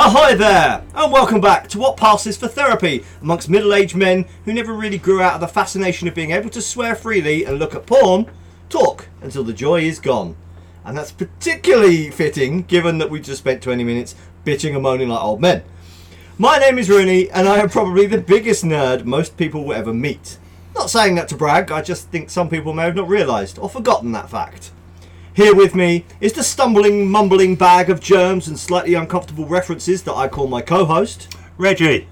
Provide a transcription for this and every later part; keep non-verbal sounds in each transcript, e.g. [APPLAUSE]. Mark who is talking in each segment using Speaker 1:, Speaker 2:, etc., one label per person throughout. Speaker 1: Ahoy Oh, there, and welcome back to What Passes for Therapy amongst middle aged men who never really grew out of the fascination of being able to swear freely and look at porn, talk until the joy is gone. And that's particularly fitting given that we just spent 20 minutes bitching and moaning like old men. My name is Rooney, and I am probably the biggest nerd most people will ever meet. Not saying that to brag, I just think some people may have not realised or forgotten that fact. Here with me is the stumbling, mumbling bag of germs and slightly uncomfortable references that I call my co host.
Speaker 2: Reggie.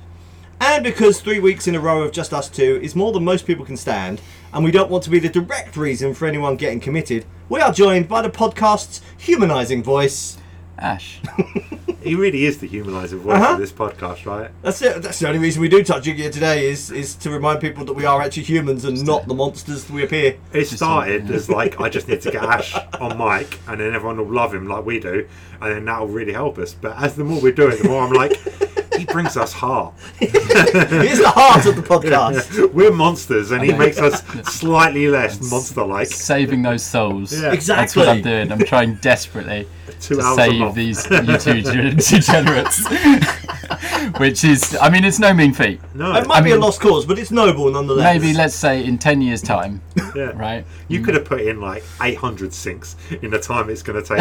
Speaker 1: And because three weeks in a row of just us two is more than most people can stand, and we don't want to be the direct reason for anyone getting committed, we are joined by the podcast's humanising voice.
Speaker 3: Ash.
Speaker 2: He really is the humanising voice
Speaker 1: Uh-huh.
Speaker 2: of this
Speaker 3: [LAUGHS]
Speaker 2: podcast, right?
Speaker 1: That's it. That's the only reason we do touch it here today is is to remind people that we are actually humans and not the monsters that we appear.
Speaker 2: It started as like, I just need to get Ash on mic, and then everyone will love him like we do, and then that'll really help us. But as the more we do it, the more I'm like, he brings us
Speaker 3: [LAUGHS]
Speaker 2: heart.
Speaker 1: Here's the heart of the podcast.
Speaker 2: [LAUGHS] We're monsters, and he
Speaker 3: know.
Speaker 2: makes us
Speaker 3: [LAUGHS]
Speaker 2: slightly less monster like.
Speaker 3: Saving those souls.
Speaker 2: Yeah.
Speaker 3: That's what I'm
Speaker 1: Exactly.
Speaker 3: doing. I'm trying desperately
Speaker 2: Two
Speaker 3: to
Speaker 2: hours a
Speaker 3: save
Speaker 2: month.
Speaker 3: these
Speaker 2: [LAUGHS]
Speaker 3: you two de- degenerates. [LAUGHS] Which is, I mean, it's no mean feat.
Speaker 2: No,
Speaker 1: It might
Speaker 3: I
Speaker 1: be a
Speaker 3: mean-
Speaker 1: lost cause, but it's noble nonetheless.
Speaker 3: Maybe let's say in 10 years' time,
Speaker 2: yeah. [LAUGHS]
Speaker 3: right?
Speaker 2: You could have put in like 800 sinks in the time it's going to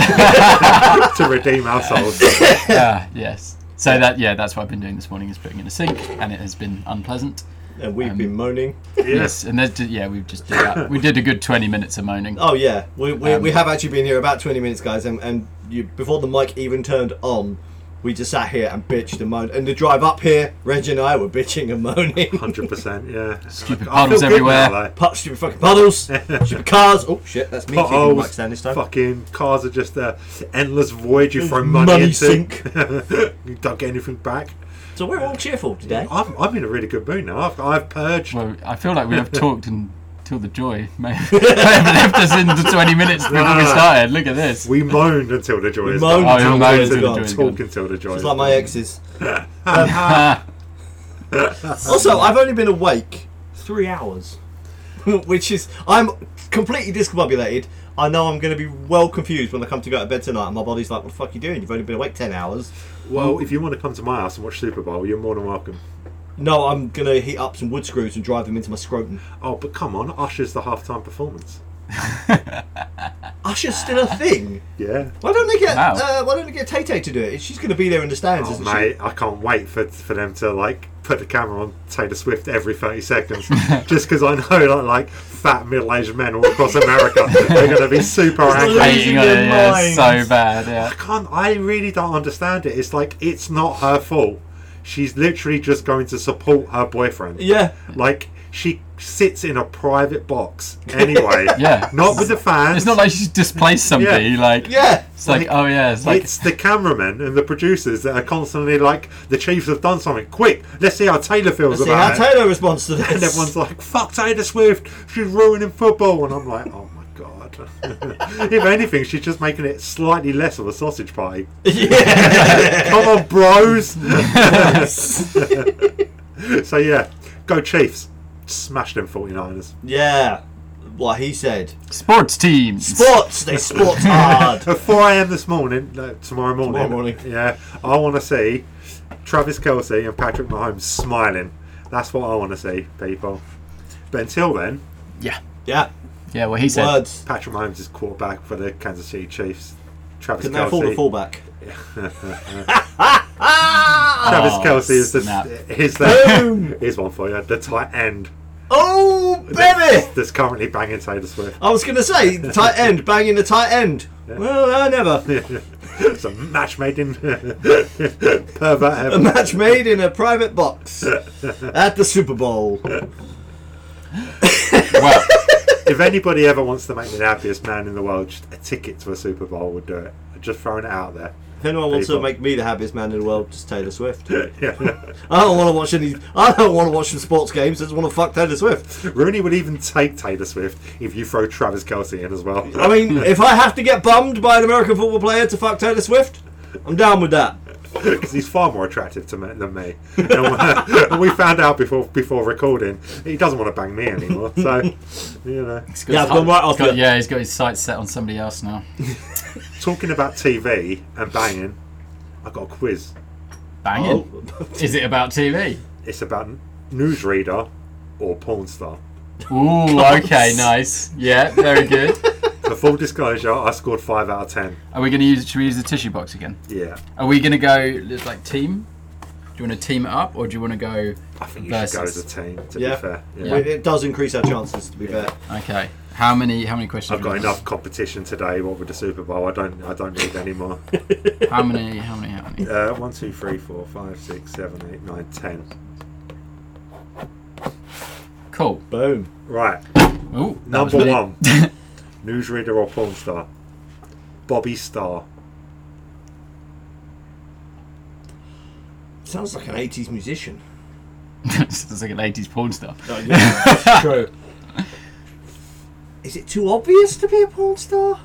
Speaker 3: [LAUGHS]
Speaker 2: take to redeem our souls.
Speaker 3: Yeah, Ah, yes. So that, yeah, that's what I've been doing this morning is putting in a sink, and it has been unpleasant.
Speaker 1: And we've been moaning.
Speaker 3: Yes, and there's, ju- yeah, we've just did that. We did a good 20 minutes of moaning.
Speaker 1: Oh yeah, we, we, we
Speaker 3: Um,
Speaker 1: have actually been here about twenty minutes, guys, and, and you, before the mic even turned on, we just sat here and bitched and moaned. And the drive up here, Reg and I were bitching and [LAUGHS] moaning.
Speaker 2: 100%, yeah.
Speaker 3: Stupid
Speaker 2: I- I feel
Speaker 3: puddles
Speaker 2: good
Speaker 3: everywhere.
Speaker 2: now, though.
Speaker 1: Put stupid fucking [LAUGHS] puddles, stupid cars. Oh shit, that's me keeping the
Speaker 2: potholes,
Speaker 1: mic stand this time.
Speaker 2: Fucking cars are just a endless void. You throw money,
Speaker 1: money
Speaker 2: into.
Speaker 1: sink.
Speaker 2: [LAUGHS] you don't get anything back.
Speaker 1: So we're all cheerful today.
Speaker 2: I'm, I'm in a really good mood now. I've, I've purged.
Speaker 3: Well, I feel like we have talked until the joy may may have left us in the 20 minutes before we
Speaker 2: no.
Speaker 3: started. Look at this. [LAUGHS]
Speaker 2: we moaned until the joy
Speaker 1: We
Speaker 2: is
Speaker 1: moaned
Speaker 2: [LAUGHS] gone.
Speaker 1: Oh, until we the moaned joy is until the
Speaker 3: gone. joy is
Speaker 2: Talk
Speaker 3: gone.
Speaker 2: until the joy is
Speaker 1: It's like my
Speaker 2: gone.
Speaker 1: exes. Also, I've only been awake three hours, [LAUGHS] which is I'm completely discombobulated. I know I'm going to be well confused when I come to go to bed tonight, and my body's like, "What the fuck are you doing? You've only been awake ten hours."
Speaker 2: Well, if you want to come to my house and watch Super Bowl, you're more than welcome.
Speaker 1: No, I'm going to heat up some wood screws and drive them into my scrotum.
Speaker 2: Oh, but come on, Usher's the halftime performance.
Speaker 1: Usher's still
Speaker 2: [SIGHS]
Speaker 1: a thing.
Speaker 2: Yeah.
Speaker 1: Why don't they get
Speaker 3: Wow.
Speaker 1: uh, Why don't they get Tay Tay to do it? She's going to be there in the stands,
Speaker 2: Oh,
Speaker 1: isn't
Speaker 2: mate, I can't wait for, for them to like put the camera on Taylor Swift every 30
Speaker 1: [LAUGHS]
Speaker 2: seconds just because I know like, like fat middle-aged men all across America they're going to be
Speaker 1: [LAUGHS]
Speaker 2: super angry
Speaker 3: hating on
Speaker 1: their
Speaker 3: it, yeah, it's
Speaker 1: minds.
Speaker 3: so bad. Yeah.
Speaker 2: I can't I really don't understand it it's like it's not her fault she's literally just going to support her boyfriend
Speaker 1: she? Yeah.
Speaker 2: like she sits in a private
Speaker 1: [LAUGHS]
Speaker 2: box anyway
Speaker 3: Yeah.
Speaker 2: not with the fans
Speaker 3: It's not like she's displaced somebody.
Speaker 2: Yeah.
Speaker 3: Like
Speaker 1: Yeah.
Speaker 3: it's like,
Speaker 2: Like,
Speaker 3: oh yeah, it's like
Speaker 2: it's the cameramen and the producers that are constantly like, the Chiefs have done something. Quick, let's see how Taylor feels
Speaker 1: Let's see
Speaker 2: about
Speaker 1: how
Speaker 2: it.
Speaker 1: Taylor
Speaker 2: [LAUGHS]
Speaker 1: responds to this.
Speaker 2: and everyone's like, "Fuck Taylor Swift, she's ruining football," and I'm like, "Oh my god!" [LAUGHS] if anything, she's just making it slightly less of a sausage party.
Speaker 1: [LAUGHS] yeah.
Speaker 2: Come on, bros! [LAUGHS] so yeah, go Chiefs, smash them 49ers.
Speaker 1: yeah. What he said.
Speaker 3: sports teams.
Speaker 1: Sports. They
Speaker 2: [LAUGHS]
Speaker 1: sports hard.
Speaker 2: At 4 a.m. this morning, no, tomorrow morning,
Speaker 1: Tomorrow morning.
Speaker 2: yeah, I want to see Travis Kelsey and Patrick Mahomes smiling. That's what I want to see, people. But until then,
Speaker 3: Yeah.
Speaker 1: Yeah.
Speaker 3: Yeah. Well, he said.
Speaker 1: Words.
Speaker 2: Patrick Mahomes is quarterback for the Kansas City Chiefs. Travis
Speaker 1: Can they
Speaker 2: Kelsey.
Speaker 1: afford a fullback?
Speaker 2: Travis
Speaker 3: Oh,
Speaker 2: Kelsey is the
Speaker 3: snap.
Speaker 2: is the [LAUGHS]
Speaker 1: Boom.
Speaker 2: here's one for you. The tight end
Speaker 1: Oh, baby!
Speaker 2: that's currently banging Taylor Swift.
Speaker 1: I was going to say the tight end banging the tight end. Well, I never.
Speaker 2: It's a match made in [LAUGHS] pervert
Speaker 1: A
Speaker 2: heaven.
Speaker 1: match made in a private
Speaker 2: [LAUGHS]
Speaker 1: box at the Super Bowl.
Speaker 3: Well,
Speaker 2: If anybody ever wants to make me the happiest man in the world, just a ticket to a Super Bowl would do it. Just throwing it out there. [LAUGHS]
Speaker 1: If anyone wants to
Speaker 2: People.
Speaker 1: make me the happiest man in the world, just Taylor Swift.
Speaker 2: Yeah.
Speaker 1: I don't want to watch any. I don't want to watch some sports games. I just want to fuck Taylor Swift.
Speaker 2: Rooney would even take Taylor Swift if you throw Travis Kelsey in as well. [LAUGHS]
Speaker 1: I [LAUGHS] mean, if I have to get bummed by an American football player to fuck Taylor Swift, I'm down with that.
Speaker 2: because he's far more attractive to me, than me. And we- [LAUGHS] and we found out before before recording that he doesn't want to bang me anymore. So you know,
Speaker 3: he's
Speaker 1: Yeah, I've
Speaker 3: his-
Speaker 1: gone right off
Speaker 3: got-
Speaker 1: it.
Speaker 3: Yeah, he's got his sights set on somebody else now.
Speaker 2: talking about TV and banging, I got a quiz
Speaker 3: Banging.
Speaker 1: Oh.
Speaker 3: Is it about TV?
Speaker 2: It's about n- newsreader or porn star.
Speaker 3: Ooh, okay, nice. Yeah, very good. [LAUGHS]
Speaker 2: For full disclosure, I scored five out of ten.
Speaker 3: Are we going to use? Should we use the tissue box again?
Speaker 2: Yeah,
Speaker 3: Are we going to go like team? Do you want to team it up, or do you want to go?
Speaker 2: I think you should go as
Speaker 3: versus?
Speaker 2: a team. To
Speaker 1: Yeah.
Speaker 2: be fair,
Speaker 3: Yeah.
Speaker 1: It, it does increase our chances, to be fair.
Speaker 3: Okay. How many? How many questions?
Speaker 2: I've got
Speaker 3: we
Speaker 2: enough competition today. What with the Super Bowl, I don't. I don't need any more.
Speaker 3: How many? How
Speaker 1: [LAUGHS]
Speaker 3: many? How many?
Speaker 2: [LAUGHS] Uh, one, two, three, four, five, six, seven, eight, nine, ten.
Speaker 3: Cool.
Speaker 1: Boom.
Speaker 2: Right,
Speaker 3: Ooh, that was
Speaker 2: number
Speaker 3: many.
Speaker 2: [LAUGHS] one, newsreader or porn star? Bobby Starr.
Speaker 1: Sounds like an 80s musician.
Speaker 3: [LAUGHS] Sounds like an '80s porn star.
Speaker 1: Oh, yeah, [LAUGHS] that's true. Is it too obvious to be a porn star?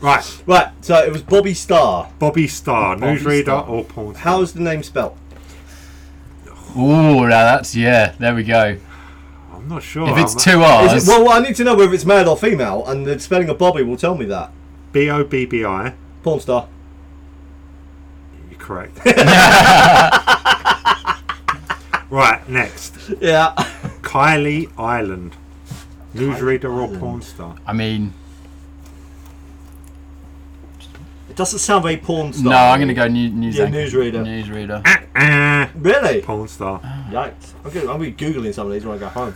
Speaker 2: Right,
Speaker 1: Right, so it was Bobby Starr.
Speaker 2: Bobby Starr,
Speaker 3: Bobby
Speaker 2: newsreader
Speaker 3: Starr.
Speaker 2: or porn star?
Speaker 1: How's the name spelt?
Speaker 3: Ooh, now that's yeah. There we go.
Speaker 2: I'm not sure.
Speaker 3: If it's
Speaker 2: I'm
Speaker 3: two
Speaker 1: Is it,
Speaker 3: R's,
Speaker 1: well, I need to know whether it's male or female, and the spelling of Bobby will tell me that.
Speaker 2: B O B B I.
Speaker 1: Porn star.
Speaker 2: You're correct. [LAUGHS] right, next.
Speaker 1: Yeah. [LAUGHS]
Speaker 2: Kylie Island. Newsreader or porn star?
Speaker 3: I mean,
Speaker 1: It doesn't sound very porn star.
Speaker 3: no. I'm going to go new, news.
Speaker 1: Yeah,
Speaker 3: anchor.
Speaker 1: newsreader.
Speaker 3: Newsreader.
Speaker 2: Uh,
Speaker 1: Really? [LAUGHS]
Speaker 2: porn star.
Speaker 1: Yikes. I'm going to be Googling some of these when I go home.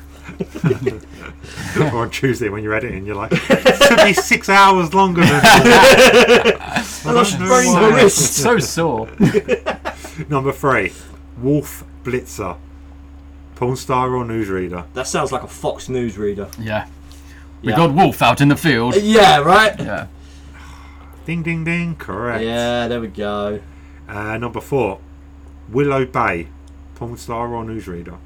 Speaker 2: or on Tuesday when you're editing, you're like, it took me six hours longer than that.
Speaker 1: [LAUGHS]
Speaker 2: I
Speaker 1: I
Speaker 2: don't know
Speaker 1: sprained
Speaker 3: [LAUGHS]
Speaker 2: why.
Speaker 1: my wrist.
Speaker 3: so sore.
Speaker 2: Number three, Wolf Blitzer. Porn star or newsreader?
Speaker 1: That sounds like a Fox News reader.
Speaker 3: Yeah. We
Speaker 1: Yeah.
Speaker 3: got Wolf out in the field.
Speaker 1: Uh, Yeah, right?
Speaker 3: Yeah.
Speaker 2: Ding, ding, ding. Correct.
Speaker 1: Yeah, there we go.
Speaker 2: Uh, number four, Willow Bay. Porn star or newsreader?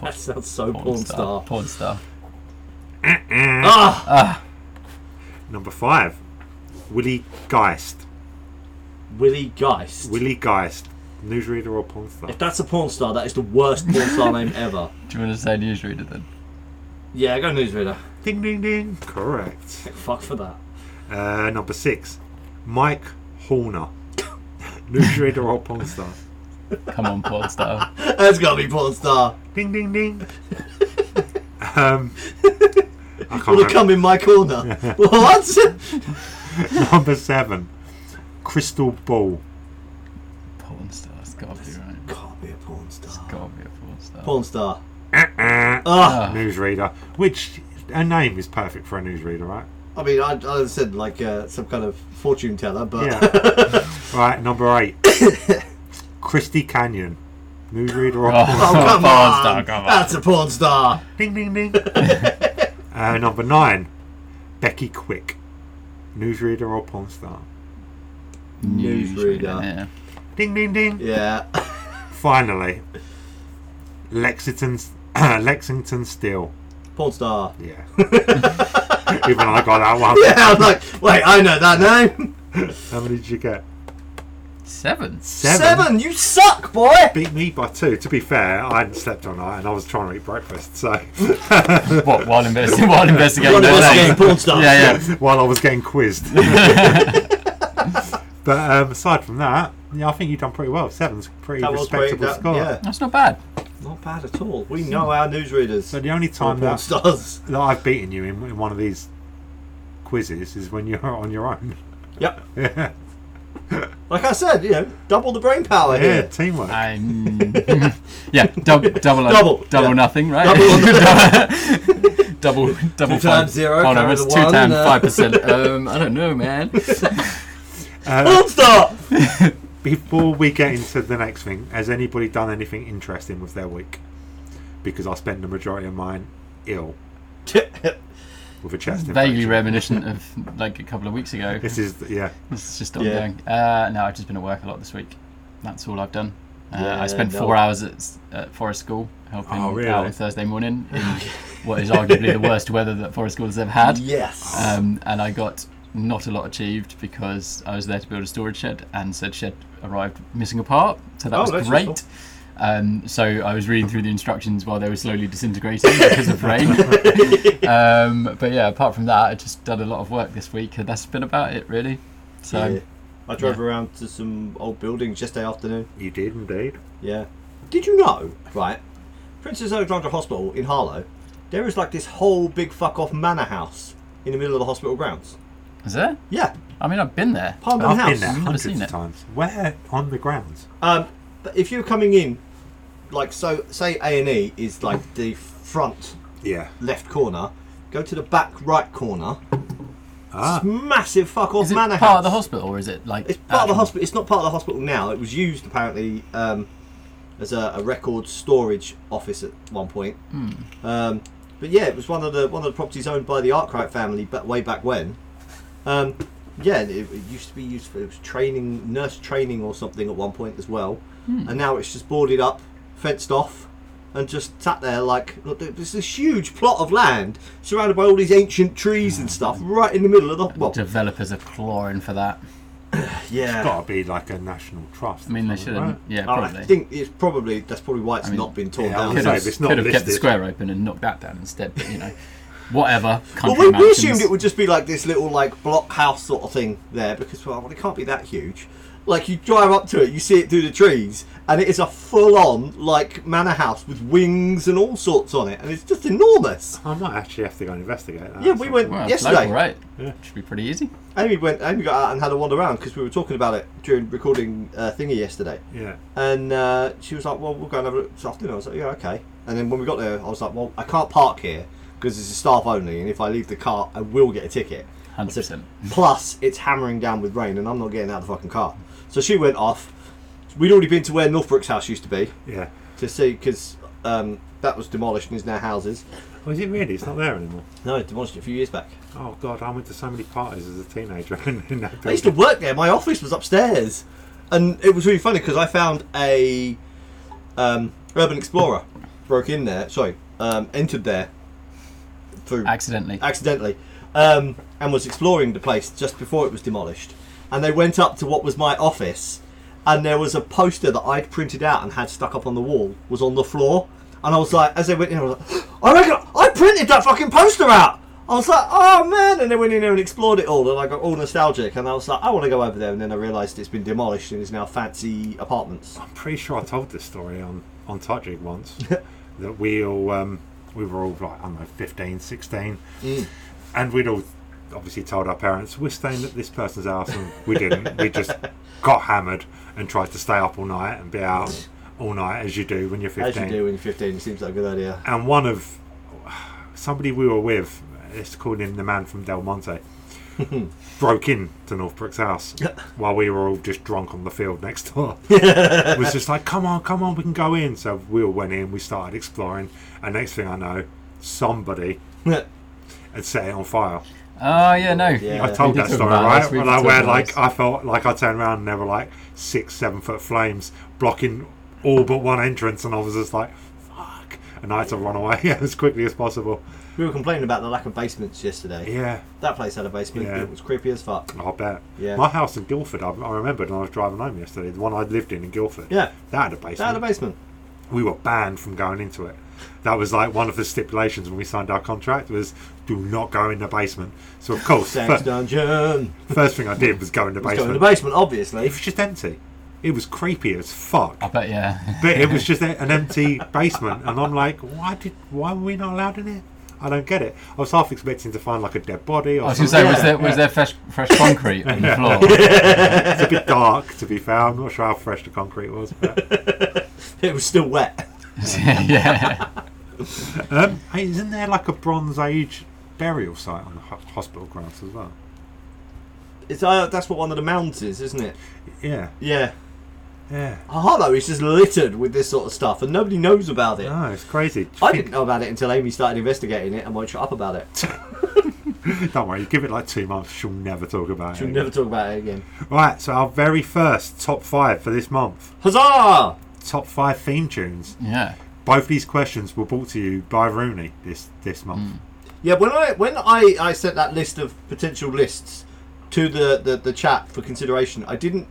Speaker 1: That sounds so porn star.
Speaker 3: Porn star.
Speaker 1: Ah!
Speaker 2: Number five, Willie Geist.
Speaker 1: Willie Geist.
Speaker 2: Willie Geist, newsreader or porn star?
Speaker 1: If that's a porn star, that is the worst porn [LAUGHS] star name ever.
Speaker 3: Do you want to say newsreader then?
Speaker 1: Yeah, go newsreader.
Speaker 2: Ding ding ding. Correct.
Speaker 1: Fuck for that.
Speaker 2: Uh, number six, Mike Horner, [LAUGHS] newsreader or porn star?
Speaker 3: Come on, porn star.
Speaker 1: That's gotta be porn star.
Speaker 2: Ding ding ding. Um, I can't
Speaker 1: Would have come
Speaker 2: remember.
Speaker 1: in my [LAUGHS] corner. what?
Speaker 2: Number seven, Crystal Ball.
Speaker 3: Porn star. It's got to be right.
Speaker 1: Can't be a porn star.
Speaker 3: Got to be a porn star.
Speaker 1: Porn star.
Speaker 2: Uh,
Speaker 1: Ah,
Speaker 2: newsreader, which a name is perfect for a newsreader, right?
Speaker 1: I mean, I, I said like uh, some kind of fortune teller, but [LAUGHS]
Speaker 2: Yeah. right. Number eight, [COUGHS] Christy Canyon, newsreader or porn
Speaker 1: oh
Speaker 3: [LAUGHS] [LAUGHS] Oh,
Speaker 1: come
Speaker 3: porn
Speaker 1: on,
Speaker 3: star, come on.
Speaker 1: that's a porn star.
Speaker 2: Ding ding ding. [LAUGHS] uh, number nine, Becky Quick, newsreader or porn star.
Speaker 1: Newsreader.
Speaker 3: Yeah.
Speaker 2: Ding ding ding.
Speaker 1: Yeah,
Speaker 2: Finally, Lexington [COUGHS] Lexington Steel.
Speaker 1: porn star. [LAUGHS]
Speaker 2: Yeah. Even I got that one.
Speaker 1: Yeah, I'm like, wait, I know that name.
Speaker 2: How many did you get?
Speaker 3: Seven.
Speaker 2: Seven.
Speaker 1: Seven, you suck, boy.
Speaker 2: Beat me by two. To be fair, I hadn't slept all night and I was trying to eat breakfast. So [LAUGHS]
Speaker 3: What? While investigating. [LAUGHS] While investigating.
Speaker 1: One of
Speaker 3: their
Speaker 1: us
Speaker 3: names.
Speaker 1: getting porn star.
Speaker 3: Yeah, yeah.
Speaker 2: while I was
Speaker 1: [LAUGHS]
Speaker 2: getting quizzed. but um, aside from that, yeah, I think you've done pretty well. Seven's a pretty
Speaker 1: That was great.
Speaker 2: respectable
Speaker 1: That,
Speaker 2: score.
Speaker 1: yeah,
Speaker 3: That's not bad.
Speaker 1: not bad at all. We know our newsreaders.
Speaker 2: So the only
Speaker 1: Porn
Speaker 2: time that
Speaker 1: stars.
Speaker 2: that I've beaten you in, in one of these quizzes is when you're [LAUGHS] on your own.
Speaker 1: Yep.
Speaker 2: yeah,
Speaker 1: Like I said, you know, double the brain power
Speaker 2: yeah,
Speaker 1: here.
Speaker 2: teamwork.
Speaker 1: [LAUGHS]
Speaker 3: Ah. I'm. yeah. Dub, double.
Speaker 1: Double,
Speaker 3: Double
Speaker 1: yeah.
Speaker 3: nothing. Right.
Speaker 1: Double on
Speaker 3: [LAUGHS] double. Double.
Speaker 1: Two times
Speaker 3: five-
Speaker 1: zero,
Speaker 3: Oh no,
Speaker 1: carry
Speaker 3: it's
Speaker 1: the
Speaker 3: two
Speaker 1: one,
Speaker 3: times
Speaker 1: uh,
Speaker 3: five percent.
Speaker 1: [LAUGHS]
Speaker 3: Um, I don't know, man.
Speaker 2: Uh,
Speaker 1: Porn
Speaker 3: [LAUGHS]
Speaker 1: star.
Speaker 2: before we get into the next thing, has anybody done anything interesting with their week? Because I spent the majority of mine ill with a chest
Speaker 3: Vaguely
Speaker 2: infection.
Speaker 3: reminiscent of like a couple of weeks ago.
Speaker 2: This is yeah.
Speaker 3: It's just
Speaker 1: Yeah.
Speaker 3: ongoing. Uh, no, I've just been at work a lot this week. That's all I've done. Uh,
Speaker 1: Yeah,
Speaker 3: I spent
Speaker 1: no.
Speaker 3: four hours at, s- at Forest School helping
Speaker 2: Oh, really?
Speaker 3: out on Thursday morning
Speaker 1: [LAUGHS]
Speaker 3: in what is arguably the worst weather that Forest School has ever had.
Speaker 1: yes.
Speaker 3: Um, and I got not a lot achieved because I was there to build a storage shed, and said shed arrived missing a part, so that
Speaker 1: Oh,
Speaker 3: was
Speaker 1: that's
Speaker 3: great.
Speaker 1: useful.
Speaker 3: Um, so I was reading through the instructions while they were slowly disintegrating because of
Speaker 1: [LAUGHS]
Speaker 3: rain. um, but yeah, apart from that, I just done a lot of work this week, and that's been about it really. So
Speaker 1: Yeah. I drove around to some old buildings yesterday afternoon.
Speaker 2: You did indeed.
Speaker 1: Yeah. Did you know, right? Princess Alexandra Hospital in Harlow, there is like this whole big fuck off manor house in the middle of the hospital grounds.
Speaker 3: Is there?
Speaker 1: Yeah,
Speaker 3: I mean, I've been there.
Speaker 1: Parliament
Speaker 2: I've
Speaker 1: House.
Speaker 2: been there
Speaker 3: I've never
Speaker 2: hundreds
Speaker 3: seen
Speaker 2: of
Speaker 3: it.
Speaker 2: times. Where on the grounds?
Speaker 1: Um, but if you're coming in, like so, say A and E is like the front
Speaker 2: Yeah.
Speaker 1: left corner. Go to the back right corner.
Speaker 2: Ah.
Speaker 1: Massive fuck off
Speaker 3: Is it
Speaker 1: manor
Speaker 3: part
Speaker 1: house.
Speaker 3: of the hospital, or is it like? um,
Speaker 1: It's part of the
Speaker 3: actual-
Speaker 1: hospital. It's not part of the hospital now. It was used apparently um, as a, a record storage office at one point. Um, but yeah, it was one of the one of the properties owned by the Arkwright family, but way back when. Um, yeah, it, it used to be used for it was training, nurse training or something at one point as well. And now it's just boarded up, fenced off, and just sat there like look, there- there's this huge plot of land surrounded by all these ancient trees and stuff, right in the middle of the well,
Speaker 3: Developers are clawing for that.
Speaker 1: yeah.
Speaker 2: Got to be like a national trust.
Speaker 3: I mean, they should
Speaker 2: shouldn't.
Speaker 3: have. Yeah,
Speaker 1: Oh,
Speaker 3: probably.
Speaker 1: I think it's probably that's probably why it's
Speaker 3: I mean,
Speaker 1: not been torn
Speaker 2: yeah,
Speaker 1: down.
Speaker 2: I'll
Speaker 3: could
Speaker 2: say
Speaker 1: Well,
Speaker 3: have,
Speaker 2: if it's
Speaker 3: could
Speaker 2: not
Speaker 3: have kept the
Speaker 2: listed-
Speaker 3: square open and knocked that down instead, but you know, whatever. Country
Speaker 1: we, we
Speaker 3: mountains.
Speaker 1: assumed it would just be like this little like block house sort of thing there because well, well, it can't be that huge. Like you drive up to it, you see it through the trees, and it is a full-on like manor house with wings and all sorts on it, and it's just enormous.
Speaker 2: I might actually have to go and investigate that.
Speaker 1: Yeah, we went-
Speaker 3: Well, it's
Speaker 1: yesterday.
Speaker 3: local, right?
Speaker 2: Yeah.
Speaker 3: Should be pretty easy.
Speaker 1: Amy went, Amy got out and had a wander around because we were talking about it during recording uh, thingy yesterday.
Speaker 2: Yeah.
Speaker 1: And uh, she was like, "Well, we'll go and have a look this afternoon." I was like, "Yeah, okay." And then when we got there, I was like, "Well, I can't park here because it's staff only, and if I leave the car, I will get a ticket." I
Speaker 3: Hundred
Speaker 1: said,
Speaker 3: percent.
Speaker 1: Plus, it's hammering down with rain, and I'm not getting out of the fucking car. So she went off. We'd already been to where Northbrook's house used to be
Speaker 2: Yeah.
Speaker 1: to see because um, that was demolished and is now houses.
Speaker 2: Oh, is it really? It's not there anymore.
Speaker 1: No, it demolished it a few years back.
Speaker 2: Oh God, I went to so many parties as a teenager [LAUGHS] in, in that
Speaker 1: I used to
Speaker 2: building.
Speaker 1: work there. My office was upstairs, and it was really funny because I found a um, urban explorer broke in there. Sorry, um, entered there through
Speaker 3: Accidentally.
Speaker 1: accidentally, um, and was exploring the place just before it was demolished. And they went up to what was my office, and there was a poster that I'd printed out and had stuck up on the wall was on the floor. And I was like, as they went in, I was like, [GASPS] I reckon I printed that fucking poster out. I was like, oh man! And they went in there and explored it all, and I got all nostalgic. And I was like, I want to go over there. And then I realised it's been demolished and is now fancy apartments.
Speaker 2: I'm pretty sure I told this story on on
Speaker 1: [LAUGHS]
Speaker 2: Tajik once that we all um, we were all like I don't know 15, 16,
Speaker 1: Mm.
Speaker 2: and we'd all obviously told our parents we're staying at this person's house, and we didn't. we just got hammered and tried to stay up all night and
Speaker 1: [LAUGHS]
Speaker 2: be out all night as you do when you're 15.
Speaker 1: As you do when you're 15, it seems like a good idea. [LAUGHS]
Speaker 2: and one of somebody we were with, let's call him the man from Del Monte, broke in to Northbrook's house while we were all just drunk on the field next door. It was just like, come on, come on, we can go in. So we all went in, we started exploring, and next thing I know, somebody had set it on fire.
Speaker 3: Oh yeah, no.
Speaker 1: Yeah.
Speaker 2: I told
Speaker 3: We
Speaker 2: that
Speaker 3: did talk
Speaker 2: story,
Speaker 3: about
Speaker 2: right?
Speaker 3: this, we
Speaker 2: Well,
Speaker 3: did
Speaker 2: I
Speaker 3: talk
Speaker 2: where
Speaker 3: about
Speaker 2: like
Speaker 3: this.
Speaker 2: I felt like I turned around and there were like six, seven foot flames blocking all but one entrance, and I was just like, fuck. And I had to run away [LAUGHS] as quickly as possible.
Speaker 1: we were complaining about the lack of basements yesterday.
Speaker 2: Yeah,
Speaker 1: That place had a basement.
Speaker 2: Yeah.
Speaker 1: It was creepy as fuck.
Speaker 2: I bet.
Speaker 1: Yeah.
Speaker 2: My house in Guildford, I, I remembered when I was driving home yesterday, the one I lived in in Guildford.
Speaker 1: Yeah.
Speaker 2: That had a basement.
Speaker 1: Down the basement.
Speaker 2: we were banned from going into it. That was like one of the stipulations when we signed our contract was do not go in the basement. So of course,
Speaker 1: Sex
Speaker 2: fir-
Speaker 1: dungeon.
Speaker 2: first thing I did was go in the
Speaker 1: Let's go in
Speaker 2: basement.
Speaker 1: the basement, obviously. [LAUGHS]
Speaker 2: It was just empty. It was creepy as fuck.
Speaker 3: I bet
Speaker 2: [LAUGHS]
Speaker 3: yeah.
Speaker 2: But it was just a- an empty [LAUGHS] basement, and I'm like, why did? Why were we not allowed in here? I don't get it. I was half expecting to find like a dead body
Speaker 3: I
Speaker 2: or
Speaker 3: was gonna say,
Speaker 2: something.
Speaker 3: was
Speaker 1: Yeah,
Speaker 3: there was there fresh
Speaker 2: [LAUGHS]
Speaker 3: fresh concrete on the floor?
Speaker 2: It's a bit dark to be fair. I'm not sure how fresh the concrete was.
Speaker 1: [LAUGHS]
Speaker 2: But,
Speaker 1: It was still wet.
Speaker 3: [LAUGHS] yeah.
Speaker 2: um, hey, isn't there like a Bronze Age burial site on the ho- hospital grounds as well?
Speaker 1: It's, uh, that's what one of the mounds is, isn't it?
Speaker 2: Yeah,
Speaker 1: Yeah.
Speaker 2: yeah.
Speaker 1: Harlow is just littered with this sort of stuff, and nobody knows about it.
Speaker 2: No, it's crazy.
Speaker 1: I didn't know about it until Amy started investigating it and won't shut up about it.
Speaker 2: Don't worry. Give it like two months. She'll never talk about
Speaker 1: She'll
Speaker 2: it.
Speaker 1: never talk about it again.
Speaker 2: Right. So our very first top five for this month.
Speaker 1: Huzzah!
Speaker 2: Top five theme tunes.
Speaker 3: Yeah.
Speaker 2: Both these questions were brought to you by Rooney this this month.
Speaker 1: Yeah, when I when I, I sent that list of potential lists to the, the, the chat for consideration, I didn't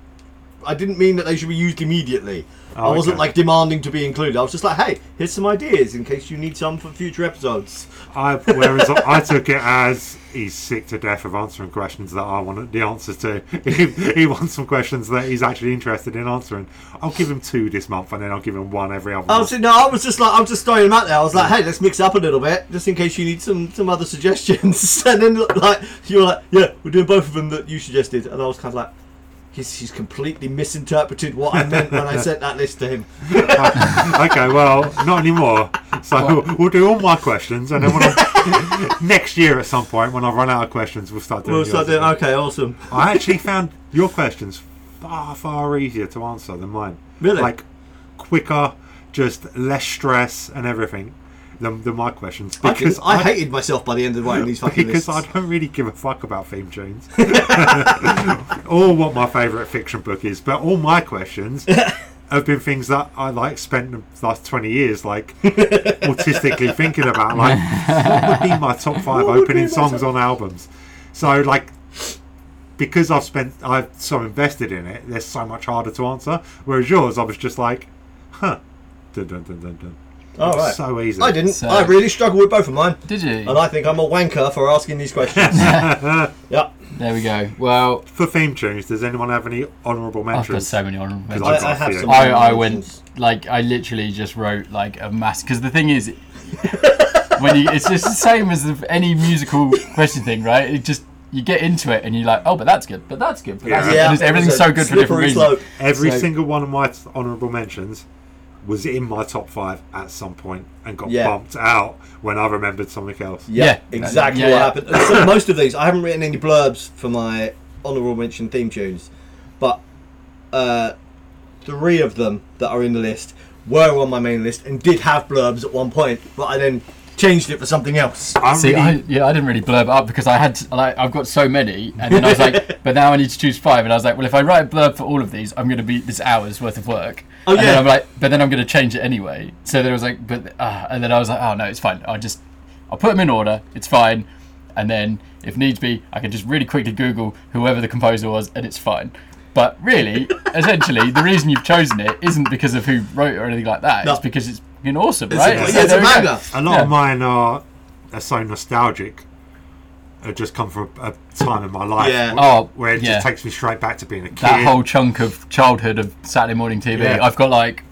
Speaker 1: I didn't mean that they should be used immediately.
Speaker 2: Oh,
Speaker 1: I wasn't
Speaker 2: okay.
Speaker 1: like demanding to be included. I was just like, hey, here's some ideas in case you need some for future episodes.
Speaker 2: I, whereas I took it as he's sick to death of answering questions that I want the answers to. [LAUGHS] He, he wants some questions that he's actually interested in answering. I'll give him two this month, and then I'll give him one every other.
Speaker 1: I
Speaker 2: month.
Speaker 1: was no, I was just like I was just throwing them out there. I was like, hey, let's mix it up a little bit, just in case you need some some other suggestions. [LAUGHS] and then like you were like, yeah, we're doing both of them that you suggested, and I was kind of like. He's, he's completely misinterpreted what I meant when
Speaker 2: [LAUGHS]
Speaker 1: I sent that list to him.
Speaker 2: okay, well, not anymore. So we'll do all my questions, and then when I, [LAUGHS] next year at some point, when I run out of questions, we'll start doing.
Speaker 1: Well, so I
Speaker 2: yours
Speaker 1: did,
Speaker 2: again.
Speaker 1: okay, awesome.
Speaker 2: I actually found your questions far, far easier to answer than mine.
Speaker 1: Really?
Speaker 2: Like quicker, just less stress and everything than, than my questions
Speaker 1: I, could-
Speaker 2: because
Speaker 1: I hated myself by the end of writing these fucking
Speaker 2: because
Speaker 1: lists.
Speaker 2: I don't really give a fuck about theme tunes [LAUGHS] or what my favourite fiction book is. But all
Speaker 1: [LAUGHS]
Speaker 2: my questions have been things that I like spent the last twenty years like autistically thinking about. Like, what would be my top five
Speaker 1: What would
Speaker 2: opening
Speaker 1: be my
Speaker 2: songs on albums? So like. Because I've spent, I've so invested in it, they're so much harder to answer. Whereas yours, I was just like, huh, dun dun dun dun dun.
Speaker 1: All Oh,
Speaker 2: It's
Speaker 1: right.
Speaker 2: so easy.
Speaker 1: I didn't.
Speaker 3: So-
Speaker 1: I really struggled with both of mine,
Speaker 3: Did you?
Speaker 1: and I think I'm a wanker for asking these
Speaker 3: [LAUGHS]
Speaker 1: questions. yeah,
Speaker 3: There we go. Well,
Speaker 2: For theme tunes, does anyone have any honourable
Speaker 3: I've got
Speaker 2: mentions?
Speaker 3: so many honorable mentions.
Speaker 1: I,
Speaker 2: I've
Speaker 1: I
Speaker 2: got
Speaker 1: have
Speaker 2: few.
Speaker 1: some.
Speaker 3: I, I went like I literally just wrote like a mass because the thing is when you it's just the same as the, any musical question thing right it just you get into it and you're like oh but that's good but that's good but that's
Speaker 2: Yeah.
Speaker 1: Yeah,
Speaker 3: good. And it's-
Speaker 1: it was
Speaker 3: everything's
Speaker 1: a
Speaker 3: so good for different
Speaker 1: slippery
Speaker 3: reasons
Speaker 1: slope.
Speaker 2: Every
Speaker 3: So-
Speaker 2: single one of my t- honourable mentions was in my top five at some point and got
Speaker 1: Yeah.
Speaker 2: bumped out when I remembered something else.
Speaker 1: Yeah,
Speaker 3: Yeah.
Speaker 1: exactly
Speaker 3: Yeah,
Speaker 1: what
Speaker 3: yeah.
Speaker 1: happened. And so most of these, I haven't written any blurbs for my honourable mention theme tunes, but uh, three of them that are in the list were on my main list and did have blurbs at one point, but I then changed it for something else.
Speaker 2: I'm
Speaker 3: See,
Speaker 2: really,
Speaker 3: I, yeah, I didn't really blurb up because I had to, like I've got so many, and then I
Speaker 1: [LAUGHS]
Speaker 3: was like, but now I need to choose five, and I was like, well, if I write a blurb for all of these, I'm going to be this hour's worth of work.
Speaker 1: Oh,
Speaker 3: and
Speaker 1: yeah.
Speaker 3: Then I'm like, but then I'm going to change it anyway. So then I was like, but uh, and then I was like, oh no, it's fine. I'll just I'll put them in order. It's fine. And then if needs be, I can just really quickly Google whoever the composer was, and it's fine. But
Speaker 1: [LAUGHS]
Speaker 3: really, essentially, the reason you've chosen it isn't because of who wrote it or anything like that.
Speaker 1: No.
Speaker 3: It's because it's been awesome,
Speaker 1: It's a-
Speaker 3: right?
Speaker 1: yeah,
Speaker 3: So
Speaker 1: it's a
Speaker 3: there we go.
Speaker 1: manga.
Speaker 2: a lot
Speaker 3: yeah.
Speaker 2: of mine are, are so nostalgic. It just come from a time in my life
Speaker 1: Yeah.
Speaker 2: wh-
Speaker 3: Oh,
Speaker 2: where it
Speaker 3: yeah.
Speaker 2: just takes me straight back to being a kid.
Speaker 3: that whole chunk of childhood of Saturday morning TV.
Speaker 2: Yeah.
Speaker 3: I've got like,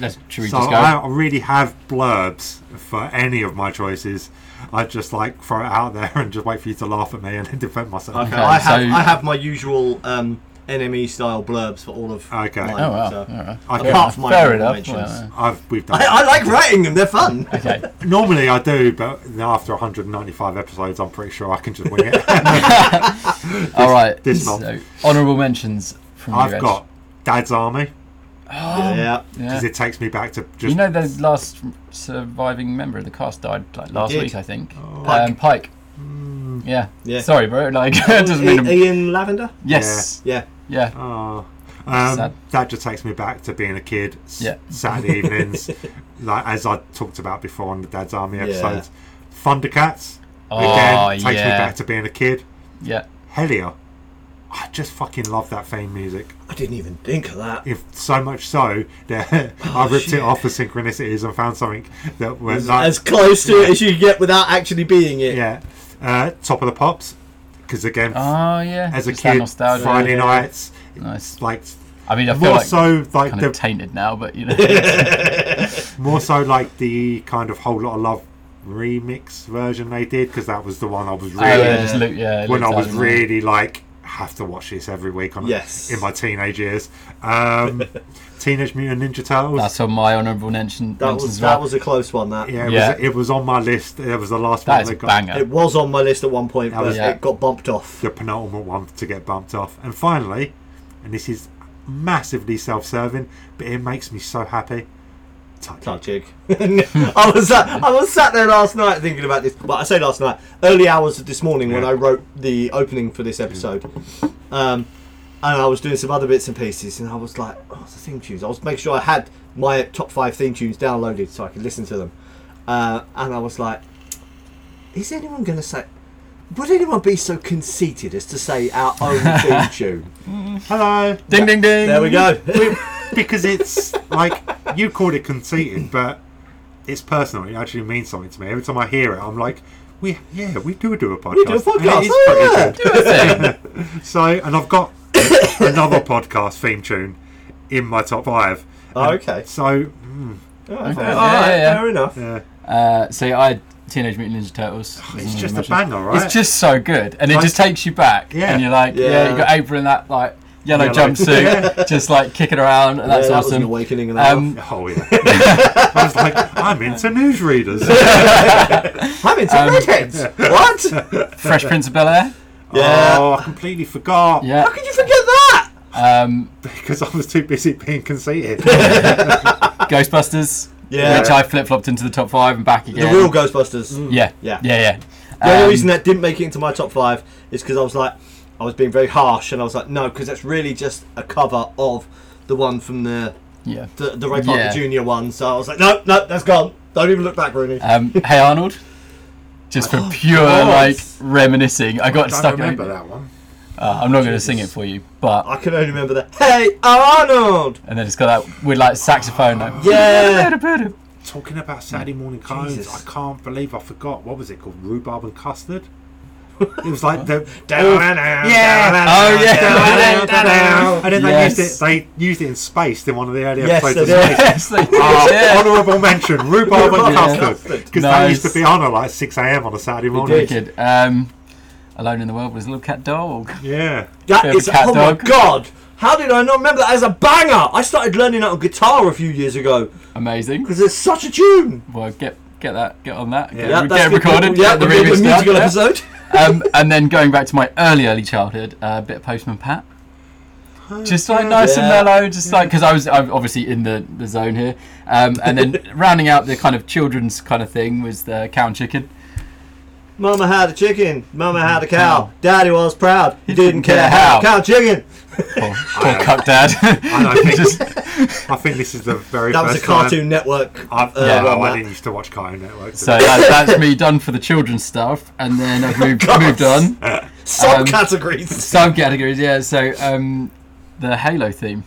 Speaker 3: let's, should we
Speaker 2: so
Speaker 3: just go?
Speaker 2: I don't really have blurbs for any of my choices. I just like throw it out there [LAUGHS] and just wait for you to laugh at me and then defend myself.
Speaker 1: I have
Speaker 3: so-
Speaker 1: I have my usual um, NME style blurbs for all of
Speaker 2: Okay.
Speaker 1: mine,
Speaker 3: oh wow,
Speaker 1: so-
Speaker 3: all right.
Speaker 2: I
Speaker 1: Apart
Speaker 2: can,
Speaker 1: from my
Speaker 3: Fair
Speaker 1: honourable
Speaker 3: enough.
Speaker 1: mentions.
Speaker 3: Well,
Speaker 2: I've, we've done.
Speaker 1: I, I like writing them; they're
Speaker 3: [LAUGHS]
Speaker 1: fun.
Speaker 3: uh,
Speaker 2: [LAUGHS]
Speaker 3: okay.
Speaker 2: Normally I do, but now after 195 episodes, I'm pretty sure I can just
Speaker 3: [LAUGHS]
Speaker 2: wing it.
Speaker 3: all right.
Speaker 2: this
Speaker 3: so,
Speaker 2: month.
Speaker 3: honourable mentions from you,
Speaker 2: I've
Speaker 3: Ed.
Speaker 2: got Dad's Army
Speaker 1: yeah,
Speaker 3: Yeah.
Speaker 2: because it takes me back to just
Speaker 3: You know, the last surviving member of the cast died like last
Speaker 1: did.
Speaker 3: week, I think.
Speaker 2: Oh.
Speaker 1: Pike.
Speaker 3: Um, Pike.
Speaker 2: Hmm.
Speaker 3: Yeah.
Speaker 1: Yeah. Oh,
Speaker 3: Sorry, bro. Like, [LAUGHS] I just mean.
Speaker 1: I- Ian Lavender.
Speaker 3: yes.
Speaker 1: Yeah,
Speaker 3: Yeah.
Speaker 2: Oh,
Speaker 3: Sad.
Speaker 2: um, that just takes me back to being a kid. S-
Speaker 3: Yeah.
Speaker 2: Saturday evenings, [LAUGHS] like as I talked about before on the Dad's Army episodes. Thundercats
Speaker 3: Oh,
Speaker 2: again takes me
Speaker 3: yeah.
Speaker 2: back to being a kid.
Speaker 3: Yeah.
Speaker 2: Helia, I just fucking love that theme music.
Speaker 1: I didn't even think of that.
Speaker 2: If so much so that [LAUGHS]
Speaker 3: Oh,
Speaker 2: I ripped it off for synchronicities and found something that was like,
Speaker 1: As close to it as you get without actually being it.
Speaker 2: yeah, uh, top of the pops. Because again,
Speaker 3: Oh yeah.
Speaker 2: as a
Speaker 3: Just that
Speaker 2: kid,
Speaker 3: nostalgia.
Speaker 2: Friday nights,
Speaker 3: Nice.
Speaker 2: like
Speaker 3: I mean, I feel
Speaker 2: more
Speaker 3: like
Speaker 2: so like
Speaker 3: kind
Speaker 2: the
Speaker 3: of tainted now, but you
Speaker 2: [LAUGHS]
Speaker 3: know.
Speaker 2: more so like the kind of whole lot of love remix version they did because that was the one I was
Speaker 3: Oh, yeah,
Speaker 2: really
Speaker 3: just look- yeah, it
Speaker 2: when I
Speaker 3: looks
Speaker 2: was
Speaker 3: like-
Speaker 2: really like have to watch this every week on
Speaker 1: Yes.
Speaker 2: in my teenage years. Um, Teenage Mutant Ninja Turtles.
Speaker 3: That's on my honourable mention.
Speaker 1: That
Speaker 3: mentions
Speaker 1: was
Speaker 3: as well.
Speaker 1: that was a close one. That
Speaker 2: yeah, it,
Speaker 3: yeah.
Speaker 2: Was, it was on my list. It was the last
Speaker 3: That
Speaker 2: one
Speaker 3: is
Speaker 2: that
Speaker 3: a
Speaker 2: got
Speaker 3: banger.
Speaker 1: it was on my list at one point, but
Speaker 2: was-
Speaker 3: Yeah.
Speaker 1: it got bumped off.
Speaker 2: the penultimate one to get bumped off. And finally, and this is massively self-serving, but it makes me so happy. Touch.
Speaker 1: Can't jig. [LAUGHS] I was sat, I was sat there last night thinking about this. Well, I say last night, early hours of this morning when
Speaker 2: Yeah.
Speaker 1: I wrote the opening for this episode, um, and I was doing some other bits and pieces, and I was like, "Oh, it's the theme tunes." I was making sure I had my top five theme tunes downloaded so I could listen to them, uh, and I was like, "Is anyone going to say?" Would anyone be so conceited as to say our
Speaker 3: [LAUGHS]
Speaker 1: own theme tune?
Speaker 2: Hello.
Speaker 3: Ding ding ding.
Speaker 1: There [LAUGHS] we go. [LAUGHS]
Speaker 2: because it's like you called it conceited, but it's personal. It actually means something to me. Every time I hear it, I'm like, we yeah, we do do a podcast. We
Speaker 1: do a podcast.
Speaker 2: It's
Speaker 1: Oh, yeah.
Speaker 2: pretty
Speaker 1: [LAUGHS]
Speaker 2: good. so, and I've got [COUGHS] another podcast theme tune in my top five.
Speaker 1: Oh, okay.
Speaker 2: So, mm,
Speaker 1: Alright,
Speaker 3: Okay. Yeah, yeah, yeah.
Speaker 1: Fair enough.
Speaker 2: yeah,
Speaker 3: Uh, so I had Teenage Mutant Ninja Turtles.
Speaker 1: Oh,
Speaker 2: it's
Speaker 3: Mm,
Speaker 2: just a
Speaker 3: much-
Speaker 2: banger, right?
Speaker 3: It's just so good, and it
Speaker 2: Like-
Speaker 3: just takes you back.
Speaker 2: Yeah.
Speaker 3: And you're like, yeah,
Speaker 1: Yeah.
Speaker 3: you got April in that like yellow
Speaker 1: [LAUGHS]
Speaker 2: Yellow.
Speaker 3: jumpsuit, just like kicking around, and that's
Speaker 1: Yeah, that was an
Speaker 3: awesome.
Speaker 1: awakening. And a half.
Speaker 3: Um,
Speaker 2: Oh yeah! [LAUGHS] I was like, I'm into
Speaker 3: [LAUGHS]
Speaker 2: newsreaders.
Speaker 1: I'm into
Speaker 3: Um,
Speaker 1: redheads. What?
Speaker 3: Fresh Prince of Bel Air.
Speaker 1: Yeah.
Speaker 2: Oh, I completely forgot
Speaker 1: How
Speaker 3: Yeah.
Speaker 1: could you forget that?
Speaker 3: Um,
Speaker 2: because I was too busy being conceited.
Speaker 3: Ghostbusters.
Speaker 1: Yeah.
Speaker 3: Which I flip flopped into the top five and back
Speaker 1: The
Speaker 3: again.
Speaker 1: real Ghostbusters.
Speaker 3: Yeah.
Speaker 1: Yeah.
Speaker 3: Yeah.
Speaker 1: The
Speaker 3: Yeah.
Speaker 1: only
Speaker 3: Um,
Speaker 1: reason that didn't make it into my top five is because I was like, I was being very harsh, and I was like, no, because that's really just a cover of the one from the
Speaker 3: yeah.
Speaker 1: the, the Ray Parker
Speaker 3: Yeah.
Speaker 1: Junior one. So I was like, no, no, that's gone. Don't even look back, Rooney.
Speaker 3: Um, hey Arnold. Just for pure
Speaker 1: God.
Speaker 3: like reminiscing, I got
Speaker 2: I
Speaker 3: stuck.
Speaker 2: don't
Speaker 3: in-
Speaker 2: remember that one.
Speaker 3: Uh, I'm not going to sing it for you, but
Speaker 1: I can only remember the Hey Arnold.
Speaker 3: and then it's got that weird like saxophone. Like,
Speaker 1: Yeah.
Speaker 2: Talking about Saturday morning cones,
Speaker 1: Jesus.
Speaker 2: I can't believe I forgot. What was it called? Rhubarb and custard. It was like the
Speaker 3: Oh, yeah.
Speaker 2: and then they
Speaker 3: Yes.
Speaker 2: used it. They used it in space in one of the earlier
Speaker 1: Yes,
Speaker 2: episodes.
Speaker 1: they
Speaker 2: of
Speaker 1: did.
Speaker 2: Space.
Speaker 3: Yes, they did,
Speaker 2: Oh,
Speaker 3: yeah.
Speaker 2: Honourable mention: rhubarb and
Speaker 1: Rhubarb and
Speaker 2: custard
Speaker 1: custard.
Speaker 2: because that used to
Speaker 3: Nice.
Speaker 2: be on at like six a.m. on a Saturday
Speaker 3: Very
Speaker 2: morning.
Speaker 1: did.
Speaker 3: good. Um, Alone in the World was a little cat dog.
Speaker 2: Yeah,
Speaker 1: That
Speaker 3: Bit of a
Speaker 1: is.
Speaker 3: cat
Speaker 1: Oh my
Speaker 3: dog.
Speaker 1: god. How did I not remember that as a banger? I started learning that on guitar a few years ago
Speaker 3: Amazing.
Speaker 1: because it's such a tune.
Speaker 3: Well, get get that, get on that. Get,
Speaker 2: Yeah,
Speaker 3: get
Speaker 1: that's
Speaker 3: it
Speaker 1: good.
Speaker 3: recorded.
Speaker 1: Yeah,
Speaker 3: get the
Speaker 1: we'll do a
Speaker 3: remix done,
Speaker 1: musical
Speaker 3: yeah.
Speaker 1: episode.
Speaker 3: Um, and then going back to my early early childhood, uh, a bit of Postman Pat. Just like nice
Speaker 1: Oh, Yeah.
Speaker 3: and mellow, just like because I was I'm obviously in the, the zone here, um, and then rounding out the kind of children's kind of thing was the cow and chicken.
Speaker 1: Mama had a chicken. Mama had
Speaker 3: Mm-hmm.
Speaker 1: a cow. Daddy was proud. He didn't care
Speaker 3: care
Speaker 1: how.
Speaker 3: how.
Speaker 1: Cow chicken.
Speaker 3: Poor, poor cuck dad. [LAUGHS]
Speaker 2: [LAUGHS] and I think
Speaker 3: Just-
Speaker 2: I think this is the very
Speaker 1: That was
Speaker 2: first
Speaker 1: a Cartoon Network.
Speaker 2: Time I've,
Speaker 1: uh,
Speaker 2: yeah,
Speaker 1: one
Speaker 2: I
Speaker 1: that-
Speaker 2: didn't used to watch Cartoon Network.
Speaker 3: so that, that's me done for the children's stuff, and then I've moved,
Speaker 1: course.
Speaker 3: moved on. [LAUGHS]
Speaker 1: Subcategories.
Speaker 3: subcategories yeah so um the halo theme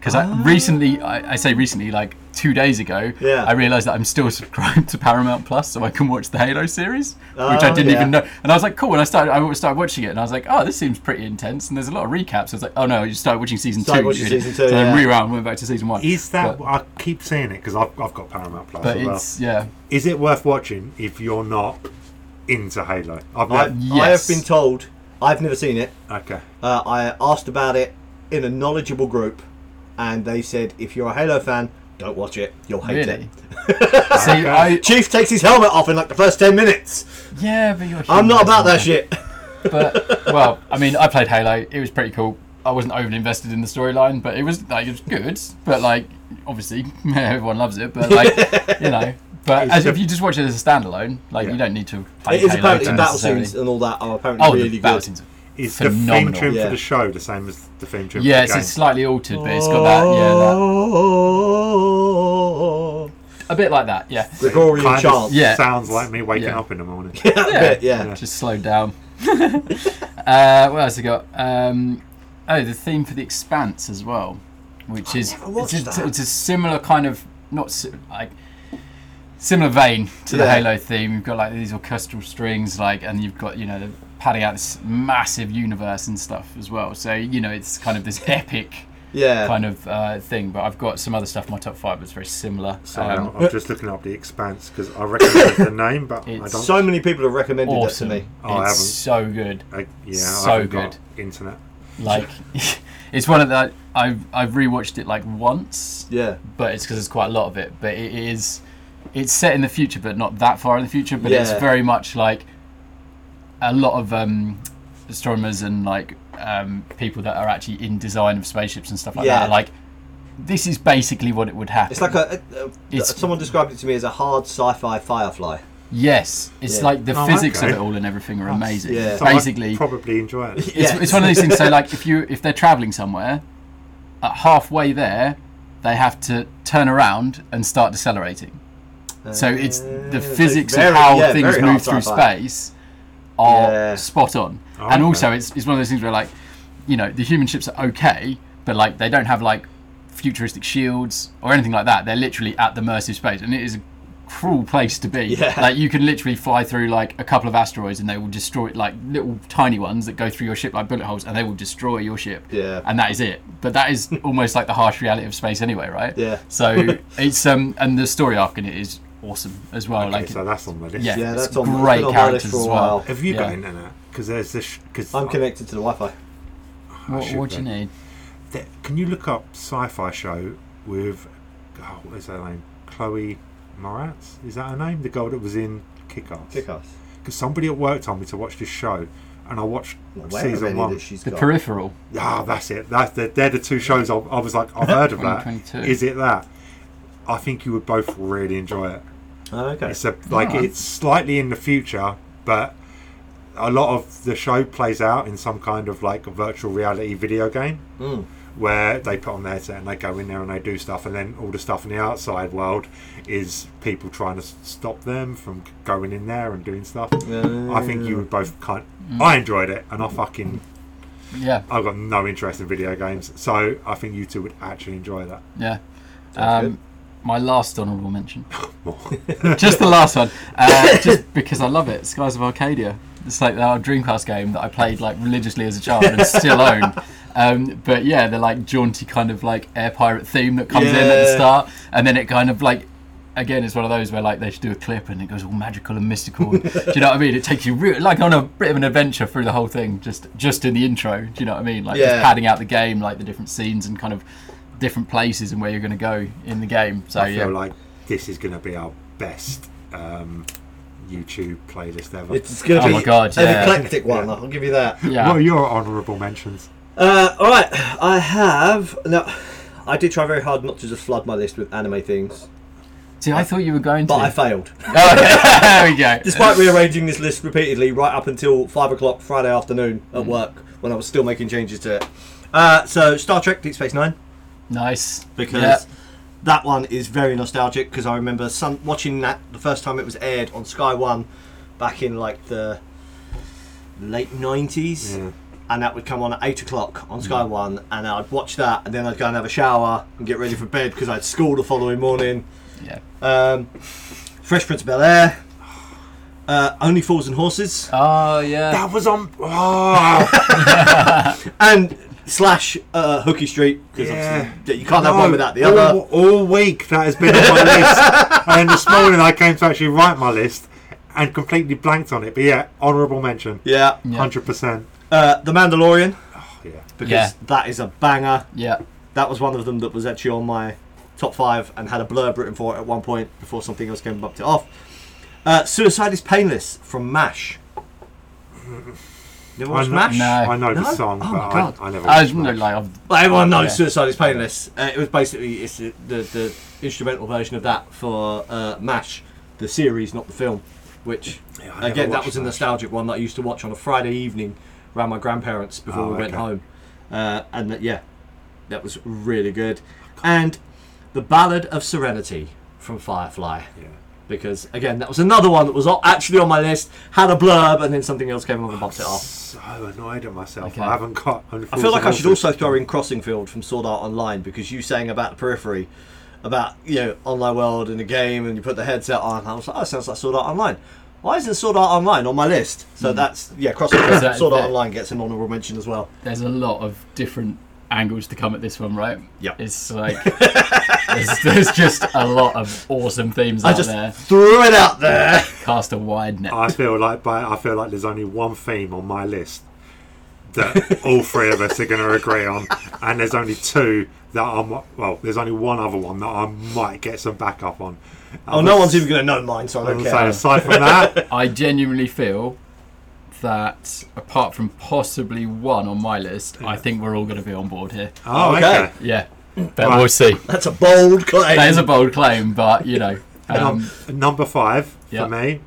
Speaker 3: because
Speaker 1: Ah.
Speaker 3: i recently I, I say recently like two days ago
Speaker 1: Yeah.
Speaker 3: i realized that i'm still [LAUGHS] subscribed to paramount plus so i can watch the halo series which i
Speaker 1: Oh,
Speaker 3: didn't
Speaker 1: yeah.
Speaker 3: even know and i was like cool and i started i started watching it and i was like oh this seems pretty intense and there's a lot of recaps i was like oh no you started watching season
Speaker 1: Started
Speaker 3: two
Speaker 1: watching
Speaker 3: really.
Speaker 1: season two,
Speaker 3: so then
Speaker 1: yeah.
Speaker 3: rewound went back to season one
Speaker 2: Is that
Speaker 3: but,
Speaker 2: I keep saying it because I've, I've got Paramount Plus.
Speaker 3: but
Speaker 2: as well.
Speaker 3: it's yeah
Speaker 2: Is it worth watching if you're not into Halo? I've
Speaker 1: I, I
Speaker 2: never,
Speaker 1: have
Speaker 3: uh, Yes.
Speaker 1: been told. I've never seen it.
Speaker 2: okay.
Speaker 1: Uh, I asked about it in a knowledgeable group, and they said, if you're a Halo fan, don't watch it. You'll hate
Speaker 3: really
Speaker 1: it.
Speaker 3: see i
Speaker 1: Chief takes his helmet off in like the first 10 minutes.
Speaker 3: yeah but you're
Speaker 1: I'm not
Speaker 3: human,
Speaker 1: about that
Speaker 3: aren't you? [LAUGHS]
Speaker 1: shit.
Speaker 3: but well, I mean, I played Halo. It was pretty cool. I wasn't overly invested in the storyline, but it was like it was good. But like, obviously, [LAUGHS] everyone loves it. But like, you know, but
Speaker 2: It's
Speaker 3: as
Speaker 2: a-
Speaker 3: if you just watch it as a standalone, like
Speaker 2: Yeah.
Speaker 3: you don't need to. Play
Speaker 1: It is
Speaker 3: Halo
Speaker 1: apparently
Speaker 3: to
Speaker 1: the battle
Speaker 3: necessarily-
Speaker 1: scenes and all that are apparently
Speaker 3: Oh,
Speaker 1: really
Speaker 3: the
Speaker 1: good.
Speaker 3: battle scenes.
Speaker 2: Is the
Speaker 3: Phenomenal.
Speaker 2: theme tune
Speaker 1: Yeah.
Speaker 2: for the show the same as the theme tune
Speaker 3: Yeah,
Speaker 2: for the
Speaker 3: it's,
Speaker 2: game?
Speaker 3: it's slightly altered, but it's got that.
Speaker 1: Oh.
Speaker 3: Yeah, that a bit like that. Yeah,
Speaker 1: Gregorian
Speaker 2: Kind of
Speaker 1: chant.
Speaker 3: Yeah.
Speaker 2: Sounds like me waking
Speaker 3: Yeah.
Speaker 2: up in
Speaker 3: [LAUGHS]
Speaker 2: the morning.
Speaker 1: That bit, yeah.
Speaker 3: just slowed down. [LAUGHS] uh, what else I got? Um, oh, the theme for the Expanse as well, which is
Speaker 1: never watched
Speaker 3: it's a,
Speaker 1: that.
Speaker 3: it's a similar kind of not si- like similar vein to the
Speaker 1: Yeah.
Speaker 3: Halo theme. You've got like these orchestral strings, like, and you've got you know the padding out this massive universe and stuff as well. So you know it's kind
Speaker 1: [LAUGHS]
Speaker 3: of this epic
Speaker 1: Yeah.
Speaker 3: kind of uh, thing. But I've got some other stuff in my top five that's very similar.
Speaker 2: Sorry,
Speaker 3: Um,
Speaker 2: I'm, I'm just looking up the Expanse because I recognise the name, but I don't.
Speaker 3: It's
Speaker 1: So many people have recommended
Speaker 3: awesome!
Speaker 1: that to me.
Speaker 2: Oh, I
Speaker 3: it's so good.
Speaker 2: I, yeah,
Speaker 3: so
Speaker 2: I haven't got
Speaker 3: good.
Speaker 2: internet.
Speaker 3: Like, [LAUGHS] it's one of the I've I've rewatched it like once,
Speaker 1: Yeah.
Speaker 3: but it's because there's quite a lot of it. But it is, it's set in the future, but not that far in the future. But it's
Speaker 1: Yeah.
Speaker 3: very much like a lot of um, astronomers and like um, people that are actually in design of spaceships and stuff like
Speaker 1: Yeah.
Speaker 3: that. Are like, this is basically what it would happen.
Speaker 1: It's like a, a, a
Speaker 3: It's-
Speaker 1: someone described it to me as a hard sci-fi firefly.
Speaker 3: yes, it's
Speaker 1: Yeah.
Speaker 3: like the
Speaker 2: Oh,
Speaker 3: physics
Speaker 2: okay.
Speaker 3: of it all and everything are amazing.
Speaker 1: yeah.
Speaker 2: So
Speaker 3: Basically,
Speaker 2: I'd probably enjoy
Speaker 3: [LAUGHS]
Speaker 2: it.
Speaker 1: Yeah.
Speaker 3: it's, it's one of these things. So, like, if you if they're traveling somewhere, at halfway there, they have to turn around and start decelerating. So it's
Speaker 1: Uh,
Speaker 3: the
Speaker 1: so it's
Speaker 3: physics
Speaker 1: very-
Speaker 3: of how
Speaker 1: yeah,
Speaker 3: things
Speaker 1: very hard
Speaker 3: move through
Speaker 1: sci-fi.
Speaker 3: space are
Speaker 1: Yeah.
Speaker 3: spot on.
Speaker 2: Oh,
Speaker 3: and
Speaker 2: okay.
Speaker 3: also, it's, it's one of those things where, like, you know, the human ships are okay, but, like, they don't have, like, futuristic shields or anything like that. They're literally at the mercy of space. And it is a cruel place to be.
Speaker 1: Yeah.
Speaker 3: Like, you can literally fly through, like, a couple of asteroids and they will destroy, like, little tiny ones that go through your ship like bullet holes and they will destroy your ship.
Speaker 1: Yeah.
Speaker 3: And that is it. But that is [LAUGHS] almost like the harsh reality of space anyway, right?
Speaker 1: Yeah. [LAUGHS]
Speaker 3: So it's, um, and the story arc in it is awesome as well. like,
Speaker 2: so that's on the list.
Speaker 3: yeah,
Speaker 1: Yeah,
Speaker 3: it's
Speaker 1: that's on- it's
Speaker 3: great
Speaker 1: been on my list
Speaker 3: characters
Speaker 1: for a
Speaker 3: as well.
Speaker 1: while.
Speaker 2: Have you got
Speaker 3: Yeah.
Speaker 2: internet? Because there's this.
Speaker 1: [LAUGHS]
Speaker 2: Because
Speaker 1: I'm connected to the Wi-Fi.
Speaker 3: What,
Speaker 2: should
Speaker 3: what do you
Speaker 2: be.
Speaker 3: need?
Speaker 2: Th- Can you look up sci-fi show with oh, what is her name? Chloe Moretz? Is that her name? The girl that was in Kick-Ass.
Speaker 1: Kick ass.
Speaker 2: Because somebody at work told me to watch this show, and I watched
Speaker 1: I'm aware of
Speaker 2: season
Speaker 1: any
Speaker 2: one.
Speaker 1: that she's
Speaker 3: The
Speaker 1: got.
Speaker 3: Peripheral.
Speaker 2: Ah, that's it. That's the, they're the two shows I, I was like, I've heard of that.
Speaker 3: 2022.
Speaker 2: Is it that? I think you would both really enjoy it.
Speaker 1: oh, okay.
Speaker 2: It's a, like
Speaker 3: Alright.
Speaker 2: it's slightly in the future, but a lot of the show plays out in some kind of like virtual reality video game
Speaker 1: Mm.
Speaker 2: where they put on their headset and they go in there and they do stuff, and then all the stuff in the outside world is people trying to s- stop them from going in there and doing stuff.
Speaker 1: Uh,
Speaker 2: I think you would both kind. I enjoyed it, and I fucking
Speaker 3: Yeah,
Speaker 2: I've got no interest in video games, so I think you two would actually enjoy that
Speaker 3: yeah.
Speaker 1: Sounds
Speaker 3: Um, my last honourable mention.
Speaker 2: more.
Speaker 3: just the last one.
Speaker 2: [LAUGHS]
Speaker 3: Uh, just because I love it. Skies of Arcadia. It's like our Dreamcast game that I played like religiously as a child and still
Speaker 2: [LAUGHS]
Speaker 3: own. Um, but yeah, the like jaunty kind of like air pirate theme that comes in at the
Speaker 1: Yeah.
Speaker 3: start, and then it kind of like again it's one of those where like they should do a clip and it goes all magical and mystical. and- do you know what I mean? It takes you real, like on a bit of an adventure through the whole thing, just just in the intro. Do you know what I mean? Like just
Speaker 1: Yeah.
Speaker 3: padding out the game, like the different scenes and kind of different places and where you're going to go in the game. So
Speaker 2: I
Speaker 3: yeah,
Speaker 2: feel like this is going to be our best um, YouTube playlist ever.
Speaker 1: It's going to
Speaker 3: Oh
Speaker 1: be
Speaker 3: my God,
Speaker 1: an
Speaker 3: yeah.
Speaker 1: eclectic one. I'll give you that.
Speaker 3: yeah.
Speaker 2: What are your honourable mentions?
Speaker 1: Uh, all right, I have now. I did try very hard not to just flood my list with anime things,
Speaker 3: See, I thought you were going to.
Speaker 1: but I failed.
Speaker 3: Oh, okay. [LAUGHS] there we go.
Speaker 1: Despite rearranging this list repeatedly, right up until five o'clock Friday afternoon at work, when I was still making changes to it. Uh, so Star Trek: Deep Space Nine,
Speaker 3: nice.
Speaker 1: because
Speaker 3: Yeah.
Speaker 1: that one is very nostalgic. Because I remember some, watching that the first time it was aired on Sky One, back in like the late nineties.
Speaker 2: Yeah.
Speaker 1: and that would come on at eight o'clock on Sky One, and I'd watch that, and then I'd go and have a shower and get ready for bed because I had school the following morning.
Speaker 3: yeah.
Speaker 1: Um, Fresh Prince of Bel Air, uh, Only Fools and Horses,
Speaker 3: Oh yeah.
Speaker 2: That was on. Oh,
Speaker 1: and slash uh, Hooky Street because
Speaker 2: Yeah.
Speaker 1: obviously you can't have one without the
Speaker 2: all,
Speaker 1: other.
Speaker 2: All week that has been on
Speaker 1: [LAUGHS]
Speaker 2: my list, and this morning I came to actually write my list and completely blanked on it. But yeah, honourable mention,
Speaker 1: Yeah,
Speaker 3: Yeah.
Speaker 2: hundred percent.
Speaker 1: uh, The Mandalorian
Speaker 2: Oh yeah,
Speaker 1: because
Speaker 3: Yeah.
Speaker 1: that is a banger.
Speaker 3: Yeah.
Speaker 1: That was one of them that was actually on my top five and had a blurb written for it at one point before something else came and bumped it off. Uh, Suicide is Painless from
Speaker 2: [LAUGHS]
Speaker 1: MASH. You ever watched
Speaker 2: I know,
Speaker 1: MASH?
Speaker 3: No.
Speaker 2: I know
Speaker 1: No?
Speaker 2: the song,
Speaker 1: Oh
Speaker 2: but
Speaker 1: my God.
Speaker 2: I, I never.
Speaker 3: I
Speaker 2: watched
Speaker 3: was no,
Speaker 2: much.
Speaker 3: like I've,
Speaker 1: Well, everyone knows
Speaker 3: Yeah.
Speaker 1: Suicide is Painless. Uh, it was basically it's the, the, the instrumental version of that for uh, MASH, the series, not the film. Which,
Speaker 2: Yeah, I never
Speaker 1: again, that
Speaker 2: watched
Speaker 1: was a
Speaker 2: MASH.
Speaker 1: nostalgic one that I used to watch on a Friday evening around my grandparents before
Speaker 2: Oh,
Speaker 1: we went
Speaker 2: okay.
Speaker 1: home. Uh, and that, yeah, that was really good. And The Ballad of Serenity from Firefly.
Speaker 2: Yeah.
Speaker 1: Because, again, that was another one that was o- actually on my list, had a blurb, and then something else came along and bumped it off.
Speaker 2: So annoyed at myself.
Speaker 3: Okay.
Speaker 2: I haven't got.
Speaker 1: I feel like I should also throw in Crossingfield from Sword Art Online because you saying about the periphery, about you know online world and the game, and you put the headset on. And I was like, oh, it sounds like Sword Art Online. Why isn't Sword Art Online on my list? So
Speaker 3: Hmm.
Speaker 1: that's yeah, Crossingfield
Speaker 3: Exactly.
Speaker 1: Sword Art Online gets an honourable mention as well.
Speaker 3: there's a lot of different angles to come at this one, right?
Speaker 1: Yeah.
Speaker 3: It's like there's, there's just a lot of awesome themes
Speaker 1: I
Speaker 3: out
Speaker 1: just
Speaker 3: there.
Speaker 1: threw it out
Speaker 3: [LAUGHS]
Speaker 1: there.
Speaker 3: Cast a wide net.
Speaker 2: I feel like, but I feel like there's only one theme on my list that all three of us are going to agree on, and there's only two that I'm. Well, there's only one other one that I might get some backup on.
Speaker 1: Oh, no one's even going to know mine, so I don't
Speaker 2: Okay.
Speaker 1: care.
Speaker 2: aside
Speaker 3: [LAUGHS]
Speaker 2: from that,
Speaker 3: I genuinely feel that apart from possibly one on my list, I think we're all going to be on board here.
Speaker 2: oh,
Speaker 1: Okay.
Speaker 2: okay.
Speaker 3: Yeah. But
Speaker 2: Right.
Speaker 3: we'll see.
Speaker 1: That's a bold claim.
Speaker 3: That is a bold claim, but you know. Um,
Speaker 2: Num- number five
Speaker 3: yeah.
Speaker 2: for me,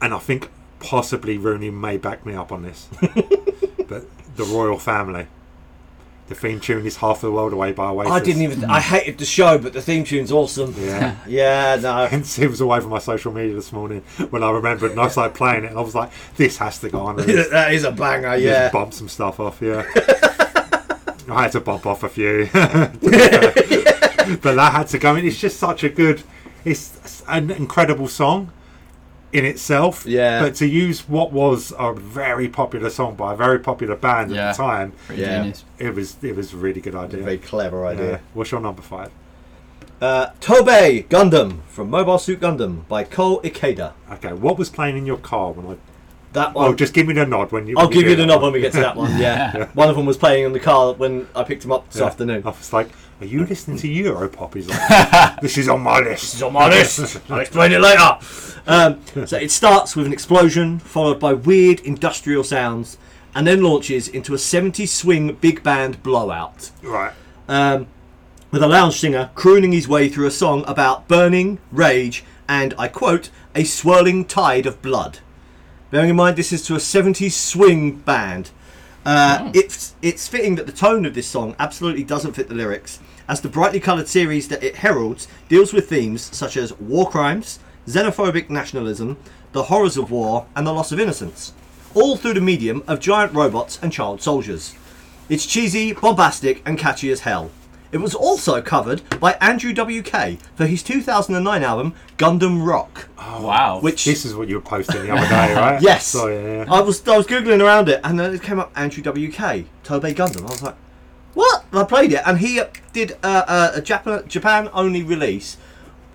Speaker 2: and I think possibly Rooney may back me up on this, but the royal family, The theme tune is half the world away by Oasis.
Speaker 1: I didn't even. I hated the show, but the theme tune's awesome.
Speaker 2: Yeah.
Speaker 1: Yeah,
Speaker 3: [LAUGHS]
Speaker 1: no. [LAUGHS]
Speaker 2: Hence, it was away from my social media this morning when I remembered and I started playing it and I was like, this has to go on. And just-
Speaker 1: that is a banger. Yeah.
Speaker 2: Just bump some stuff
Speaker 1: [LAUGHS]
Speaker 2: off, yeah. I had to bump off a few. [LAUGHS] but that had to go in. It's just such a good, it's an incredible song in itself.
Speaker 1: Yeah.
Speaker 2: But to use what was a very popular song by a very popular band
Speaker 3: Yeah.
Speaker 2: at the time,
Speaker 3: Pretty
Speaker 1: Yeah.
Speaker 3: genius.
Speaker 2: it was it was a really good idea.
Speaker 1: Very clever
Speaker 2: yeah.
Speaker 1: idea.
Speaker 2: What's your number five?
Speaker 1: Uh, Tobey Gundam from Mobile Suit Gundam by Cole Ikeda.
Speaker 2: Okay, what was playing in your car when I?
Speaker 1: That one.
Speaker 2: Oh, just give me the nod when you.
Speaker 1: I'll
Speaker 2: when
Speaker 1: give you
Speaker 2: do
Speaker 1: the
Speaker 2: it.
Speaker 1: knob when we get to that one. Yeah. One of them was playing in the car when I picked him up this
Speaker 2: Yeah. [LAUGHS]
Speaker 1: afternoon.
Speaker 2: I was like, "Are you listening to Europop?" He's
Speaker 1: [LAUGHS]
Speaker 2: like, "This is on my list. This
Speaker 1: is on my list. I'll explain it later. Um, so it starts with an explosion, followed by weird industrial sounds, and then launches into a 70s swing big band blowout.
Speaker 2: Right.
Speaker 1: Um, with a lounge singer crooning his way through a song about burning, rage, and, I quote, a swirling tide of blood. Bearing in mind, this is to a 70s swing band. Uh, it's, it's fitting that the tone of this song absolutely doesn't fit the lyrics, as the brightly coloured series that it heralds deals with themes such as war crimes, xenophobic nationalism, the horrors of war, and the loss of innocence, all through the medium of giant robots and child soldiers. It's cheesy, bombastic, and catchy as hell. It was also covered by Andrew WK for his 2009 album Gundam Rock,
Speaker 3: wow.
Speaker 1: which
Speaker 2: This is what you were posting the other day, right?
Speaker 1: [LAUGHS] Yes. Oh,
Speaker 2: So yeah, yeah.
Speaker 1: I was I was googling around it, and then it came up Andrew WK Tobey Gundam. I was like, what? And I played it, and he uh, did uh, uh, a Japan Japan only release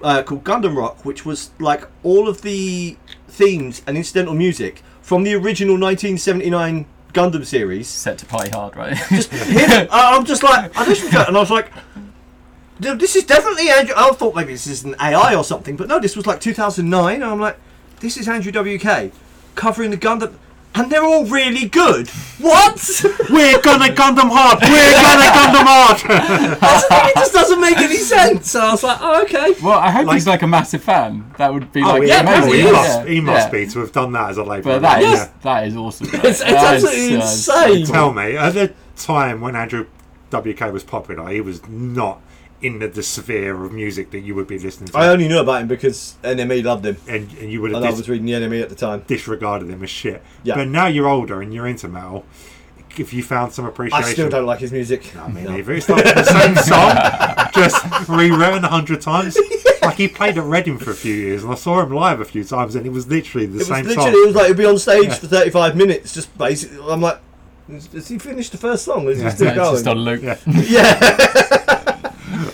Speaker 1: uh, called Gundam Rock, which was like all of the themes and incidental music from the original 1979 Gundam series.
Speaker 3: Set to play hard, [LAUGHS] right?
Speaker 1: Him, I- I'm just like I listened to it, and I was like. "No, This is definitely Andrew. I thought maybe this is an AI or something, but no, this was like 2009, and I'm like, this is Andrew WK covering the Gundam, and they're all really good. [LAUGHS] What?
Speaker 2: We're gonna Gundam hard. We're gonna Gundam
Speaker 1: [LAUGHS]
Speaker 2: hard.
Speaker 1: it just doesn't make any sense. So I was like, oh, okay.
Speaker 3: well, I hope he's like a massive fan. That would be like
Speaker 1: Oh, yeah,
Speaker 3: amazing.
Speaker 1: probably
Speaker 2: he
Speaker 1: is.
Speaker 2: must, he must
Speaker 3: yeah.
Speaker 2: be to have done that as a labour.
Speaker 3: But that is
Speaker 1: Yes.
Speaker 3: that is
Speaker 1: [LAUGHS]
Speaker 3: awesome. right?
Speaker 1: It's, it's
Speaker 3: That is,
Speaker 1: absolutely
Speaker 3: uh,
Speaker 1: insane.
Speaker 2: Tell me, at the time when Andrew WK was popular, he was not in the, the sphere of music that you would be listening to,
Speaker 1: I only knew about him because NME loved him,
Speaker 2: and, and you would have
Speaker 1: and I was
Speaker 2: dis-
Speaker 1: reading the NME at the time.
Speaker 2: disregarded him as shit.
Speaker 1: Yeah.
Speaker 2: But now you're older and you're into metal. If you found some
Speaker 1: I
Speaker 2: appreciation,
Speaker 1: still don't like his music.
Speaker 2: I mean,
Speaker 1: No.
Speaker 2: either. It's like the same song, just rewritten a hundred times. Like he played at Reading for a few years, and I saw him live a few times, and it was literally the
Speaker 1: It was
Speaker 2: same
Speaker 1: literally,
Speaker 2: song.
Speaker 1: it was like it'd be on stage for 35 minutes, just basically. I'm like, has has he finished the first song? Is he still
Speaker 3: yeah,
Speaker 1: going?
Speaker 3: it's just on loop.
Speaker 2: [LAUGHS]
Speaker 1: yeah.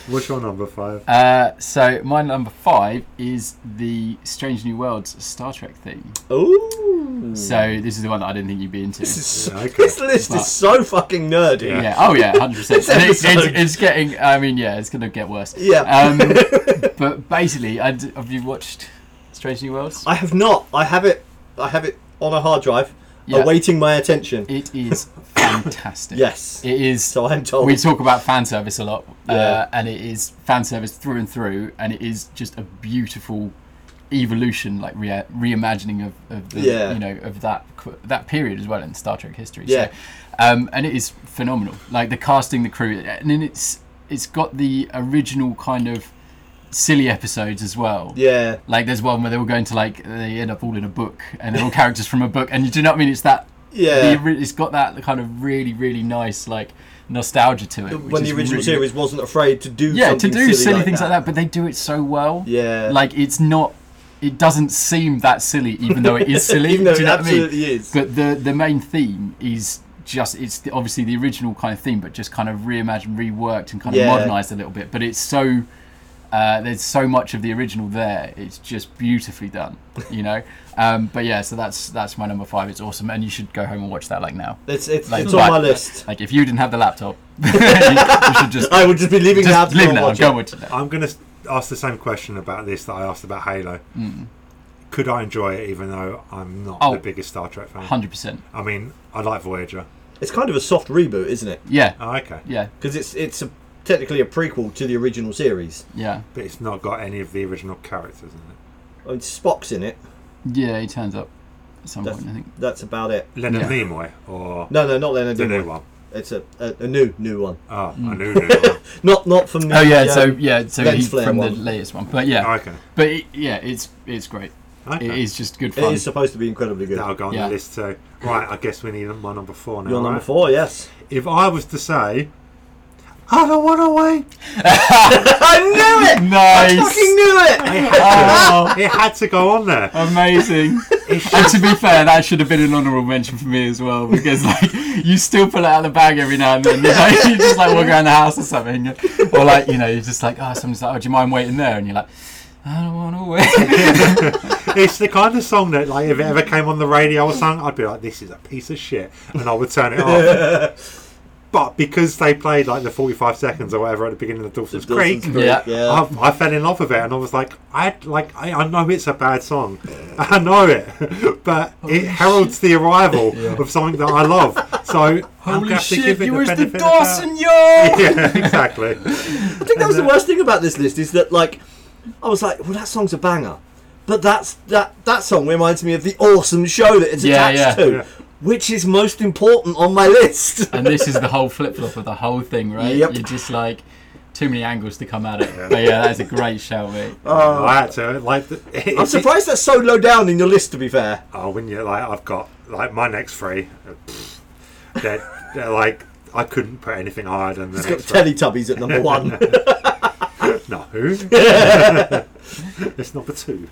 Speaker 2: What's your number five?
Speaker 3: Uh, so my number five is the Strange New Worlds Star Trek theme.
Speaker 1: Ooh.
Speaker 3: So this is the one that I didn't think you'd be into.
Speaker 1: This, is so,
Speaker 2: Yeah, okay.
Speaker 1: this list is so fucking nerdy.
Speaker 2: Yeah.
Speaker 3: yeah. Oh yeah, hundred percent.
Speaker 1: [LAUGHS] This
Speaker 3: It's, it's,
Speaker 1: episode.
Speaker 3: it's getting. I mean, yeah, it's gonna get worse.
Speaker 1: Yeah. [LAUGHS]
Speaker 3: Um, but basically, I d- have you watched Strange New Worlds?
Speaker 1: I have not. I have it. I have it on a hard drive,
Speaker 3: Yeah.
Speaker 1: awaiting my attention.
Speaker 3: It is fantastic.
Speaker 1: Yes.
Speaker 3: It is.
Speaker 1: So I'm told.
Speaker 3: we talk about fan service a lot,
Speaker 1: Yeah.
Speaker 3: uh, and it is fan service through and through, and it is just a beautiful evolution, like rea- reimagining of, of the,
Speaker 1: Yeah.
Speaker 3: you know of that qu- that period as well in Star Trek history.
Speaker 1: Yeah.
Speaker 3: So, um, and it is phenomenal, like the casting, the crew, and then it's it's got the original kind of silly episodes as well.
Speaker 1: yeah.
Speaker 3: Like there's one where they all go into like they end up all in a book, and they're all characters from a book, and you do not mean it's that
Speaker 1: Yeah.
Speaker 3: the ori- it's got that kind of really, really nice like nostalgia to it. which
Speaker 1: when
Speaker 3: is
Speaker 1: the original
Speaker 3: really-
Speaker 1: series wasn't afraid to do
Speaker 3: yeah, to
Speaker 1: something
Speaker 3: do silly, things
Speaker 1: that.
Speaker 3: like that, but they do it so well.
Speaker 1: Yeah.
Speaker 3: like it's not, it doesn't seem that silly, even though
Speaker 1: [LAUGHS]
Speaker 3: it is silly.
Speaker 1: Even though
Speaker 3: do you
Speaker 1: it
Speaker 3: know what I mean?
Speaker 1: absolutely is.
Speaker 3: But the the main theme is just it's the, obviously the original kind of theme, but just kind of reimagined, reworked, and kind
Speaker 1: Yeah.
Speaker 3: of modernized a little bit. But it's so. Uh, there's so much of the original there. It's just beautifully done,
Speaker 1: [LAUGHS]
Speaker 3: you know. Um, but yeah, so that's that's my number five. It's awesome, and you should go home and watch that like now.
Speaker 1: It's it's,
Speaker 3: Like,
Speaker 1: it's on my
Speaker 3: right.
Speaker 1: list.
Speaker 3: Like if you didn't have the laptop, [LAUGHS] you, you
Speaker 1: [LAUGHS]
Speaker 3: should just,
Speaker 1: I would just be leaving
Speaker 3: just
Speaker 1: that.
Speaker 3: leave it now. Go and watch it. now.
Speaker 2: I'm gonna s- ask the same question about this that I asked about Halo. Could I enjoy it, even though I'm not
Speaker 3: Hmm. Oh.
Speaker 2: the biggest Star Trek fan?
Speaker 3: Hundred percent.
Speaker 2: I mean, I like Voyager.
Speaker 1: It's kind of a soft reboot, isn't it?
Speaker 3: Yeah,
Speaker 2: Oh, okay.
Speaker 3: yeah,
Speaker 1: Because it's it's a, technically a prequel to the original series.
Speaker 3: yeah,
Speaker 2: But it's not got any of the original characters in it.
Speaker 1: I mean, Oh, Spock's in it.
Speaker 3: yeah. He turns up at some
Speaker 1: That's
Speaker 3: point, I think.
Speaker 1: that's about it.
Speaker 2: Leonard
Speaker 3: Yeah.
Speaker 2: Nimoy or
Speaker 1: No, no, not Leonard
Speaker 2: the new
Speaker 1: Nimoy.
Speaker 2: one.
Speaker 1: It's a, a, a new new one.
Speaker 2: Ah, I
Speaker 3: Hmm. [LAUGHS]
Speaker 2: knew that.
Speaker 1: Not not from the
Speaker 3: Oh yeah,
Speaker 1: uh,
Speaker 3: so yeah, so
Speaker 1: lens
Speaker 3: he,
Speaker 1: flare
Speaker 3: from the
Speaker 1: one.
Speaker 3: latest one, but yeah,
Speaker 2: Okay.
Speaker 3: but it, yeah, it's it's great.
Speaker 2: okay.
Speaker 3: It is just good
Speaker 1: it
Speaker 3: fun.
Speaker 1: is supposed to be incredibly good.
Speaker 2: That'll go on
Speaker 3: Yeah.
Speaker 2: the list too. Right, I guess we need my number four now.
Speaker 1: Your number
Speaker 2: right?
Speaker 1: four, yes.
Speaker 2: If I was to say, I don't want to wait,
Speaker 1: I knew it. Fucking
Speaker 3: [LAUGHS] [LAUGHS] nice, Oh,
Speaker 1: knew it.
Speaker 2: it
Speaker 1: [LAUGHS]
Speaker 2: had, to, it had to go on there.
Speaker 3: amazing.
Speaker 2: It's
Speaker 3: and
Speaker 2: just-
Speaker 3: to be fair, that should have been an honourable mention for me as well because like you still pull it out of the bag every now and then. Like, you just like walk around the house or something, or like you know you're just like oh someone's like oh do you mind waiting there and you're like I don't want to wait.
Speaker 2: it's the kind of song that, like, if it ever came on the radio or something, I'd be like, "This is a piece of shit," and I would turn it off.
Speaker 1: [LAUGHS]
Speaker 2: but because they played like the forty-five seconds or whatever at the beginning of Dawson's Creek,
Speaker 1: Dawson's Creek,
Speaker 3: Yeah.
Speaker 1: yeah.
Speaker 2: I, I fell in love with it, and I was like, I like, I, I know it's a bad song, [LAUGHS] I know it, [LAUGHS] but it heralds the arrival of something that I love. So I'm gonna
Speaker 3: [LAUGHS] Holy
Speaker 2: have to
Speaker 3: shit!
Speaker 2: give it
Speaker 3: You
Speaker 2: the
Speaker 3: was the
Speaker 2: benefit of the doubt. [LAUGHS]
Speaker 3: Dawson, yo.
Speaker 2: Yeah, exactly.
Speaker 1: I think that was the worst thing about this list is that like, I was like, well, that song's a banger, but that's that that song reminds me of the awesome show that it's
Speaker 3: Yeah,
Speaker 1: attached
Speaker 3: yeah.
Speaker 1: to,
Speaker 2: Yeah.
Speaker 1: which is most important on my
Speaker 3: [LAUGHS]
Speaker 1: list.
Speaker 3: [LAUGHS] and this is the whole flip flop of the whole thing, right?
Speaker 1: Yep.
Speaker 3: You're just like too many angles to come at it. But yeah, that's a great shout, mate.
Speaker 2: I had to like. The,
Speaker 1: Uh, I'm surprised that's so low down in your list. To be fair,
Speaker 2: Oh, when you like, I've got like my next three. uh, pfft, They're, they're like I couldn't put anything higher than the
Speaker 1: it's got
Speaker 2: next three.
Speaker 1: Teletubbies at number
Speaker 2: [LAUGHS]
Speaker 1: one.
Speaker 2: No, [LAUGHS] it's number two.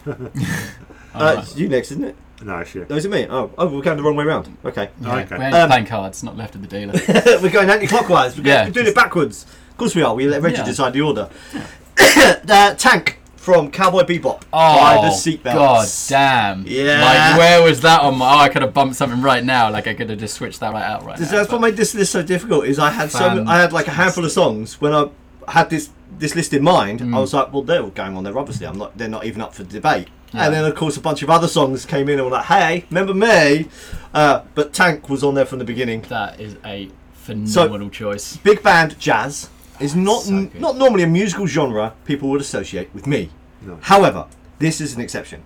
Speaker 1: uh, it's you next, isn't it?
Speaker 2: no, shit.
Speaker 1: No, is it me? Oh, oh, we're going the wrong way round. Okay,
Speaker 3: Yeah,
Speaker 2: okay.
Speaker 3: We're
Speaker 1: Um,
Speaker 3: playing cards, not left of the dealer.
Speaker 1: [LAUGHS] we're going anti-clockwise. We're,
Speaker 3: Yeah,
Speaker 1: going, we're doing it
Speaker 3: just-
Speaker 1: backwards. Of course we are. We let Reggie
Speaker 3: Yeah.
Speaker 1: decide the order. [COUGHS] uh, Tank from Cowboy Bebop
Speaker 3: Oh,
Speaker 1: by the seatbelts.
Speaker 3: god damn.
Speaker 1: Yeah.
Speaker 3: Like, where was that on my. Oh, I could have bumped something right now. Like, I could have just switched that right out right now.
Speaker 1: That's what made this list so difficult. Is I had so
Speaker 3: Fan-
Speaker 1: many- I had like a handful of songs when I had this this list in mind. I
Speaker 3: Mm.
Speaker 1: was like, well, they're all going on there. Obviously, I'm not. They're not even up for debate.
Speaker 3: Yeah.
Speaker 1: And then of course a bunch of other songs came in and were like, hey, remember me? Uh, but Tank was on there from the beginning.
Speaker 3: That is a phenomenal choice.
Speaker 1: Big band jazz is not
Speaker 3: Ah, so good.
Speaker 1: not normally a musical genre people would associate with me.
Speaker 2: No.
Speaker 1: However, this is an exception.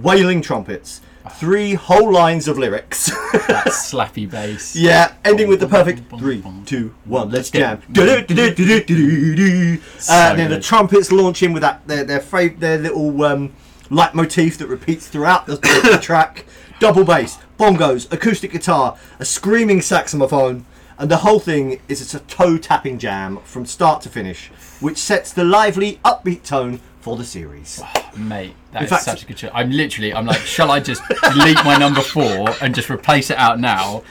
Speaker 1: Wailing trumpets,
Speaker 3: Ah.
Speaker 1: three whole lines of lyrics. [LAUGHS]
Speaker 3: That slappy bass.
Speaker 1: Yeah, ending with the perfect three, two, one. Let's jam. Du-du-du-du-du-du-du-du.
Speaker 3: So
Speaker 1: Uh, then the
Speaker 3: good.
Speaker 1: trumpets launch in with that their their fa- their little um, leitmotif that repeats throughout the, the track. Double bass, bongos, acoustic guitar, a screaming saxophone, and the whole thing is it's a toe tapping jam from start to finish, which sets the lively upbeat tone for the series.
Speaker 3: Mate, that is
Speaker 1: fact-
Speaker 3: such a good choice. I'm literally, I'm like, shall I just delete my number four and just replace it out now?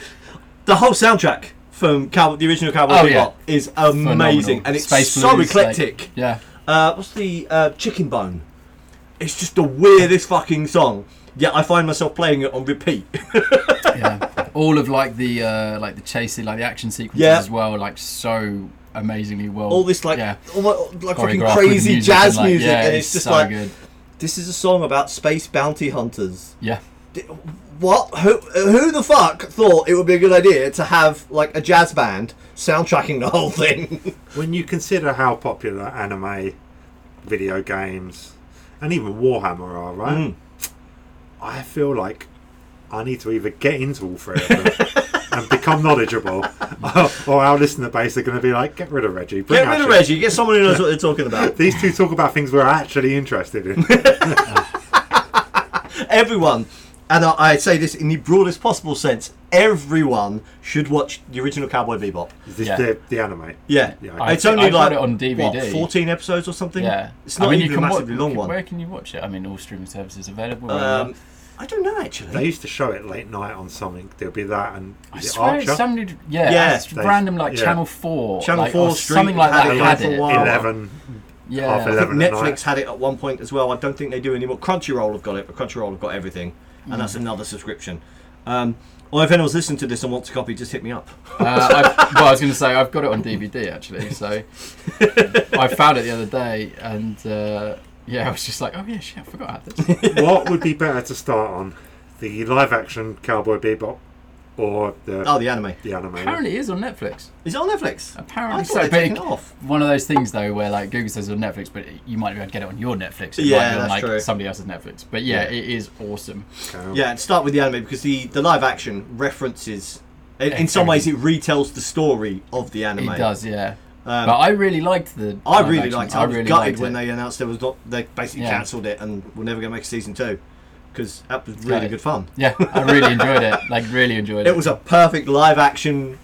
Speaker 1: the whole soundtrack from Cow- the original Cowboy
Speaker 3: Oh,
Speaker 1: Bebop
Speaker 3: yeah.
Speaker 1: is
Speaker 3: Phenomenal.
Speaker 1: amazing, and it's
Speaker 3: Space
Speaker 1: so
Speaker 3: blues, like-
Speaker 1: eclectic.
Speaker 3: yeah.
Speaker 1: Uh, what's the uh, chicken bone? It's just the weirdest fucking song. Yet I find myself playing it on repeat. [LAUGHS]
Speaker 3: yeah. All of like the uh, like the chasing, like the action sequences
Speaker 1: Yeah.
Speaker 3: as well, like so amazingly well.
Speaker 1: All this like,
Speaker 3: yeah,
Speaker 1: almo- like fucking
Speaker 3: choreographed with
Speaker 1: crazy
Speaker 3: music
Speaker 1: jazz
Speaker 3: and, like,
Speaker 1: music,
Speaker 3: yeah,
Speaker 1: and it's, just
Speaker 3: so
Speaker 1: like
Speaker 3: good.
Speaker 1: this is a song about space bounty hunters.
Speaker 3: yeah,
Speaker 1: D- What? Who? Who the fuck thought it would be a good idea to have like a jazz band soundtracking the whole thing? [LAUGHS]
Speaker 2: When you consider how popular anime, video games, and even Warhammer are, right?
Speaker 1: Hmm.
Speaker 2: I feel like I need to either get into all three of them [LAUGHS] and become knowledgeable, [LAUGHS] or, or our listener base are going to be like, "Get rid of Reggie." Bring
Speaker 1: get rid of
Speaker 2: Asher."
Speaker 1: Reggie. Get someone who knows what they're talking
Speaker 3: [LAUGHS]
Speaker 1: about.
Speaker 2: These two talk about things we're actually interested in.
Speaker 1: everyone, and I, I say this in the broadest possible sense, everyone should watch the original Cowboy Bebop.
Speaker 2: Is this
Speaker 3: Yeah.
Speaker 2: the, the anime?
Speaker 1: Yeah,
Speaker 2: Yeah,
Speaker 3: I
Speaker 1: it's
Speaker 3: think-
Speaker 1: only
Speaker 3: I've got
Speaker 1: like
Speaker 3: it on
Speaker 1: what,
Speaker 3: DVD.
Speaker 1: fourteen episodes or something.
Speaker 3: yeah.
Speaker 1: it's not
Speaker 3: I mean,
Speaker 1: even
Speaker 3: you can
Speaker 1: a
Speaker 3: wa-
Speaker 1: massively
Speaker 3: you
Speaker 1: long
Speaker 3: can-
Speaker 1: one.
Speaker 3: Where can you watch it? I mean, all streaming services available.
Speaker 1: Um,
Speaker 3: Um,
Speaker 1: I don't know
Speaker 2: They
Speaker 1: actually.
Speaker 2: used to show it late night on something. There'll be that and
Speaker 3: I
Speaker 2: is it
Speaker 3: swear, it's
Speaker 2: Archer?
Speaker 3: some dude, yeah,
Speaker 1: Yeah.
Speaker 3: it's
Speaker 2: They-
Speaker 3: random like
Speaker 2: yeah.
Speaker 3: Channel Four,
Speaker 1: Channel
Speaker 3: like,
Speaker 1: 4
Speaker 3: or
Speaker 1: Street
Speaker 3: something like
Speaker 1: had
Speaker 3: that
Speaker 1: it
Speaker 3: had
Speaker 1: for a
Speaker 3: it.
Speaker 1: while.
Speaker 2: Eleven.
Speaker 3: Yeah,
Speaker 2: half 11. at night.
Speaker 1: Netflix had it at one point as well. I don't think they do anymore. Crunchyroll have got it, but Crunchyroll have got everything, and
Speaker 3: Hmm.
Speaker 1: that's another subscription. Um, or if anyone's listening to this and wants a copy, just hit me up.
Speaker 3: Uh, I've, well, I was going to say I've got it on DVD actually, so
Speaker 1: [LAUGHS]
Speaker 3: I found it the other day, and uh, yeah, I was just like, oh yeah, shit, I forgot I had this.
Speaker 2: [LAUGHS] what would be better to start on, the live-action Cowboy Bebop, or the
Speaker 1: Oh, the anime
Speaker 2: the anime?
Speaker 3: Apparently, it is on Netflix.
Speaker 1: is it on Netflix?
Speaker 3: Apparently
Speaker 1: I thought
Speaker 3: so,
Speaker 1: they'd
Speaker 3: but
Speaker 1: taken
Speaker 3: it-
Speaker 1: it off.
Speaker 3: One of those things though, where like Google says on Netflix, but you might be able to get it on your Netflix. It might
Speaker 1: Yeah,
Speaker 3: be on
Speaker 1: that's
Speaker 3: like
Speaker 1: true.
Speaker 3: somebody else's Netflix. But yeah, it is awesome.
Speaker 2: Okay.
Speaker 1: Yeah, and start with the anime because the, the live action references In, in some ways, it retells the story of the anime.
Speaker 3: It does, yeah. but I really liked the.
Speaker 1: Um, I
Speaker 3: live
Speaker 1: really
Speaker 3: action.
Speaker 1: liked it. I, was
Speaker 3: really
Speaker 1: gutted
Speaker 3: liked
Speaker 1: when
Speaker 3: it.
Speaker 1: they announced there was not. They basically
Speaker 3: Yeah.
Speaker 1: cancelled it and we're never going to make a season two because that was really
Speaker 3: Gutted.
Speaker 1: good fun.
Speaker 3: Yeah, I really enjoyed it. Like, really enjoyed it.
Speaker 1: It was a perfect live action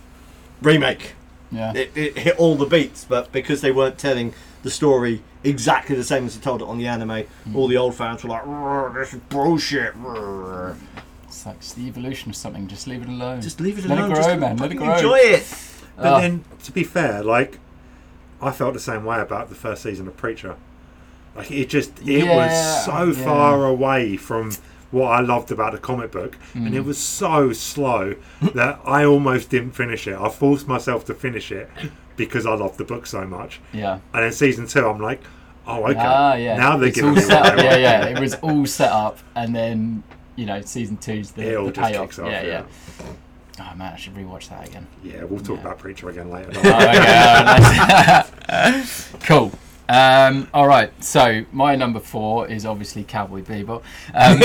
Speaker 1: remake.
Speaker 3: yeah.
Speaker 1: It, it hit all the beats, but because they weren't telling the story exactly the same as they told it on the anime,
Speaker 3: Hmm.
Speaker 1: all the old fans were like, "Rrr, "This is bullshit." rrr."
Speaker 3: It's like it's the evolution of something. Just leave it alone.
Speaker 1: Just leave it
Speaker 3: Let
Speaker 1: alone.
Speaker 3: Let it grow,
Speaker 1: just
Speaker 3: man. Let it
Speaker 1: fucking
Speaker 3: grow.
Speaker 1: Enjoy it.
Speaker 2: But
Speaker 3: Ah.
Speaker 2: then, to be fair, like I felt the same way about the first season of Preacher. Like it just, it
Speaker 3: Yeah,
Speaker 2: was so
Speaker 3: yeah.
Speaker 2: far away from what I loved about the comic book, and
Speaker 3: Mm.
Speaker 2: it was so
Speaker 3: [LAUGHS]
Speaker 2: slow that I almost didn't finish it. I forced myself to finish it because I loved the book so much.
Speaker 3: Yeah.
Speaker 2: And then season two, I'm like, oh okay,
Speaker 3: Ah, yeah.
Speaker 2: now they're
Speaker 3: it's
Speaker 2: giving
Speaker 3: all
Speaker 2: me
Speaker 3: set
Speaker 2: what
Speaker 3: up.
Speaker 2: I
Speaker 3: Yeah,
Speaker 2: want.
Speaker 3: yeah. It was all set up, and then you know, season two's the,
Speaker 2: It all
Speaker 3: the
Speaker 2: just
Speaker 3: payoff.
Speaker 2: kicks off,
Speaker 3: yeah,
Speaker 2: yeah.
Speaker 3: yeah, Oh man, I should rewatch that again. [LAUGHS]
Speaker 2: Yeah, we'll talk about Preacher again
Speaker 3: Oh,
Speaker 2: later.
Speaker 3: okay, alright, nice. [LAUGHS] cool. Um, all right, so my number four is obviously Cowboy Bebop. Um, [LAUGHS]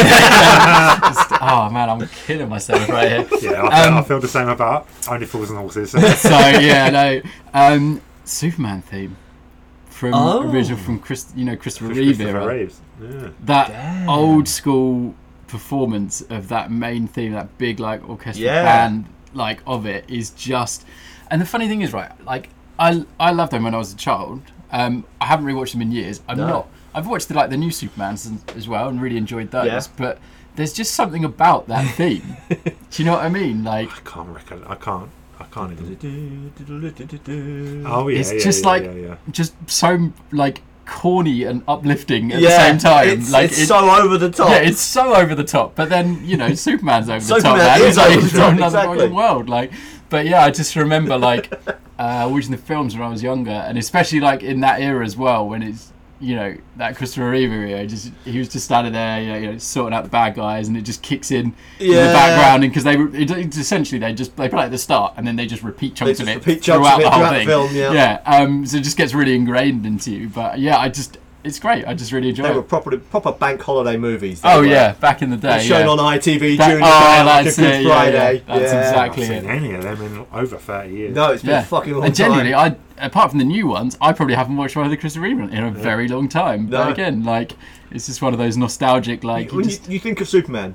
Speaker 3: just- oh man, I'm killing myself right here.
Speaker 2: yeah, I, felt
Speaker 3: Um,
Speaker 2: I feel the same about Only Fools and
Speaker 3: [LAUGHS]
Speaker 2: Horses.
Speaker 3: So yeah, no, um, Superman theme from
Speaker 1: Oh.
Speaker 3: original from Chris, you know Christopher Reeve
Speaker 2: Christopher
Speaker 3: era.
Speaker 2: Reeves. Yeah.
Speaker 3: that old school performance of that main theme, that big like orchestral
Speaker 1: Yeah.
Speaker 3: band like of it is just. And the funny thing is, right? Like I I loved them when I was a child. Um, I haven't rewatched them in years. I'm
Speaker 1: No.
Speaker 3: not. I've watched the, like the new Supermans and- as well and really enjoyed those.
Speaker 1: Yeah.
Speaker 3: But there's just something
Speaker 1: [LAUGHS]
Speaker 3: about that theme. Do you know what I mean? Like
Speaker 2: I can't reckon. I can't. I can't even. Oh yeah,
Speaker 3: It's
Speaker 2: yeah,
Speaker 3: just
Speaker 2: yeah,
Speaker 3: like-
Speaker 2: yeah, yeah.
Speaker 3: just so like corny and uplifting at
Speaker 1: yeah,
Speaker 3: the same time.
Speaker 1: it's,
Speaker 3: like
Speaker 1: it's
Speaker 3: it-
Speaker 1: so over the top.
Speaker 3: Yeah, it's so over the top. But then
Speaker 1: [LAUGHS]
Speaker 3: you know, Superman's over the top.
Speaker 1: Superman
Speaker 3: Man.
Speaker 1: is
Speaker 3: It's like
Speaker 1: over the
Speaker 3: it's
Speaker 1: top,
Speaker 3: another
Speaker 1: exactly.
Speaker 3: fucking world. Like, but yeah, I just remember
Speaker 1: [LAUGHS]
Speaker 3: like uh, watching the films when I was younger, and especially like in that era as well, when it's you know that Christopher Reeve era. Just he was just standing there, you know, you know, sorting out the bad guys, and it just kicks in in
Speaker 1: Yeah.
Speaker 3: the background, and because they were- it, it's essentially they just they play at the start, and then they just repeat chunks
Speaker 1: just
Speaker 3: of it
Speaker 1: repeat chunks
Speaker 3: throughout
Speaker 1: of it
Speaker 3: the whole
Speaker 1: throughout the
Speaker 3: thing.
Speaker 1: film, yeah.
Speaker 3: um, so it just gets really ingrained into you. But yeah, I just. It's great. I just really enjoy
Speaker 1: they
Speaker 3: it.
Speaker 1: were proper proper bank holiday movies. they
Speaker 3: Oh
Speaker 1: were.
Speaker 3: yeah, back in the day.
Speaker 1: It's shown
Speaker 3: yeah.
Speaker 1: on ITV
Speaker 3: That-
Speaker 1: during the
Speaker 3: oh,
Speaker 1: day, like a
Speaker 3: that's
Speaker 1: Good
Speaker 3: it, yeah, yeah.
Speaker 1: Friday.
Speaker 3: That's
Speaker 2: I've
Speaker 3: exactly
Speaker 2: seen
Speaker 3: it.
Speaker 2: any of them in over thirty years.
Speaker 1: No, it's been
Speaker 3: Yeah.
Speaker 1: fucking a long
Speaker 3: and generally,
Speaker 1: time.
Speaker 3: I apart from the new ones, I probably haven't watched one of the Christopher Reeve in a very long time.
Speaker 1: No.
Speaker 3: But again, like it's just one of those nostalgic, like you
Speaker 1: when
Speaker 3: just
Speaker 1: you, you think of Superman,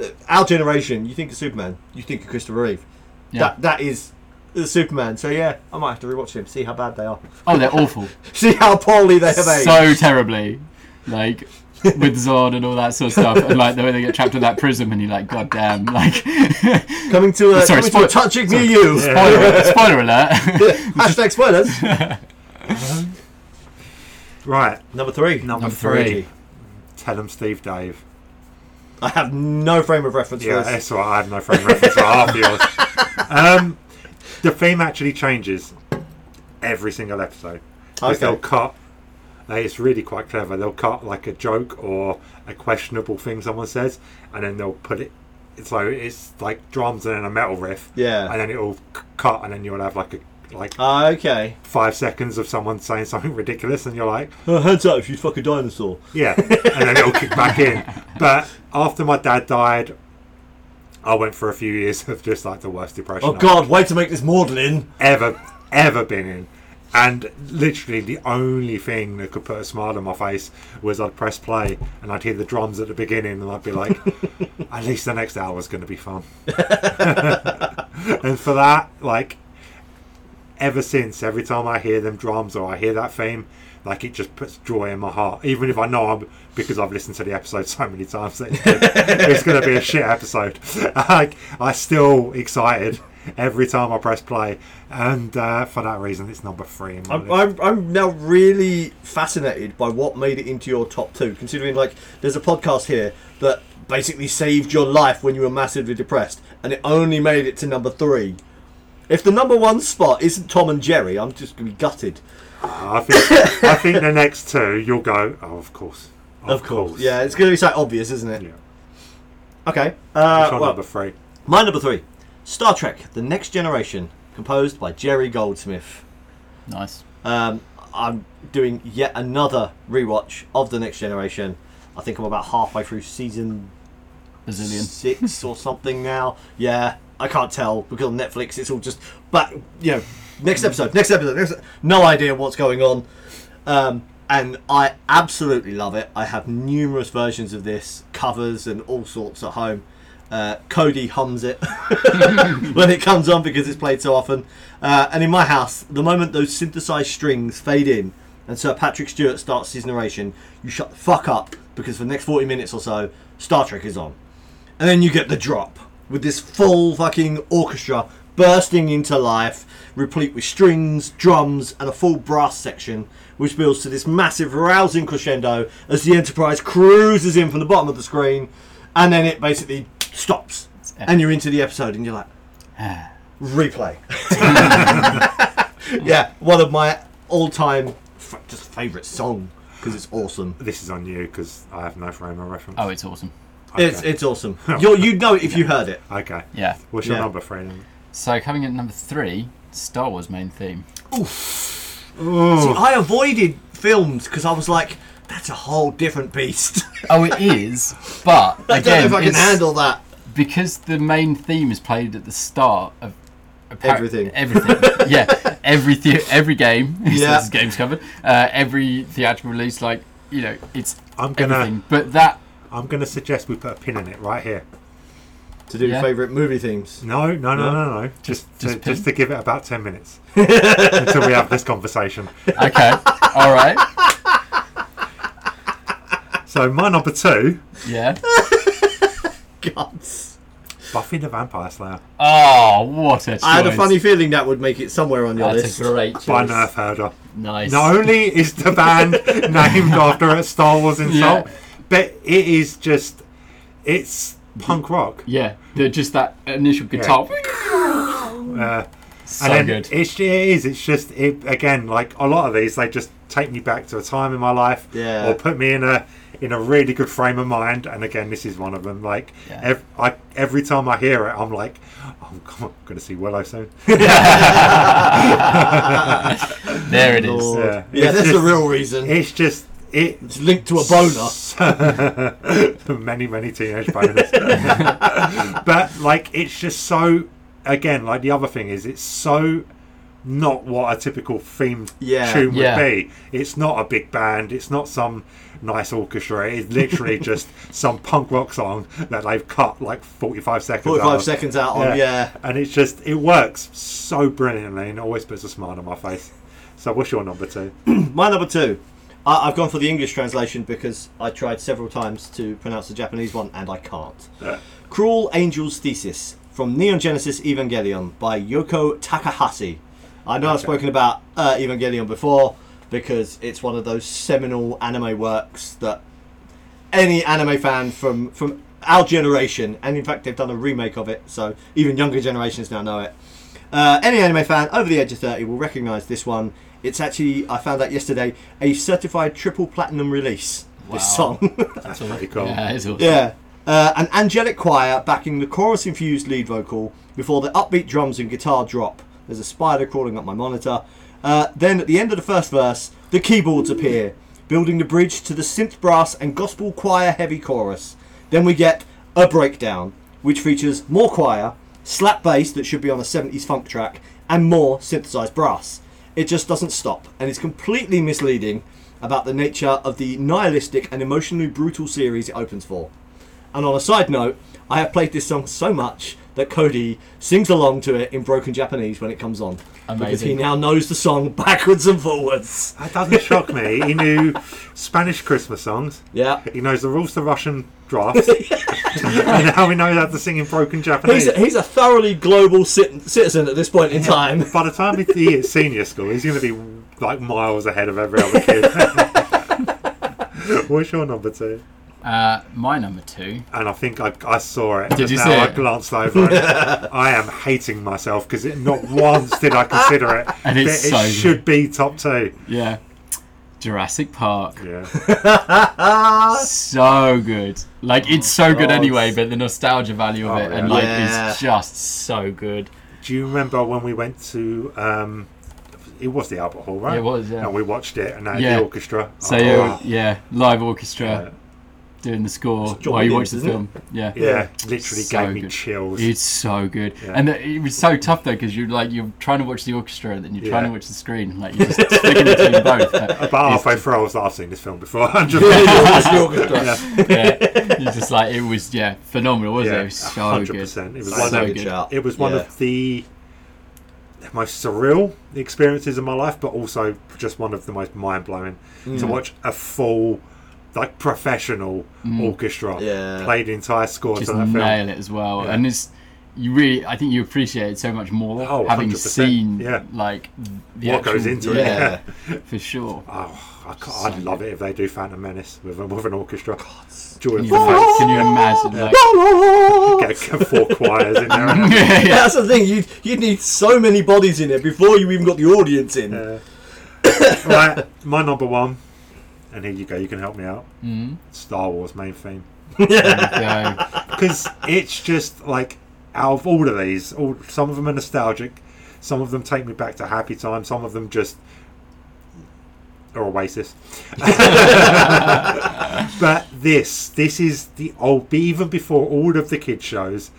Speaker 1: uh, our generation, you think of Superman, you think of Christopher Reeve.
Speaker 3: Yeah.
Speaker 1: That that is the Superman. So yeah, I might have to rewatch him, see how bad they are, [LAUGHS]
Speaker 3: oh, they're awful,
Speaker 1: see how poorly they have aged.
Speaker 3: so terribly, like with Zod and all that sort of stuff, and like the way they get trapped in that prism, and you're like, God damn, like [LAUGHS]
Speaker 1: Coming to a, coming to
Speaker 3: Sorry,
Speaker 1: a
Speaker 3: spoil-
Speaker 1: touching near you.
Speaker 3: spoiler, spoiler alert. [LAUGHS]
Speaker 1: [LAUGHS] Hashtag spoilers.
Speaker 2: Right,
Speaker 1: Number three.
Speaker 2: number
Speaker 3: three.
Speaker 2: three. Tell them Steve Dave.
Speaker 1: I have no frame of reference
Speaker 2: Yeah,
Speaker 1: for this.
Speaker 2: that's all right. I had no frame reference for half yours. Um, the theme actually changes every single episode. 'Cause
Speaker 1: Okay.
Speaker 2: They'll cut. Like, it's really quite clever. They'll cut like a joke or a questionable thing someone says, and then they'll put it. So it's like drums and then a metal riff.
Speaker 1: Yeah.
Speaker 2: And then it'll c- cut, and then you'll have like a like
Speaker 1: Ah, okay.
Speaker 2: five seconds of someone saying something ridiculous, and you're like,
Speaker 1: Uh, heads up if you fuck a dinosaur.
Speaker 2: yeah, and then it'll kick back in. But after my dad died, I went for a few years of just like the worst depression
Speaker 1: Oh
Speaker 2: I've
Speaker 1: god, way to make this maudlin.
Speaker 2: ever, ever been in. And literally, the only thing that could put a smile on my face was I'd press play and I'd hear the drums at the beginning, and I'd be like, at least the next hour's going to be fun. [LAUGHS] and for that, like, ever since, every time I hear them drums or I hear that theme, like, it just puts joy in my heart. Even if I know I'm, because I've listened to the episode so many times, that it's gonna- it's going to be a shit episode. [LAUGHS] Like, I'm still excited every time I press play. And uh, for that reason, it's number three. In my
Speaker 1: I'm, I'm,
Speaker 2: list.
Speaker 1: I'm now really fascinated by what made it into your top two, considering like there's a podcast here that basically saved your life when you were massively depressed, and it only made it to number three. If the number one spot isn't Tom and Jerry, I'm just gonna be gutted.
Speaker 2: I think, I think the next two, you'll go, oh, of course.
Speaker 1: Yeah, it's gonna be so obvious, isn't it?
Speaker 2: Yeah.
Speaker 1: Okay. Uh,
Speaker 2: It's on
Speaker 1: well,
Speaker 2: number three.
Speaker 1: my number three, Star Trek: The Next Generation, composed by Jerry Goldsmith.
Speaker 3: nice.
Speaker 1: Um, I'm doing yet another rewatch of The Next Generation. I think I'm about halfway through season
Speaker 3: bazillion.
Speaker 1: six or something now. Yeah, I can't tell because on Netflix it's all just back. You know, next episode, next episode, next. No idea what's going on, um, and I absolutely love it. I have numerous versions of this, covers and all sorts at home. Uh, Cody hums it [LAUGHS] when it comes on because it's played so often. Uh, and in my house, the moment those synthesized strings fade in and Sir Patrick Stewart starts his narration, you shut the fuck up because for the next 40 minutes or so, Star Trek is on. And then you get the drop with this full fucking orchestra bursting into life, replete with strings, drums, and a full brass section, which builds to this massive rousing crescendo as the Enterprise cruises in from the bottom of the screen, and then it basically stops.
Speaker 3: epic.
Speaker 1: And you're into the episode, and you're like, replay. yeah, one of my all time f- just favourite song because it's awesome.
Speaker 2: This is on you because I have no frame of
Speaker 3: [SIGHS]
Speaker 2: reference.
Speaker 3: Oh, it's awesome.
Speaker 1: It's, it's awesome. You're, you'd know it if you heard it.
Speaker 2: okay.
Speaker 3: Yeah.
Speaker 2: What's your
Speaker 1: Yeah.
Speaker 2: number, Freeman?
Speaker 3: So coming in at number three, Star Wars main theme.
Speaker 1: See, I avoided films because I was like, that's a whole different beast. [LAUGHS]
Speaker 3: Oh, it is, but
Speaker 1: I
Speaker 3: again,
Speaker 1: don't know if I can
Speaker 3: it's-
Speaker 1: handle that.
Speaker 3: because the main theme is played at the start of appar-
Speaker 1: Everything. [LAUGHS]
Speaker 3: Everything. yeah, every the- every game. [LAUGHS]
Speaker 1: Yeah.
Speaker 3: Yeah, this is games covered. Uh, every theatrical release, like you know, it's
Speaker 2: I'm gonna-
Speaker 3: everything. But that
Speaker 2: I'm going to suggest we put a pin in it right here.
Speaker 1: To do
Speaker 3: Yeah.
Speaker 1: favourite movie themes.
Speaker 2: No, no,
Speaker 1: No?
Speaker 2: no, no, no. Just,
Speaker 3: Just-
Speaker 2: to,
Speaker 3: just pin?
Speaker 2: just, to give it about ten minutes until we have this conversation.
Speaker 1: [LAUGHS]
Speaker 3: okay, all right,
Speaker 2: So my number two,
Speaker 3: yeah.
Speaker 1: Gods.
Speaker 2: Buffy the Vampire Slayer.
Speaker 3: Oh, what a choice!
Speaker 1: I had a funny feeling that would make it somewhere on your
Speaker 3: That's
Speaker 1: list. [LAUGHS]
Speaker 3: a great choice.
Speaker 2: By Nerf Herder.
Speaker 3: Nice.
Speaker 2: Not only is
Speaker 3: [LAUGHS]
Speaker 2: the band named after a Star Wars insult,
Speaker 3: Yeah.
Speaker 2: but it is just it's punk rock.
Speaker 3: Yeah, the- just that initial guitar.
Speaker 2: [LAUGHS] Uh,
Speaker 3: So
Speaker 2: and then
Speaker 3: good.
Speaker 2: It's, it is. It's just it again. Like a lot of these, they just take me back to a time in my life,
Speaker 1: Yeah.
Speaker 2: or put me in a in a really good frame of mind. And again, this is one of them. Like
Speaker 3: Yeah.
Speaker 2: ev- I, every time I hear it, I'm like, oh, God, I'm going to see Willow soon.
Speaker 3: [LAUGHS] there it is.
Speaker 1: Lord.
Speaker 2: Yeah.
Speaker 1: Yeah,
Speaker 2: It's
Speaker 1: that's the
Speaker 2: just-
Speaker 1: real reason.
Speaker 2: it's just it.
Speaker 1: It's linked to a boner.
Speaker 2: [LAUGHS] many many teenage boners [LAUGHS] but like it's just so again like the other thing is it's so not what a typical themed
Speaker 1: Yeah.
Speaker 2: tune would
Speaker 3: Yeah.
Speaker 2: be it's not a big band it's not some nice orchestra it's
Speaker 1: [LAUGHS]
Speaker 2: literally just some punk rock song that they've cut like 45 seconds
Speaker 1: 45
Speaker 2: out of.
Speaker 1: seconds out on, yeah.
Speaker 2: and it's just it works so brilliantly and always puts a smile on my face so what's your number two
Speaker 1: [CLEARS THROAT] My number two. I, I've gone for the English translation because I tried several times to pronounce the Japanese one and I can't. Cruel Angel's Thesis from Neon Genesis Evangelion by Yoko Takahashi. I know I've spoken about uh, Evangelion before because it's one of those seminal anime works that any anime fan from from our generation, and in fact they've done a remake of it, so even younger generations now know it. Uh, any anime fan over the age of thirty will recognise this one. It's actually I found out yesterday a certified triple platinum release. This
Speaker 3: Wow.
Speaker 1: song. [LAUGHS]
Speaker 3: That's all.
Speaker 2: pretty cool.
Speaker 3: Yeah, it's awesome.
Speaker 1: Yeah. Uh, an angelic choir backing the chorus infused lead vocal before the upbeat drums and guitar drop. There's a spider crawling up my monitor. Uh, then at the end of the first verse, the keyboards appear, building the bridge to the synth brass and gospel choir heavy chorus. Then we get a breakdown, which features more choir, slap bass that should be on a 70s funk track, and more synthesized brass. It just doesn't stop, and is completely misleading about the nature of the nihilistic and emotionally brutal series it opens for. And on a side note, I have played this song so much that Cody sings along to it in broken Japanese when it comes on. Because
Speaker 3: Amazing.
Speaker 1: he now knows the song backwards and forwards.
Speaker 2: That doesn't shock me. He knew Spanish Christmas songs. [LAUGHS]
Speaker 1: Yeah.
Speaker 2: He knows the rules to Russian
Speaker 1: [LAUGHS]
Speaker 2: drafts. and now he knows how to sing in broken Japanese.
Speaker 1: He's a, he's a thoroughly global cit- citizen at this point in time.
Speaker 2: By the time he- he hits senior school, he's going to be like miles ahead of every other kid. [LAUGHS] What's your number two?
Speaker 3: Uh, my number two.
Speaker 2: And I think I, I saw it.
Speaker 3: Did you
Speaker 2: now
Speaker 3: see
Speaker 2: I
Speaker 3: it?
Speaker 2: glanced over it.
Speaker 1: [LAUGHS]
Speaker 2: I am hating myself because not once did I consider it.
Speaker 3: And it's
Speaker 2: it
Speaker 3: so good.
Speaker 2: should be top two.
Speaker 3: Yeah. Jurassic Park.
Speaker 2: Yeah.
Speaker 3: so good. Like it's so good
Speaker 1: God.
Speaker 3: anyway, but the nostalgia value of
Speaker 2: Oh,
Speaker 3: it and
Speaker 2: yeah.
Speaker 3: like
Speaker 1: Yeah.
Speaker 3: it's just so good.
Speaker 2: Do you remember when we went to? Um, it was the Albert Hall, right?
Speaker 3: It was, yeah.
Speaker 2: And we watched it, and they had
Speaker 3: Yeah.
Speaker 2: the orchestra.
Speaker 3: So
Speaker 2: Oh,
Speaker 3: yeah, live orchestra. doing the score
Speaker 1: John
Speaker 3: while you
Speaker 1: Williams,
Speaker 3: watch the
Speaker 1: isn't it?
Speaker 3: film. Yeah.
Speaker 2: Yeah, literally
Speaker 3: So
Speaker 2: gave me
Speaker 3: good.
Speaker 2: chills.
Speaker 3: It's so good,
Speaker 2: Yeah.
Speaker 3: and the, it was so tough though because you're like you're trying to watch the orchestra and then you're trying
Speaker 2: Yeah.
Speaker 3: to watch the screen, like you're just flicking between both.
Speaker 2: [LAUGHS]
Speaker 3: But
Speaker 2: About halfway through, I was like, I've seen this film before. [LAUGHS] I'm just-
Speaker 3: [LAUGHS]
Speaker 1: [LAUGHS]
Speaker 2: [LAUGHS] yeah,
Speaker 3: yeah, it's just like it was, yeah, phenomenal, wasn't it?
Speaker 2: yeah,
Speaker 3: It was so good.
Speaker 2: 100%. It was,
Speaker 1: So
Speaker 2: one,
Speaker 3: good.
Speaker 2: of,
Speaker 1: sharp.
Speaker 2: it was one
Speaker 1: Yeah.
Speaker 2: of the most surreal experiences in my life, but also just one of the most mind blowing to watch a full, like, professional orchestra
Speaker 1: Yeah.
Speaker 2: play the entire score
Speaker 3: Mm. Just
Speaker 2: to that film.
Speaker 3: nail it as well,
Speaker 2: Yeah.
Speaker 3: and it's you really, I think you appreciate it so much more
Speaker 2: Oh,
Speaker 3: having
Speaker 2: 100%,
Speaker 3: seen
Speaker 2: yeah.
Speaker 3: like the
Speaker 2: What
Speaker 3: actual,
Speaker 2: goes into it,
Speaker 3: yeah,
Speaker 1: Yeah.
Speaker 3: for sure.
Speaker 2: Oh, I can't,
Speaker 3: So
Speaker 2: I'd love it if they do Phantom Menace with, a, with an orchestra. Joy
Speaker 3: Can
Speaker 2: of
Speaker 3: you,
Speaker 2: the
Speaker 3: ima-
Speaker 2: Fates.
Speaker 3: can you imagine? Like, [LAUGHS]
Speaker 2: [LAUGHS] Get four choirs in there.
Speaker 1: [LAUGHS]
Speaker 3: yeah,
Speaker 1: That's the thing. You you need so many bodies in there before you even got the audience in.
Speaker 2: Uh, right, my number one, and here you go. You can help me out.
Speaker 3: Mhm.
Speaker 2: Star Wars main theme
Speaker 3: yeah.
Speaker 2: because it's just like out of all of these, all some of them are nostalgic, some of them take me back to happy time, some of them just are Oasis. [LAUGHS] but this, this is the old. Even before all of the kid shows,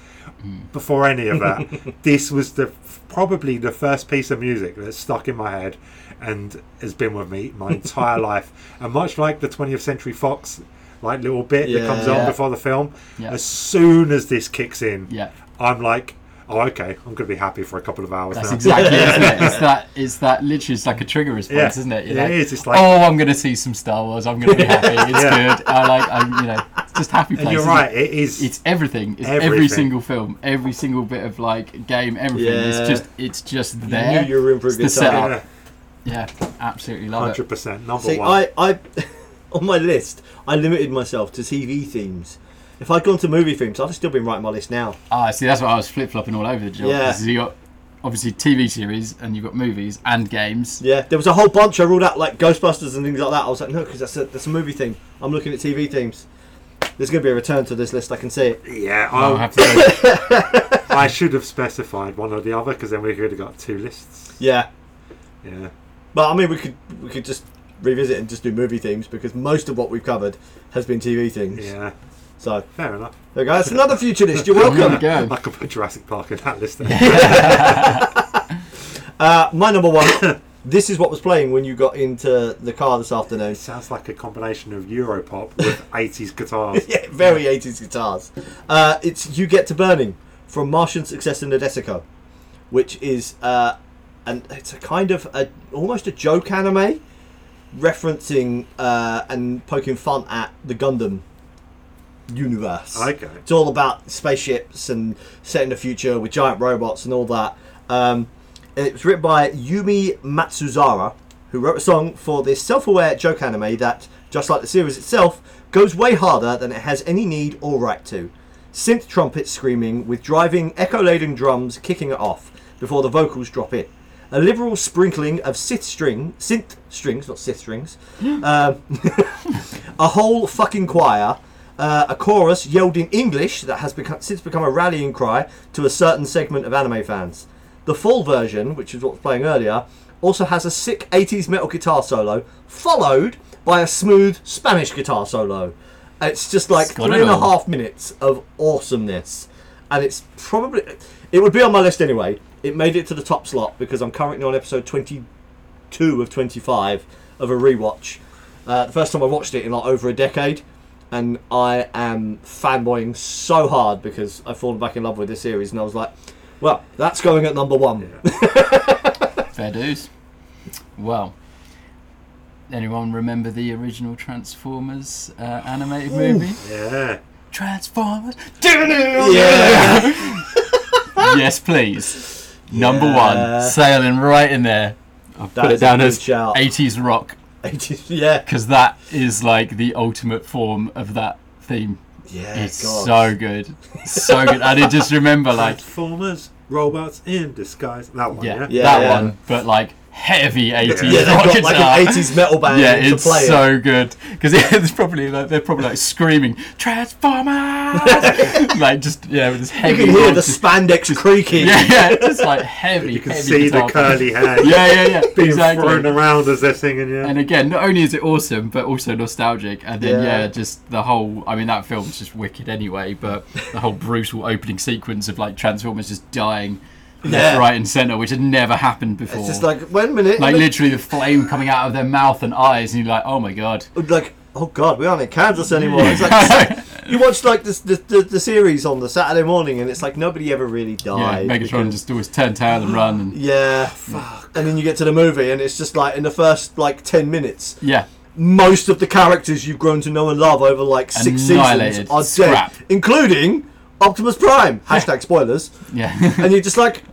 Speaker 2: before any of that, this was the probably the first piece of music that stuck in my head and has been with me my entire life. And much like the 20th Century Fox, like little bit that comes
Speaker 1: Yeah.
Speaker 2: on before the film,
Speaker 3: Yeah.
Speaker 2: as soon as this kicks in,
Speaker 3: yeah.
Speaker 2: I'm like, oh, okay, I'm gonna be happy for a couple of hours
Speaker 3: That's
Speaker 2: now.
Speaker 3: exactly it, isn't it? It's that, it's that literally, it's like a trigger response,
Speaker 2: Yeah.
Speaker 3: isn't it?
Speaker 2: Yeah,
Speaker 3: like,
Speaker 2: it is. It's like-
Speaker 3: oh, I'm going to see some Star Wars. I'm going to be happy. It's
Speaker 2: [LAUGHS] Yeah.
Speaker 3: good. I like, I'm, you know, it's just happy place.
Speaker 2: And you're
Speaker 3: isn't
Speaker 2: right,
Speaker 3: It?
Speaker 2: it is.
Speaker 3: It's everything. It's every
Speaker 2: Everything.
Speaker 3: single film, every single bit of like game, everything.
Speaker 1: Yeah.
Speaker 3: It's just, it's just
Speaker 1: You
Speaker 3: there.
Speaker 1: knew you were in for a
Speaker 3: It's
Speaker 1: good
Speaker 3: the
Speaker 1: time.
Speaker 3: setup.
Speaker 2: yeah,
Speaker 3: yeah, absolutely love it.
Speaker 2: hundred percent number
Speaker 1: See,
Speaker 2: one.
Speaker 1: I, I [LAUGHS] on my list, I limited myself to TV themes. If I'd gone to movie themes, I'd have still been writing my list now.
Speaker 3: Ah, see, that's what I was flip flopping all over the job.
Speaker 1: Yeah.
Speaker 3: You got obviously TV series, and you've got movies and games.
Speaker 1: Yeah, there was a whole bunch I ruled out, like Ghostbusters and things like that. I was like, no, because that's a that's a movie thing. I'm looking at TV themes. There's going to be a return to this list. I can see it.
Speaker 2: yeah,
Speaker 1: Oh.
Speaker 3: I'll
Speaker 2: I,
Speaker 3: have to
Speaker 1: [COUGHS]
Speaker 3: go.
Speaker 2: I should have specified one or the other because then we could have got two lists.
Speaker 1: Yeah,
Speaker 2: Yeah,
Speaker 1: but I mean, we could we could just revisit and just do movie themes because most of what we've covered has been TV themes.
Speaker 2: yeah,
Speaker 1: So
Speaker 2: fair enough.
Speaker 1: there we go. That's another future list. You're
Speaker 3: There we
Speaker 1: welcome.
Speaker 3: go.
Speaker 2: I could put Jurassic Park in that list. Then.
Speaker 1: Uh, my number one. this is what was playing when you got into the car this afternoon.
Speaker 2: It sounds like a combination of Europop
Speaker 3: [LAUGHS]
Speaker 2: with 80s
Speaker 1: [LAUGHS]
Speaker 2: guitars.
Speaker 1: yeah, very 80s guitars. Uh, it's You Get to Burning from Martian Success in Nadesico, which is uh, an, it's a kind of a, almost a joke anime referencing uh, and poking fun at the Gundam universe.
Speaker 2: Okay.
Speaker 1: It's all about spaceships and set in the future with giant robots and all that. Um, and it was written by Yumi Matsuzara, who wrote a song for this self aware joke anime that, just like the series itself, goes way harder than it has any need or right to. Synth trumpets screaming, with driving, echo laden drums kicking it off before the vocals drop in. A liberal sprinkling of synth string, synth strings, not synth strings, um, a whole fucking choir, uh, a chorus yelled in English that has become, since become a rallying cry to a certain segment of anime fans. The full version, which is what was playing earlier, also has a sick 80s metal guitar solo, followed by a smooth Spanish guitar solo. It's just like
Speaker 3: It's got
Speaker 1: three
Speaker 3: it
Speaker 1: and a
Speaker 3: all.
Speaker 1: half minutes of awesomeness. And it's probably. It would be on my list anyway. It made it to the top slot because I'm currently on episode 20 two of 25 of a rewatch. Uh, the first time I watched it in like over a decade, and I am fanboying so hard because I've fallen back in love with this series, and I was like, well, that's going at number one. [LAUGHS]
Speaker 3: Fair dues. Well, anyone remember the original Transformers uh, animated movie?
Speaker 2: Yeah.
Speaker 3: Transformers.
Speaker 1: Yeah. [LAUGHS]
Speaker 3: yes, please. Number
Speaker 1: Yeah.
Speaker 3: one, sailing right in there. I've
Speaker 1: That
Speaker 3: put
Speaker 1: is
Speaker 3: it
Speaker 1: a
Speaker 3: down
Speaker 1: good
Speaker 3: as
Speaker 1: shout.
Speaker 3: 80s rock
Speaker 1: yeah.
Speaker 3: because that is like the ultimate form of that theme.
Speaker 1: Yeah.
Speaker 3: It's
Speaker 1: God.
Speaker 3: so good, so good. I did
Speaker 1: [LAUGHS]
Speaker 3: just remember like
Speaker 2: Transformers, robots in disguise. That one,
Speaker 3: yeah,
Speaker 2: yeah.
Speaker 1: Yeah,
Speaker 3: that
Speaker 1: yeah.
Speaker 3: one, but like heavy 80s
Speaker 1: Yeah, they've
Speaker 3: rock
Speaker 1: got like
Speaker 3: guitar.
Speaker 1: an 80s metal band
Speaker 3: Yeah,
Speaker 1: to
Speaker 3: it's
Speaker 1: play. it.
Speaker 3: so good because [LAUGHS] it's probably like they're probably like screaming Transformers, [LAUGHS] like just yeah, with this
Speaker 1: you
Speaker 3: heavy.
Speaker 1: can hear
Speaker 3: [LAUGHS]
Speaker 1: the
Speaker 3: voice.
Speaker 1: spandex creaking.
Speaker 3: [LAUGHS] yeah, yeah, just like heavy.
Speaker 2: You can
Speaker 3: heavy
Speaker 2: see the
Speaker 3: guitar playing.
Speaker 2: curly
Speaker 3: [LAUGHS]
Speaker 2: hair
Speaker 3: Yeah, yeah, yeah,
Speaker 2: [LAUGHS] being
Speaker 3: exactly.
Speaker 2: thrown around as they're singing. Yeah,
Speaker 3: And again, not only is it awesome, but also nostalgic. And then
Speaker 1: Yeah.
Speaker 3: yeah, just the whole. I mean, that film's just wicked anyway. But the whole brutal opening sequence of like Transformers just dying
Speaker 1: Yeah.
Speaker 3: left, right, and centre, which had never happened before.
Speaker 1: It's just like, one minute.
Speaker 3: Like
Speaker 1: let-
Speaker 3: literally the flame coming out of their mouth and eyes, and you're like, oh my god.
Speaker 1: like oh god we aren't in kansas anymore it's like
Speaker 3: [LAUGHS]
Speaker 1: you watch like this the, the, the series on the saturday morning and it's like nobody ever really
Speaker 3: Yeah,
Speaker 1: died
Speaker 3: Megatron
Speaker 1: because-
Speaker 3: just always turned tail and run, and
Speaker 1: yeah fuck. and then you get to the movie and it's just like in the first like 10 minutes
Speaker 3: yeah,
Speaker 1: most of the characters you've grown to know and love over like six seasons
Speaker 3: Annihilated.
Speaker 1: are
Speaker 3: Scrap.
Speaker 1: dead including optimus prime hashtag spoilers
Speaker 3: yeah. [LAUGHS]
Speaker 1: and you're just like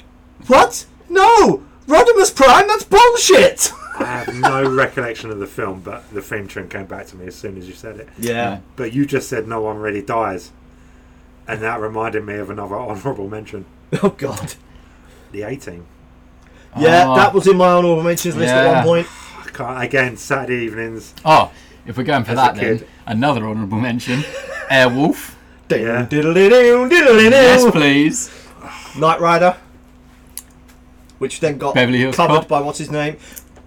Speaker 1: what no rodimus prime that's bullshit
Speaker 2: I have no [LAUGHS] recollection of the film, but the theme tune came back to me as soon as you said it.
Speaker 1: yeah
Speaker 2: But you just said no one really dies, and that reminded me of another [LAUGHS] honourable mention:
Speaker 1: oh god
Speaker 2: the 18.
Speaker 1: yeah
Speaker 3: Ah.
Speaker 1: that was in my honorable mentions list at
Speaker 3: Yeah.
Speaker 1: one point
Speaker 2: I can't, again, Saturday evenings.
Speaker 3: oh, if we're going for
Speaker 2: As a
Speaker 3: that, then
Speaker 2: kid.
Speaker 3: another honourable mention, Airwolf.
Speaker 2: Yeah.
Speaker 1: Diddle-diddle-doo, diddle-diddle.
Speaker 3: yes, please.
Speaker 1: Knight Rider, which then got
Speaker 3: Beverly Hills
Speaker 1: covered
Speaker 3: Cop.
Speaker 1: by what's his name.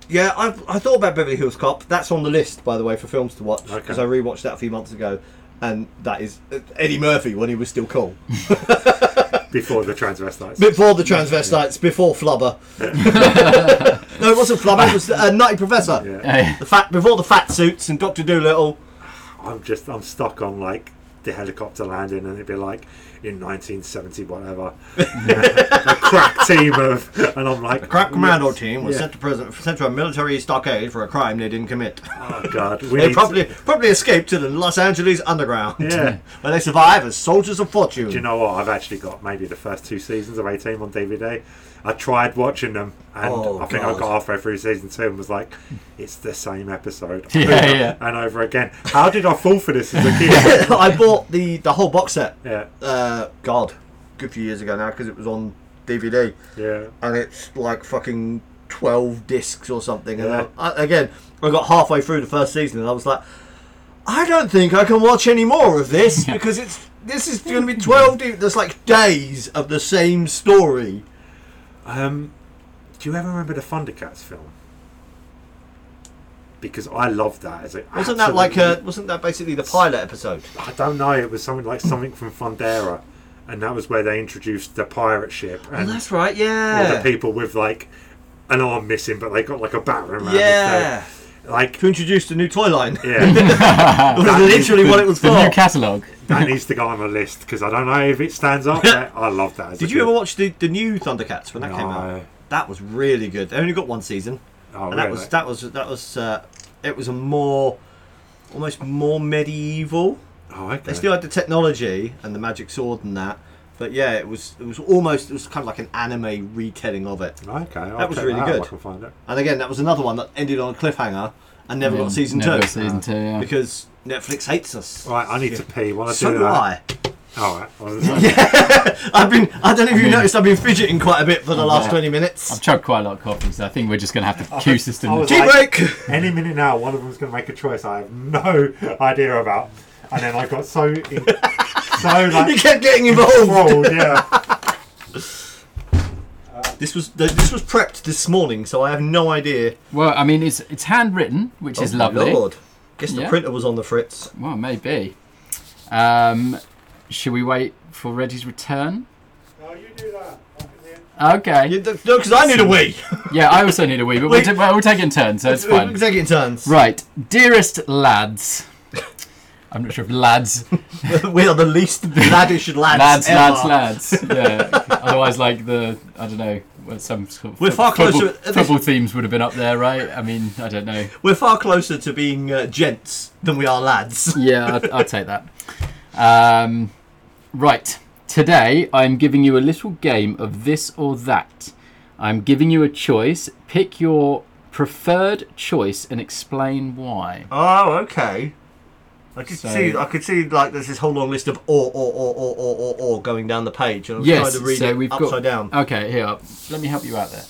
Speaker 1: Yeah, I, I thought about Beverly Hills Cop. That's on the list, by the way, for films to watch because
Speaker 2: Okay.
Speaker 1: I rewatched that a few months ago, and that is uh, Eddie Murphy when he was still cool
Speaker 2: Before the
Speaker 1: [LAUGHS]
Speaker 2: transvestites.
Speaker 1: before the transvestites, before Flubber. [LAUGHS] no, it wasn't Flubber. It was uh, Nutty Professor.
Speaker 2: yeah.
Speaker 3: Eh,
Speaker 1: The fat before the fat suits and Doctor Dolittle.
Speaker 2: I'm just I'm stuck on like the helicopter landing, and it'd be like in 1970
Speaker 1: [LAUGHS]
Speaker 2: whatever. [LAUGHS] a crack team of, and I'm like
Speaker 1: Crack Commando team was
Speaker 2: Yeah.
Speaker 1: sent to prison, sent to a military stockade for a crime they didn't commit. [LAUGHS]
Speaker 2: Oh God, we
Speaker 1: They
Speaker 2: need
Speaker 1: probably
Speaker 2: To,
Speaker 1: probably escaped to the Los Angeles underground.
Speaker 2: Yeah.
Speaker 1: [LAUGHS] where they survive as soldiers of fortune.
Speaker 2: do you know what? I've actually got maybe the first two seasons of 18 on DVD. I tried watching them, and
Speaker 1: Oh,
Speaker 2: I think I
Speaker 1: God.
Speaker 2: got halfway through season two and was like, "It's the same episode
Speaker 3: [LAUGHS] Yeah,
Speaker 2: over
Speaker 3: yeah.
Speaker 2: and over again." How did I fall for this as a
Speaker 3: [LAUGHS]
Speaker 1: [COUGHS]
Speaker 2: kid?
Speaker 1: I bought the the whole box set.
Speaker 2: yeah,
Speaker 1: Uh, God, good few years ago now because it was on DVD,
Speaker 2: yeah.
Speaker 1: and it's like fucking twelve discs or something.
Speaker 2: Yeah.
Speaker 1: And I, I- again, I got halfway through the first season, and I was like, I don't think I can watch any more of
Speaker 2: [LAUGHS]
Speaker 1: this because it's this is going to be twelve. di- There's like days of the same story.
Speaker 2: Um, do you ever remember the Thundercats film? Because I loved that. As a,
Speaker 1: Wasn't that like
Speaker 2: absolutely-
Speaker 1: a? Wasn't that basically the pilot episode?
Speaker 2: I don't know. It was something like something from Fundera, and that was where they introduced the pirate ship
Speaker 1: Oh,
Speaker 2: and
Speaker 1: that's right.
Speaker 2: all the
Speaker 1: Yeah.
Speaker 2: people with like an arm missing, but they got like a baton around.
Speaker 1: Yeah.
Speaker 2: So, like
Speaker 1: To introduce the new toy line.
Speaker 2: yeah,
Speaker 1: [LAUGHS] That was literally what it was
Speaker 3: the new
Speaker 1: for.
Speaker 3: catalogue.
Speaker 2: that needs to go on the list because I don't know if it stands up. but I love that. As
Speaker 1: Did
Speaker 2: a
Speaker 1: you
Speaker 2: kid.
Speaker 1: ever watch the, the new Thundercats when that came
Speaker 2: No.
Speaker 1: out? That was really good. They only got one season,
Speaker 2: Oh,
Speaker 1: and
Speaker 2: really?
Speaker 1: that was that was that was uh, it was a more almost more medieval.
Speaker 2: oh, okay.
Speaker 1: They still had the technology and the magic sword and that, but yeah, it was it was almost it was kind of like an anime retelling of it.
Speaker 2: okay. I'll
Speaker 1: was
Speaker 2: check
Speaker 1: really
Speaker 2: out if
Speaker 1: good.
Speaker 2: I can find it.
Speaker 1: And again, that was another one that ended on a cliffhanger and never got season
Speaker 3: Never
Speaker 1: two
Speaker 3: got season two. Yeah.
Speaker 1: because Netflix hates us.
Speaker 2: Right, I need to pee. While Oh, I
Speaker 1: So
Speaker 2: do
Speaker 1: do
Speaker 2: that,
Speaker 1: I.
Speaker 2: all right. Well,
Speaker 1: [LAUGHS] I've been. I don't know if you
Speaker 3: mean-
Speaker 1: noticed. I've been fidgeting quite a bit for the last
Speaker 3: bet.
Speaker 1: twenty minutes.
Speaker 3: I've chugged quite a lot of coffee, so I think we're just going to have to queue system.
Speaker 2: I was-
Speaker 1: Tea
Speaker 2: like-
Speaker 1: break.
Speaker 2: any minute now one of them's going to make a choice I have no idea about and then I got so in, [LAUGHS]
Speaker 1: [LAUGHS]
Speaker 2: so
Speaker 1: You
Speaker 2: like
Speaker 1: kept getting involved. [LAUGHS]
Speaker 2: enthralled, yeah
Speaker 1: This was th- this was prepped this morning, so I have no idea.
Speaker 3: well, I mean, it's it's handwritten, which
Speaker 1: Oh,
Speaker 3: is lovely.
Speaker 1: Lord, guess the
Speaker 3: Yeah.
Speaker 1: printer was on the fritz.
Speaker 3: Well, maybe. Um, should we wait for Reggie's return?
Speaker 2: no you do that
Speaker 3: Okay.
Speaker 1: You, th- no, because I need a wee.
Speaker 3: Yeah, I also need a wee, but we'll,
Speaker 1: Wait.
Speaker 3: t- well, we'll take it in turns, so
Speaker 1: [LAUGHS]
Speaker 3: it's fine.
Speaker 1: Take it in turns.
Speaker 3: Right, dearest lads. I'm not sure if lads,
Speaker 1: we are the least [LAUGHS] laddish lads.
Speaker 3: lads,
Speaker 1: ever.
Speaker 3: lads, lads. [LAUGHS] Yeah. Otherwise, like the I don't know, what some sort of
Speaker 1: We're far
Speaker 3: football,
Speaker 1: closer- this-
Speaker 3: football themes would have been up there, right? I mean, I don't know.
Speaker 1: We're far closer to being uh, gents than we are lads.
Speaker 3: yeah, I'll, I'll take that. Um, right. Today, I'm giving you a little game of this or that. I'm giving you a choice. Pick your preferred choice and explain why.
Speaker 1: [LAUGHS] Oh, okay. I could
Speaker 3: So-
Speaker 1: see. I could see like there's this whole long list of or or or or or or, or going down the page, and I'm
Speaker 3: yes,
Speaker 1: trying to read
Speaker 3: so
Speaker 1: it
Speaker 3: we've
Speaker 1: upside
Speaker 3: got.
Speaker 1: down.
Speaker 3: Okay, here. Let me help you out there.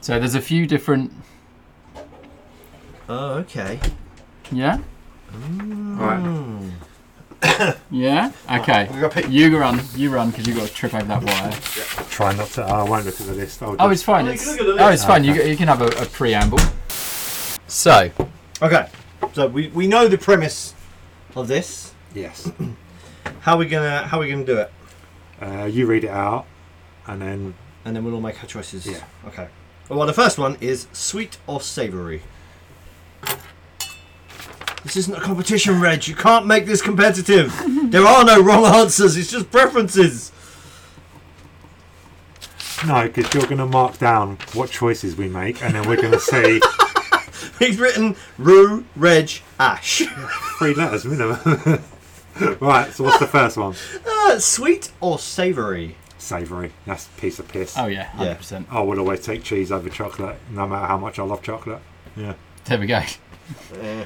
Speaker 3: So there's a few different.
Speaker 1: Oh, okay.
Speaker 3: Yeah?
Speaker 2: Right.
Speaker 3: Yeah? Okay.
Speaker 1: I'm gonna pick-
Speaker 3: You run. You run because you got to trip over that wire.
Speaker 2: Try not to. I won't look at the list. I'll
Speaker 3: Oh,
Speaker 2: just-
Speaker 3: it's fine.
Speaker 1: Oh, you
Speaker 3: It's,
Speaker 1: can look at the
Speaker 3: oh,
Speaker 1: list.
Speaker 3: it's fine. You, you can have a, a preamble. So, oh,
Speaker 1: Okay. So we, we know the premise of this.
Speaker 2: yes.
Speaker 1: How we gonna how we gonna do it?
Speaker 2: Uh, you read it out, and then
Speaker 1: And then we'll all make our choices.
Speaker 2: Yeah.
Speaker 1: Okay. Well, the first one is sweet or savoury. This isn't a competition, Reg. You can't make this competitive. there are no wrong answers. It's just preferences.
Speaker 2: no, because you're going to mark down what choices we make, and then we're going to say
Speaker 1: He's written Rue, Reg, [LAUGHS] Ash.
Speaker 2: three letters minimum. [LAUGHS] right. So what's the first one?
Speaker 1: Uh, sweet or savoury?
Speaker 2: Savoury. That's a piece of piss.
Speaker 3: oh yeah,
Speaker 1: Yeah.
Speaker 3: hundred percent.
Speaker 2: I would always take cheese over chocolate, no matter how much I love chocolate. Yeah.
Speaker 3: There we go.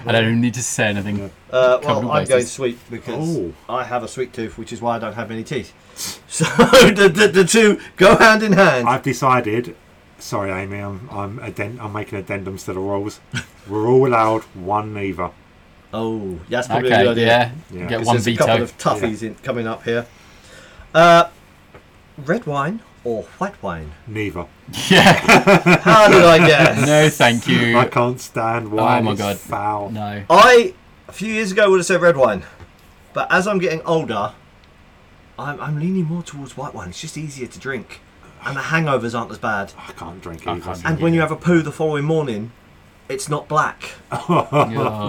Speaker 3: I don't even need to say anything.
Speaker 2: Yeah.
Speaker 1: Uh, well,
Speaker 3: Covered
Speaker 1: I'm
Speaker 3: bases.
Speaker 1: going sweet because
Speaker 2: Oh.
Speaker 1: I have a sweet tooth, which is why I don't have many teeth. [LAUGHS] So the, the, the two go hand in hand.
Speaker 2: I've decided. Sorry, Amy. I'm I'm addend- I'm making addendums to the rules. We're all allowed one either.
Speaker 1: oh, that's probably a good
Speaker 3: Okay,
Speaker 1: idea.
Speaker 3: yeah.
Speaker 2: Yeah.
Speaker 3: Get
Speaker 1: 'Cause
Speaker 3: one
Speaker 1: there's a couple
Speaker 3: veto.
Speaker 1: of toughies in, coming up here. Uh, red wine or white wine?
Speaker 2: Neither.
Speaker 3: [LAUGHS] Yeah.
Speaker 1: How did [LAUGHS] I guess?
Speaker 3: [LAUGHS] No, thank you.
Speaker 2: I can't stand wine.
Speaker 3: Oh my
Speaker 2: It's
Speaker 3: God.
Speaker 2: Foul.
Speaker 3: No.
Speaker 1: I a few years ago would have said red wine, but as I'm getting older, I'm, I'm leaning more towards white wine. It's just easier to drink, and the hangovers aren't as bad.
Speaker 2: I can't drink
Speaker 3: I
Speaker 2: either.
Speaker 3: can't
Speaker 1: And when you have a poo the following morning, it's not black,
Speaker 3: Oh.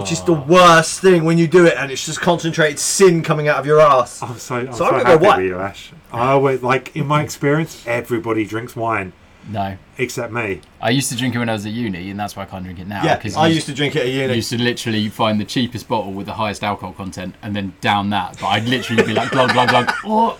Speaker 1: [LAUGHS] which is the worst thing when you do it, and it's just concentrated sin coming out of your ass.
Speaker 2: I'm so, I'm
Speaker 1: So
Speaker 2: so,
Speaker 1: I'm gonna go
Speaker 2: happy
Speaker 1: white.
Speaker 2: with you, Ash. I always like in my experience, everybody drinks wine
Speaker 3: No.
Speaker 2: except me.
Speaker 3: I used to drink it when I was at uni, and that's why I can't drink it now.
Speaker 1: Yeah,
Speaker 3: 'cause
Speaker 1: I
Speaker 3: you-
Speaker 1: used to drink it at
Speaker 3: I
Speaker 1: uni.
Speaker 3: used to literally find the cheapest bottle with the highest alcohol content and then down that. But I'd literally be like, glug, glug, [LAUGHS] glug, oh,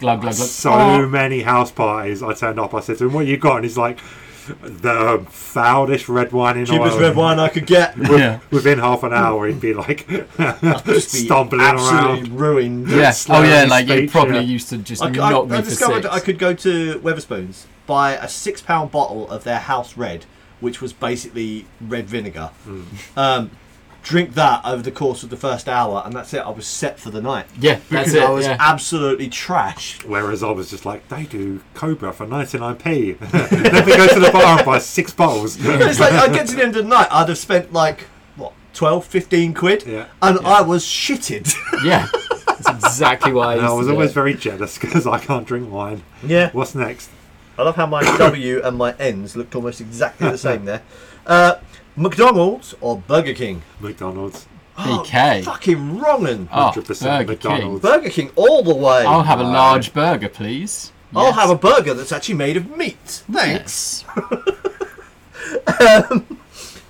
Speaker 3: glug, glug, glug.
Speaker 2: So
Speaker 3: oh.
Speaker 2: many house parties. I turned up. I said to him, "What you got?" And he's like, "The foulest red wine in
Speaker 1: Cheapest
Speaker 2: Ireland."
Speaker 1: red wine I could
Speaker 3: [LAUGHS]
Speaker 1: get.
Speaker 2: Wi-
Speaker 3: Yeah.
Speaker 2: Within half an hour, he'd be like
Speaker 1: Just be
Speaker 2: [LAUGHS] stumbling
Speaker 1: absolutely
Speaker 2: around.
Speaker 1: ruined.
Speaker 3: Yeah. Oh,
Speaker 2: slurring
Speaker 3: yeah, like you
Speaker 2: speech,
Speaker 3: probably
Speaker 2: yeah.
Speaker 3: used to just
Speaker 1: I, I-
Speaker 3: knock me
Speaker 1: I
Speaker 3: for
Speaker 1: discovered
Speaker 3: six.
Speaker 1: I could go to Weatherspoons, buy a six pound bottle of their house red, which was basically red vinegar.
Speaker 3: Hmm.
Speaker 1: Um, drink that over the course of the first hour, and that's it. I was set for the night.
Speaker 3: Yeah, that's
Speaker 1: Because
Speaker 3: it.
Speaker 1: I was
Speaker 3: yeah.
Speaker 1: absolutely trashed.
Speaker 2: Whereas I was just like, they do Cobra for [LAUGHS] 99p. Let me go to the bar and buy
Speaker 1: [LAUGHS]
Speaker 2: six bottles.
Speaker 1: it's like I get to the end of the night, I'd have spent like what 12, 15 quid,
Speaker 2: Yeah.
Speaker 1: and I was shitted.
Speaker 3: [LAUGHS] yeah. That's exactly why I used
Speaker 2: And I
Speaker 3: to
Speaker 2: was
Speaker 3: do
Speaker 2: always
Speaker 3: it.
Speaker 2: very jealous because I can't drink wine.
Speaker 1: yeah,
Speaker 2: What's next?
Speaker 1: I love [COUGHS] how my W and my N's looked almost exactly the same there. Uh, McDonald's or Burger King?
Speaker 2: McDonald's.
Speaker 3: BK.
Speaker 1: Oh, fucking wrongin'.
Speaker 3: Oh,
Speaker 2: 100%
Speaker 3: Burger King.
Speaker 2: McDonald's.
Speaker 1: Ah, Burger King all the way.
Speaker 3: I'll have a large burger, please.
Speaker 1: I'll
Speaker 3: Yes.
Speaker 1: have a burger that's actually made of meat. Thanks.
Speaker 3: Yes.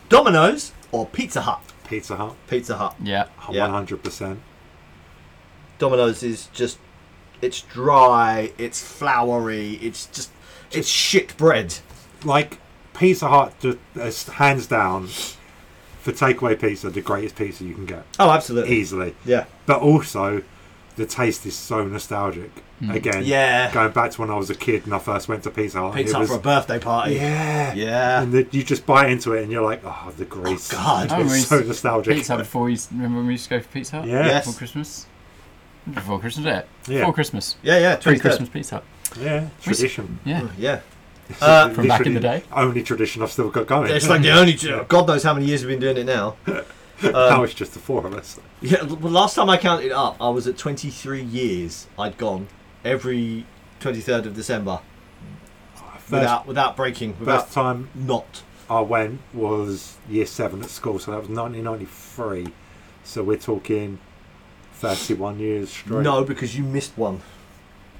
Speaker 1: Domino's or Pizza Hut?
Speaker 2: Pizza Hut.
Speaker 1: Pizza Hut.
Speaker 3: Yeah.
Speaker 1: Yeah.
Speaker 2: 100%.
Speaker 1: Domino's is just it's dry, it's floury, it's just it's shit bread.
Speaker 2: Like, Pizza Hut, ju- is hands down, for takeaway pizza, the greatest pizza you can get.
Speaker 1: Oh, absolutely.
Speaker 2: Easily.
Speaker 1: Yeah.
Speaker 2: But also, the taste is so nostalgic.
Speaker 3: Hmm.
Speaker 2: Again,
Speaker 1: Yeah.
Speaker 2: going back to when I was a kid and I first went to Pizza Hut.
Speaker 1: Pizza
Speaker 2: it
Speaker 1: Hut
Speaker 2: was,
Speaker 1: for a birthday party.
Speaker 2: Yeah.
Speaker 1: Oh, Yeah.
Speaker 2: And the, you just bite into it and you're like, oh, the grease.
Speaker 1: God.
Speaker 3: I remember
Speaker 2: It's
Speaker 3: we
Speaker 2: so
Speaker 3: used to-
Speaker 2: nostalgic.
Speaker 3: Pizza Hut before we used, remember when we used to go for Pizza Hut?
Speaker 2: Yeah.
Speaker 1: Yes.
Speaker 3: Before Christmas. Before Christmas, yeah.
Speaker 2: Yeah.
Speaker 3: Before Christmas.
Speaker 1: Yeah, yeah.
Speaker 3: Pre
Speaker 1: 23rd.
Speaker 3: Christmas Pizza Hut.
Speaker 2: Yeah. Tradition.
Speaker 3: Yeah.
Speaker 1: Yeah. Uh,
Speaker 3: From back in the
Speaker 2: Literally
Speaker 3: day.
Speaker 2: Only tradition I've still got going.
Speaker 1: [LAUGHS] It's like the only God knows how many years we've been doing it now.
Speaker 2: [LAUGHS]
Speaker 1: [LAUGHS] um,
Speaker 2: now it's just the four of us.
Speaker 1: Yeah, l- well, last time I counted up, I was at 23 years. I'd gone every 23rd of December
Speaker 2: First,
Speaker 1: without without breaking, without
Speaker 2: first time
Speaker 1: not.
Speaker 2: I went was year seven at school, so that was 1993. So we're talking 31 years straight.
Speaker 1: No, because you missed one.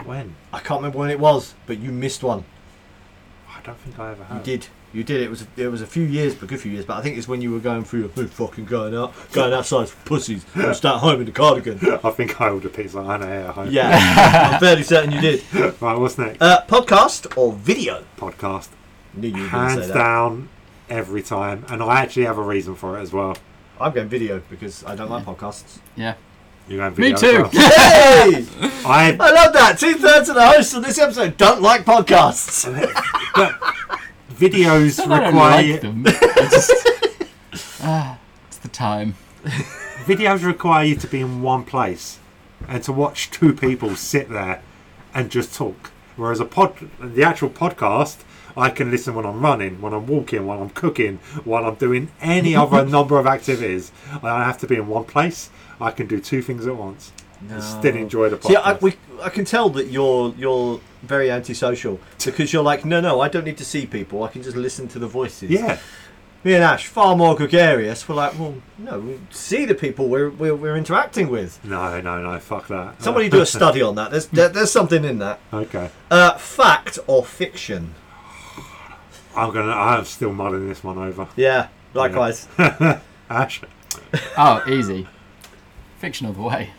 Speaker 2: When?
Speaker 1: I can't remember when it was, but you missed one.
Speaker 2: I don't think I ever
Speaker 1: You
Speaker 2: have.
Speaker 1: did. You did. It was it was a few years, but good few years. But I think it's when you were going through your fucking going out, going outside for pussies, and start home in the [LAUGHS] cardigan.
Speaker 2: [LAUGHS] I think I ordered pizza and I ate at home.
Speaker 1: Yeah, I'm fairly certain you did.
Speaker 2: [LAUGHS] Right, what's next?
Speaker 1: Uh, podcast or video?
Speaker 2: Podcast.
Speaker 1: Knew you were going to
Speaker 2: Hands
Speaker 1: say that.
Speaker 2: down, every time. And I actually have a reason for it as well.
Speaker 1: I'm going video because I don't like podcasts.
Speaker 3: Yeah.
Speaker 2: You're going
Speaker 3: Me
Speaker 2: video as
Speaker 3: too.
Speaker 1: [LAUGHS]
Speaker 2: well.
Speaker 1: Hey!
Speaker 2: I
Speaker 3: [LAUGHS]
Speaker 2: [LAUGHS]
Speaker 1: I love that. Two thirds of the hosts of this episode don't like podcasts.
Speaker 2: videos
Speaker 3: Not that I don't
Speaker 2: require
Speaker 3: like them. I just, [LAUGHS] ah, it's the time.
Speaker 2: videos require you to be in one place and to watch two people sit there and just talk. Whereas a pod, the actual podcast, I can listen when I'm running, when I'm walking, when I'm cooking, when I'm doing
Speaker 1: [LAUGHS]
Speaker 2: any other number of activities. I don't have to be in one place. I can do two things at once. And still enjoy the podcast.
Speaker 1: See, I, we, I can tell that you're you're very antisocial because you're like, no, no, I don't need to see people. I can just listen to the voices.
Speaker 2: yeah,
Speaker 1: Me and Ash, far more gregarious. We're like, well, no, we see the people we're we're, we're interacting
Speaker 2: [LAUGHS]
Speaker 1: with.
Speaker 2: no, no, no, fuck that.
Speaker 1: Somebody do a study on that. There's there, there's something in that.
Speaker 2: [LAUGHS] Okay,
Speaker 1: Uh, fact or fiction?
Speaker 2: I'm gonna. I'm still muddling this one over.
Speaker 1: Yeah, likewise.
Speaker 2: Ash.
Speaker 3: Oh, easy. Fictional the way.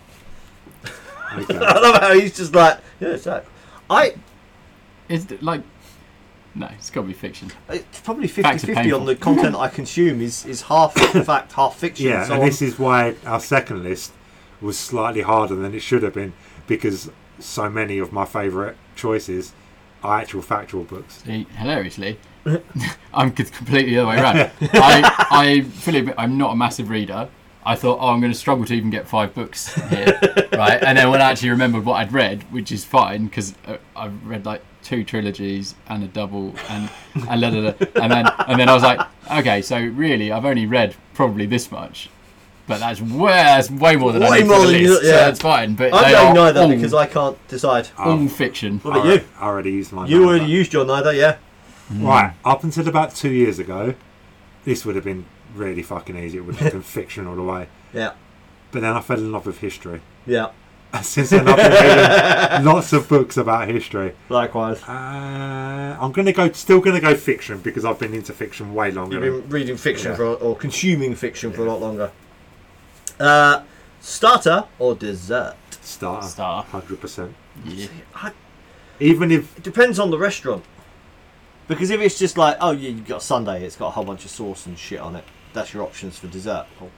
Speaker 2: Okay.
Speaker 1: [LAUGHS] I love how he's just like, yeah, it's that. I
Speaker 3: It's d- like, no, it's got to be fiction.
Speaker 1: it's probably
Speaker 3: Facts are
Speaker 1: 50-50 on the content I consume is is half fact, half fiction.
Speaker 2: Yeah,
Speaker 1: so
Speaker 2: and
Speaker 1: I'm-
Speaker 2: this is why our second list was slightly harder than it should have been because so many of my favourite choices are actual factual books.
Speaker 3: See, hilariously, [LAUGHS] I'm c- completely the other way around. [LAUGHS] I, I fully admit I'm not a massive reader. I thought, oh, I'm going to struggle to even get five books
Speaker 1: [LAUGHS]
Speaker 3: here, right? And then when I actually remembered what I'd read, which is fine because uh, I've read like two trilogies and a double, and and, la, la, la. and then and then I was like, okay, so really, I've only read probably this much, but that's way that's way more than
Speaker 1: Way
Speaker 3: I need
Speaker 1: more
Speaker 3: for the
Speaker 1: than you-
Speaker 3: list, so
Speaker 1: yeah.
Speaker 3: that's fine. But
Speaker 1: I'm
Speaker 3: they
Speaker 1: going
Speaker 3: are
Speaker 1: neither
Speaker 3: all,
Speaker 1: because I can't decide.
Speaker 3: all fiction.
Speaker 1: What about
Speaker 2: I,
Speaker 1: you?
Speaker 2: I already used my
Speaker 1: You
Speaker 2: number.
Speaker 1: already used your neither, yeah.
Speaker 2: Right, up until about two years ago, this would have been really fucking easy. It would
Speaker 1: [LAUGHS]
Speaker 2: have been fiction all the way.
Speaker 1: Yeah.
Speaker 2: But then I fell in love with history. [LAUGHS]
Speaker 1: Yeah.
Speaker 2: And since then, I've been
Speaker 1: [LAUGHS]
Speaker 2: reading lots of books about history.
Speaker 1: Likewise.
Speaker 2: Ah, Uh, I'm gonna go, still gonna go fiction because I've been into fiction way longer.
Speaker 1: You've
Speaker 2: Than,
Speaker 1: been reading fiction
Speaker 2: Yeah.
Speaker 1: for or consuming fiction for a lot longer. Uh, starter or dessert?
Speaker 2: starter,
Speaker 3: Star.
Speaker 2: hundred percent.
Speaker 3: Yeah.
Speaker 1: I,
Speaker 2: Even if
Speaker 1: it depends on the restaurant. Because if it's just like, oh, yeah, you've got a Sunday, it's got a whole bunch of sauce and shit on it. That's your options for dessert. Well,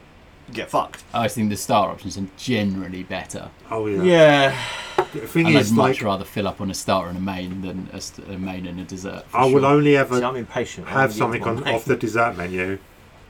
Speaker 1: get fucked.
Speaker 3: I always think the star options are generally better.
Speaker 2: Oh yeah.
Speaker 1: Yeah.
Speaker 2: The thing
Speaker 3: And I'd
Speaker 2: is,
Speaker 3: much
Speaker 2: like,
Speaker 3: rather fill up on a starter and a main than a, st- a main and a dessert. for
Speaker 2: I will
Speaker 3: sure.
Speaker 2: only
Speaker 1: See,
Speaker 2: ever
Speaker 1: I'm impatient. I
Speaker 2: have
Speaker 1: need
Speaker 2: something
Speaker 1: one
Speaker 2: on
Speaker 1: thing.
Speaker 2: off the dessert menu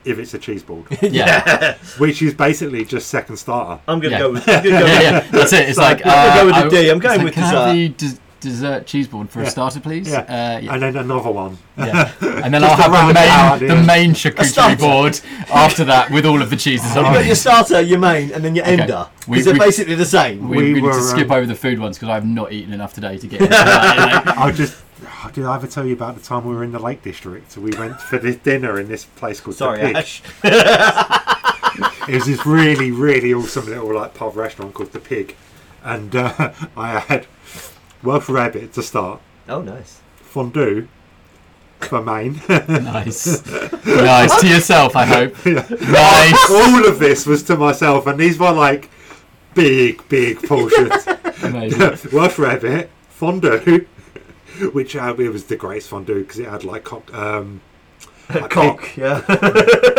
Speaker 2: if it's a cheese
Speaker 3: [LAUGHS]
Speaker 2: board,
Speaker 3: Yeah, yeah,
Speaker 2: which is basically just second starter.
Speaker 1: I'm gonna
Speaker 3: Yeah. [LAUGHS]
Speaker 1: go with. I'm gonna go
Speaker 3: yeah,
Speaker 1: with-
Speaker 3: That's it. It's like
Speaker 1: I'm gonna
Speaker 3: uh,
Speaker 1: go with the
Speaker 3: I-
Speaker 1: D. I'm
Speaker 3: it's
Speaker 1: going
Speaker 3: like,
Speaker 1: with
Speaker 3: can I have the des- dessert cheese board for
Speaker 2: Yeah.
Speaker 3: a starter, please.
Speaker 2: Yeah.
Speaker 3: Uh, yeah.
Speaker 2: And then another one.
Speaker 3: yeah. And then I'll
Speaker 2: Just a round
Speaker 3: have
Speaker 2: out,
Speaker 3: the
Speaker 2: yeah.
Speaker 3: main, the main
Speaker 1: starter.
Speaker 3: charcuterie board after that with all of the cheeses
Speaker 1: You've
Speaker 3: on
Speaker 1: got
Speaker 3: it.
Speaker 1: your starter, your main, and then your
Speaker 3: Okay.
Speaker 1: ender.
Speaker 3: We-
Speaker 1: Because they're
Speaker 3: we-
Speaker 1: basically the same.
Speaker 3: We,
Speaker 2: We
Speaker 3: we, need
Speaker 2: were,
Speaker 3: to skip
Speaker 2: um,
Speaker 3: over the food ones because I've not eaten enough today to get. Into that, you know.
Speaker 2: I just [SIGHS] did I ever tell you about the time we were in the Lake District? We went for this dinner in this place called
Speaker 1: Sorry,
Speaker 2: The Pig.
Speaker 1: Ash.
Speaker 2: It was this really, really awesome little like pub restaurant called The Pig, and uh, [LAUGHS] I had Welsh rabbit to start,
Speaker 1: Oh, nice.
Speaker 2: fondue for main.
Speaker 3: nice, nice to yourself. I hope. Nice.
Speaker 2: All of this was to myself, and these were like big, big [LAUGHS] portions.
Speaker 3: Amazing.
Speaker 2: Welsh rabbit fondue, which uh, it was the greatest fondue because it had like cock. Um, like
Speaker 1: Cock, yeah. [LAUGHS]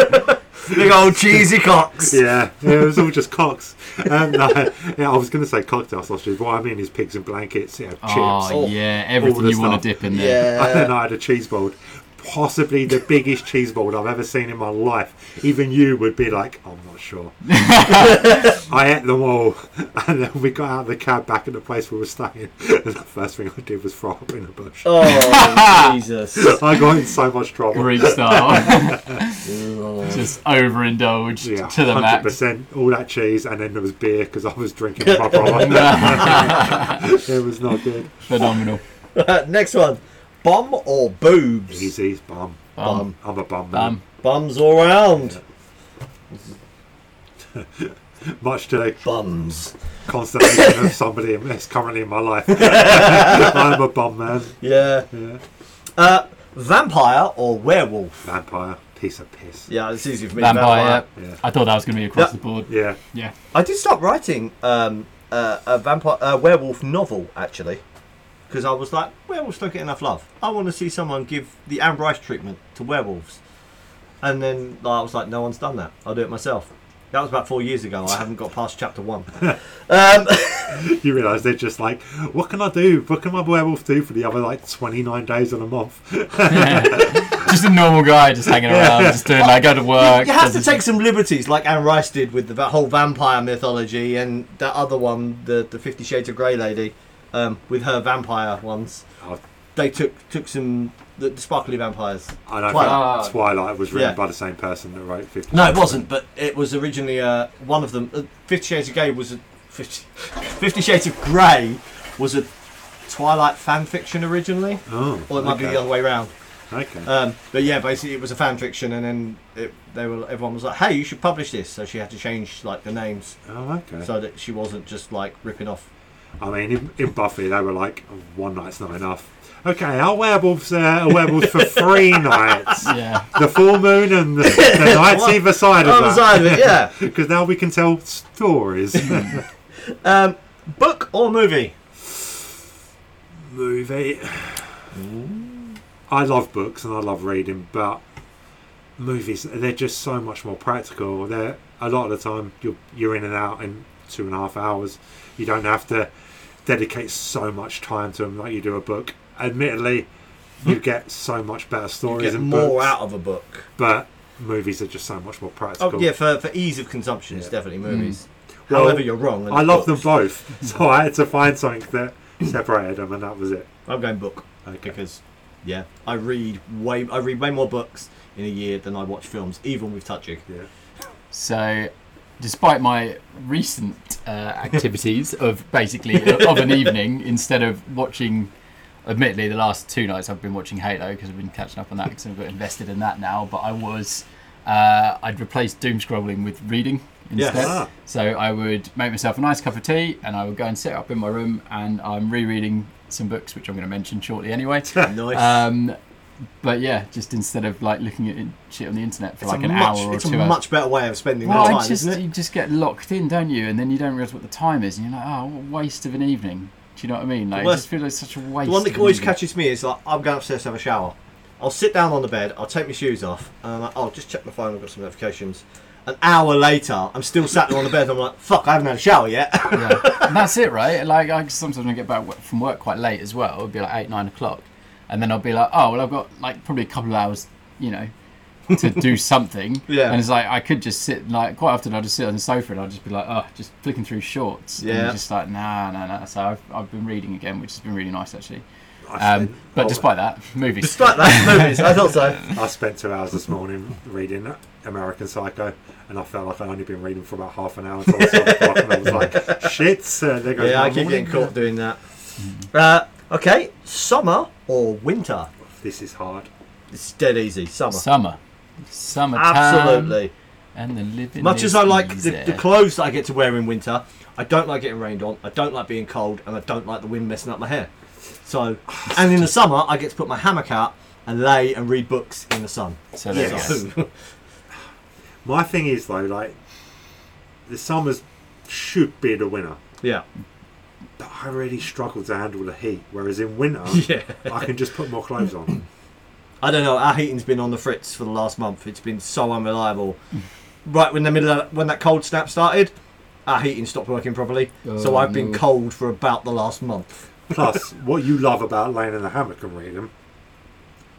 Speaker 1: Big old cheesy cocks.
Speaker 2: pig- Yeah, it was all just cocks. [LAUGHS] Um, no, yeah, I was going to say cocktail sausages. What I mean is pigs and blankets. It had chips.
Speaker 3: Oh
Speaker 1: all-
Speaker 3: yeah, everything
Speaker 2: the
Speaker 3: you want
Speaker 2: stuff.
Speaker 3: to dip in there.
Speaker 2: And then
Speaker 1: Yeah.
Speaker 2: I had a cheese board. Possibly the biggest cheese board I've ever seen in my life. Even you would be like, I'm not sure. I ate them all, and then we got out of the cab back at the place we were staying. And the first thing I did was throw up in a bush.
Speaker 1: [LAUGHS] Oh,
Speaker 3: [LAUGHS]
Speaker 1: Jesus. [LAUGHS]
Speaker 2: I got in so much trouble.
Speaker 3: Greek style.
Speaker 1: Oh.
Speaker 3: Just overindulged
Speaker 2: Yeah,
Speaker 3: to the
Speaker 2: hundred
Speaker 3: max.
Speaker 2: percent. All that cheese, and then there was beer because I was drinking with my brother. [LAUGHS] it was not good.
Speaker 3: Phenomenal.
Speaker 1: Uh, Next one. Bum or boobs?
Speaker 2: Easy, bum.
Speaker 1: Bum.
Speaker 2: I'm a bum. man.
Speaker 3: Um,
Speaker 1: Bums all round.
Speaker 2: Much to the
Speaker 1: Bums.
Speaker 2: consternation of somebody that's currently in my life. [LAUGHS] I'm a bum man.
Speaker 1: Yeah.
Speaker 2: Yeah.
Speaker 1: Uh, vampire or werewolf?
Speaker 2: Vampire, piece of piss. Yeah.
Speaker 1: Yeah, it's easy for me.
Speaker 3: vampire.
Speaker 2: Yeah.
Speaker 3: I thought that was going to be across
Speaker 1: Yeah.
Speaker 3: the board. Yeah.
Speaker 1: I did stop writing um, uh, a vampire a werewolf novel actually, because I was like, werewolves don't get enough love. I want to see someone give the Anne Rice treatment to werewolves, and then I was like, no one's done that. I'll do it myself. That was about four years ago. I haven't got past chapter one.
Speaker 2: You realise they're just like, what can I do? What can my werewolf do for the other like 29 days in a month?
Speaker 3: just a normal guy just
Speaker 1: [LAUGHS]
Speaker 3: hanging around, just doing like go to work.
Speaker 1: You have to
Speaker 3: does-
Speaker 1: take some liberties, like Anne Rice did with the va- whole vampire mythology, and that other one, the the Fifty Shades of Grey lady, um, with her vampire ones.
Speaker 2: Oh.
Speaker 1: They took took some the, the sparkly vampires.
Speaker 2: I don't
Speaker 1: Twilight.
Speaker 2: think Twilight was written
Speaker 1: Yeah.
Speaker 2: by the same person that wrote 50.
Speaker 1: No, it wasn't, but it was originally uh, one of them. Uh, Fifty Shades of Grey was a [LAUGHS] 50, Fifty Shades of Grey was a Twilight fan fiction originally,
Speaker 2: Oh,
Speaker 1: or it might
Speaker 2: okay.
Speaker 1: be the other way round.
Speaker 2: Okay.
Speaker 1: Um, but yeah, basically it was a fan fiction, and then it, they were everyone was like, "Hey, you should publish this," so she had to change like the names.
Speaker 2: oh, okay.
Speaker 1: so that she wasn't just like ripping off.
Speaker 2: I mean, in, in Buffy, they were like, one night's not enough. Okay, our werewolves uh, are werewolves for three [LAUGHS] nights.
Speaker 3: Yeah.
Speaker 2: The full moon and the,
Speaker 1: [LAUGHS]
Speaker 2: the nights
Speaker 1: One-
Speaker 2: either side
Speaker 1: On the
Speaker 2: of that.
Speaker 1: side of it, yeah.
Speaker 2: [LAUGHS] Because now we can
Speaker 1: [LAUGHS]
Speaker 2: tell stories.
Speaker 1: Um, book or movie?
Speaker 2: movie. I love books and I love reading, but movies they're just so much more practical. They're a lot of the time you're you're in and out in two and a half hours. You don't have to dedicate so much time to them like you do a book. Admittedly, you get so much better stories
Speaker 1: Hmm. Get
Speaker 2: in
Speaker 1: more
Speaker 2: books,
Speaker 1: out of a book.
Speaker 2: but movies are just so much more
Speaker 1: Oh
Speaker 2: practical.
Speaker 1: yeah, for, for ease of consumption, it's definitely [LAUGHS] movies.
Speaker 2: Mm. Well,
Speaker 1: However, you're wrong. and
Speaker 2: I
Speaker 1: it's
Speaker 2: love them
Speaker 3: [LAUGHS]
Speaker 1: books.
Speaker 2: both, so I had to find something that separated them, and that was it.
Speaker 1: I'm going book
Speaker 2: Okay.
Speaker 1: because yeah, I read way I read way more books in a year than I watch films, even with touching.
Speaker 3: [LAUGHS]
Speaker 2: Yeah.
Speaker 3: So, despite my recent uh, activities of basically uh, of
Speaker 1: [LAUGHS]
Speaker 3: an evening, instead of watching, admittedly, the last two nights I've been watching Halo because I've been catching up on that because I've got invested in that now. But I was, uh, I'd replaced doom scrolling with reading
Speaker 1: Yes.
Speaker 3: instead.
Speaker 2: Ah.
Speaker 3: So I would make myself a nice cup of tea and I would go and sit up in my room and I'm rereading some books which I'm going to mention shortly anyway.
Speaker 1: Nice.
Speaker 3: Um, but yeah, just instead of like looking at in- shit on the internet for
Speaker 1: it's
Speaker 3: like
Speaker 1: a
Speaker 3: an
Speaker 1: much,
Speaker 3: hour or
Speaker 1: it's
Speaker 3: two
Speaker 1: a
Speaker 3: hours.
Speaker 1: much better way of spending
Speaker 3: Well,
Speaker 1: that
Speaker 3: it's
Speaker 1: time,
Speaker 3: just
Speaker 1: isn't it?
Speaker 3: you just get locked in, don't you? And then you don't realise what the time is, and you're like, oh, what a waste of an evening. Do you know what I mean? Like, I
Speaker 1: worst-
Speaker 3: just feel like such a waste.
Speaker 1: The one
Speaker 3: of
Speaker 1: that
Speaker 3: an
Speaker 1: always
Speaker 3: evening.
Speaker 1: catches me is like I'm going upstairs to have a shower. I'll sit down on the bed. I'll take my shoes off, and I'm like, oh, just check my phone. I've got some notifications. An hour later, I'm still sat there on the bed. I'm like, fuck, I haven't had a shower yet. [LAUGHS]
Speaker 3: Yeah. And that's it, right? Like, I sometimes I get back wo- from work quite late as well. It'd be like eight, nine o'clock, and then I'll be like, oh, well, I've got like probably a couple of hours, you know,
Speaker 1: [LAUGHS]
Speaker 3: to do something.
Speaker 1: Yeah.
Speaker 3: And it's like I could just sit like quite often I'll just sit on the sofa and I'll just be like, oh, just flicking through shorts. And
Speaker 1: Yeah.
Speaker 3: you're just like, nah, nah, nah. So I've, I've been reading again, which has been really nice actually.
Speaker 2: I
Speaker 3: Um,
Speaker 1: Oh.
Speaker 3: but despite that, [LAUGHS] movies.
Speaker 1: Despite that, movies. I thought so.
Speaker 2: I spent two hours this morning reading American Psycho, and I felt like I'd only been reading for about half an hour. Until I,
Speaker 3: [LAUGHS]
Speaker 2: stopped talking. I was like, "Shit!" Uh, there goes
Speaker 1: Yeah,
Speaker 2: my
Speaker 1: I keep
Speaker 2: morning.
Speaker 1: getting caught doing that. Uh, okay, summer or winter?
Speaker 2: This is hard.
Speaker 1: It's dead easy. Summer.
Speaker 3: Summer. Summertime.
Speaker 1: Absolutely.
Speaker 3: And the living.
Speaker 1: Much as
Speaker 3: is
Speaker 1: I like the,
Speaker 3: easy.
Speaker 1: the clothes that I get to wear in winter, I don't like getting rained on. I don't like being cold, and I don't like the wind messing up my hair. So,
Speaker 3: Oh,
Speaker 1: and in the summer, I get to put my hammock out and lay and read books in the sun.
Speaker 3: So there
Speaker 2: Yes.
Speaker 3: you go.
Speaker 1: So-
Speaker 2: [LAUGHS] My thing is though, like the summers should be the winner,
Speaker 1: yeah,
Speaker 2: but I really struggle to handle the heat. Whereas
Speaker 3: [LAUGHS]
Speaker 2: in winter,
Speaker 1: yeah.
Speaker 2: I can just put more clothes on.
Speaker 1: I don't know. Our heating's been on the fritz for the last month. It's been so unreliable. right when the middle of, when that cold snap started, our heating stopped working properly. so
Speaker 3: Oh,
Speaker 1: I've been
Speaker 3: no.
Speaker 1: cold for about the last month.
Speaker 2: Plus, what you love about laying in the hammock and reading.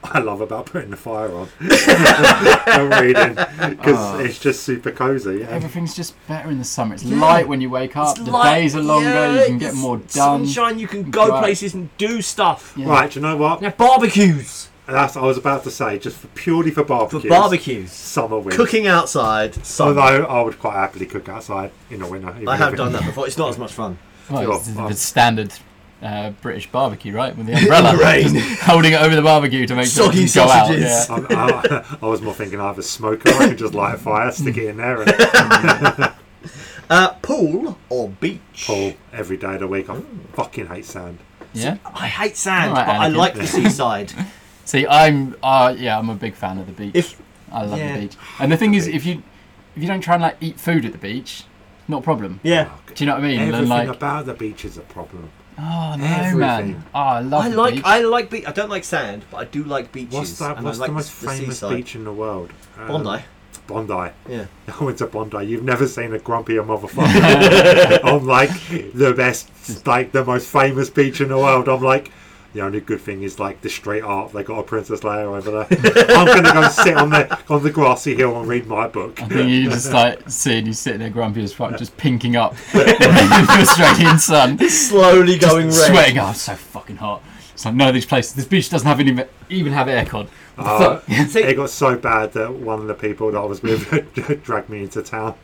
Speaker 2: I love about putting the fire on [LAUGHS] and reading because
Speaker 3: Ah.
Speaker 2: it's just super cozy. and
Speaker 3: Everything's just better in the summer. It's
Speaker 1: Yeah.
Speaker 3: light when you wake up. the
Speaker 1: light,
Speaker 3: days are longer.
Speaker 1: yeah,
Speaker 3: you can get
Speaker 1: it's
Speaker 3: more done.
Speaker 1: Sunshine. You can go
Speaker 3: Right.
Speaker 1: places and do stuff.
Speaker 3: Yeah.
Speaker 2: Right, do you know what?
Speaker 1: Now barbecues.
Speaker 2: That's I was about to say, just for, purely for
Speaker 1: For
Speaker 2: barbecues.
Speaker 1: barbecues.
Speaker 2: Summer wins.
Speaker 1: Cooking outside. Summer.
Speaker 2: Although I would quite happily cook outside in the winter. even
Speaker 1: I
Speaker 2: if
Speaker 1: have
Speaker 2: it-
Speaker 1: done that before. It's not as much fun.
Speaker 3: Well, it's
Speaker 2: Oh,
Speaker 3: the standard uh, British barbecue,
Speaker 1: [LAUGHS]
Speaker 3: right? With the umbrella.
Speaker 1: rain.
Speaker 3: Just holding it over the barbecue to make sure
Speaker 1: Soggy
Speaker 3: it doesn't go out.
Speaker 1: sausages.
Speaker 3: Yeah.
Speaker 2: I'm- [LAUGHS] I, I was more thinking I have a smoker, I could just light a fire, stick it in there, and
Speaker 1: Uh, pool or beach?
Speaker 2: pull every day of the week. I fucking hate sand.
Speaker 3: yeah.
Speaker 1: I hate sand,
Speaker 3: Alright,
Speaker 1: but I
Speaker 3: Anakin.
Speaker 1: like the
Speaker 2: [LAUGHS]
Speaker 1: seaside.
Speaker 3: See, I'm uh, yeah, I'm a big fan of the beach.
Speaker 1: If
Speaker 3: I love
Speaker 1: yeah.
Speaker 3: the beach. And the thing is,
Speaker 2: beach.
Speaker 3: if you if you don't try and like eat food at the beach, not a problem.
Speaker 1: yeah,
Speaker 3: Do you know what I mean?
Speaker 2: Everything
Speaker 3: And like,
Speaker 2: about the beach is a problem.
Speaker 3: oh no,
Speaker 2: everything.
Speaker 3: man. Oh, I love
Speaker 1: I
Speaker 3: the
Speaker 1: like
Speaker 3: beach.
Speaker 1: I like beach. I don't like sand, but I do like beaches.
Speaker 2: What's that?
Speaker 1: and
Speaker 2: What's
Speaker 1: I like
Speaker 2: the most famous
Speaker 1: seaside.
Speaker 2: [LAUGHS] beach in the world? Um,
Speaker 1: Bondi.
Speaker 2: Bondi.
Speaker 1: Yeah.
Speaker 2: I went to Bondi. You've never seen a grumpier
Speaker 1: [LAUGHS]
Speaker 2: motherfucker. I'm like the best, like the most famous beach in the world. I'm like the only good thing is like the straight art. They got a Princess Leia over there.
Speaker 1: [LAUGHS]
Speaker 2: I'm gonna go sit on the on the grassy hill and read my book.
Speaker 3: I think
Speaker 1: [LAUGHS]
Speaker 3: you just like seeing you sitting there grumpy as fuck, just pinking up in [LAUGHS] the Australian sun,
Speaker 1: Slowly going red.
Speaker 3: sweating. Oh, it's so fucking hot. It's like none of these places. This beach doesn't have any, even have aircon.
Speaker 1: Uh,
Speaker 3: Fuck. [LAUGHS]
Speaker 1: See-
Speaker 2: It got so bad that one of the people that I was with [LAUGHS] dragged me
Speaker 1: [LAUGHS]
Speaker 2: into town.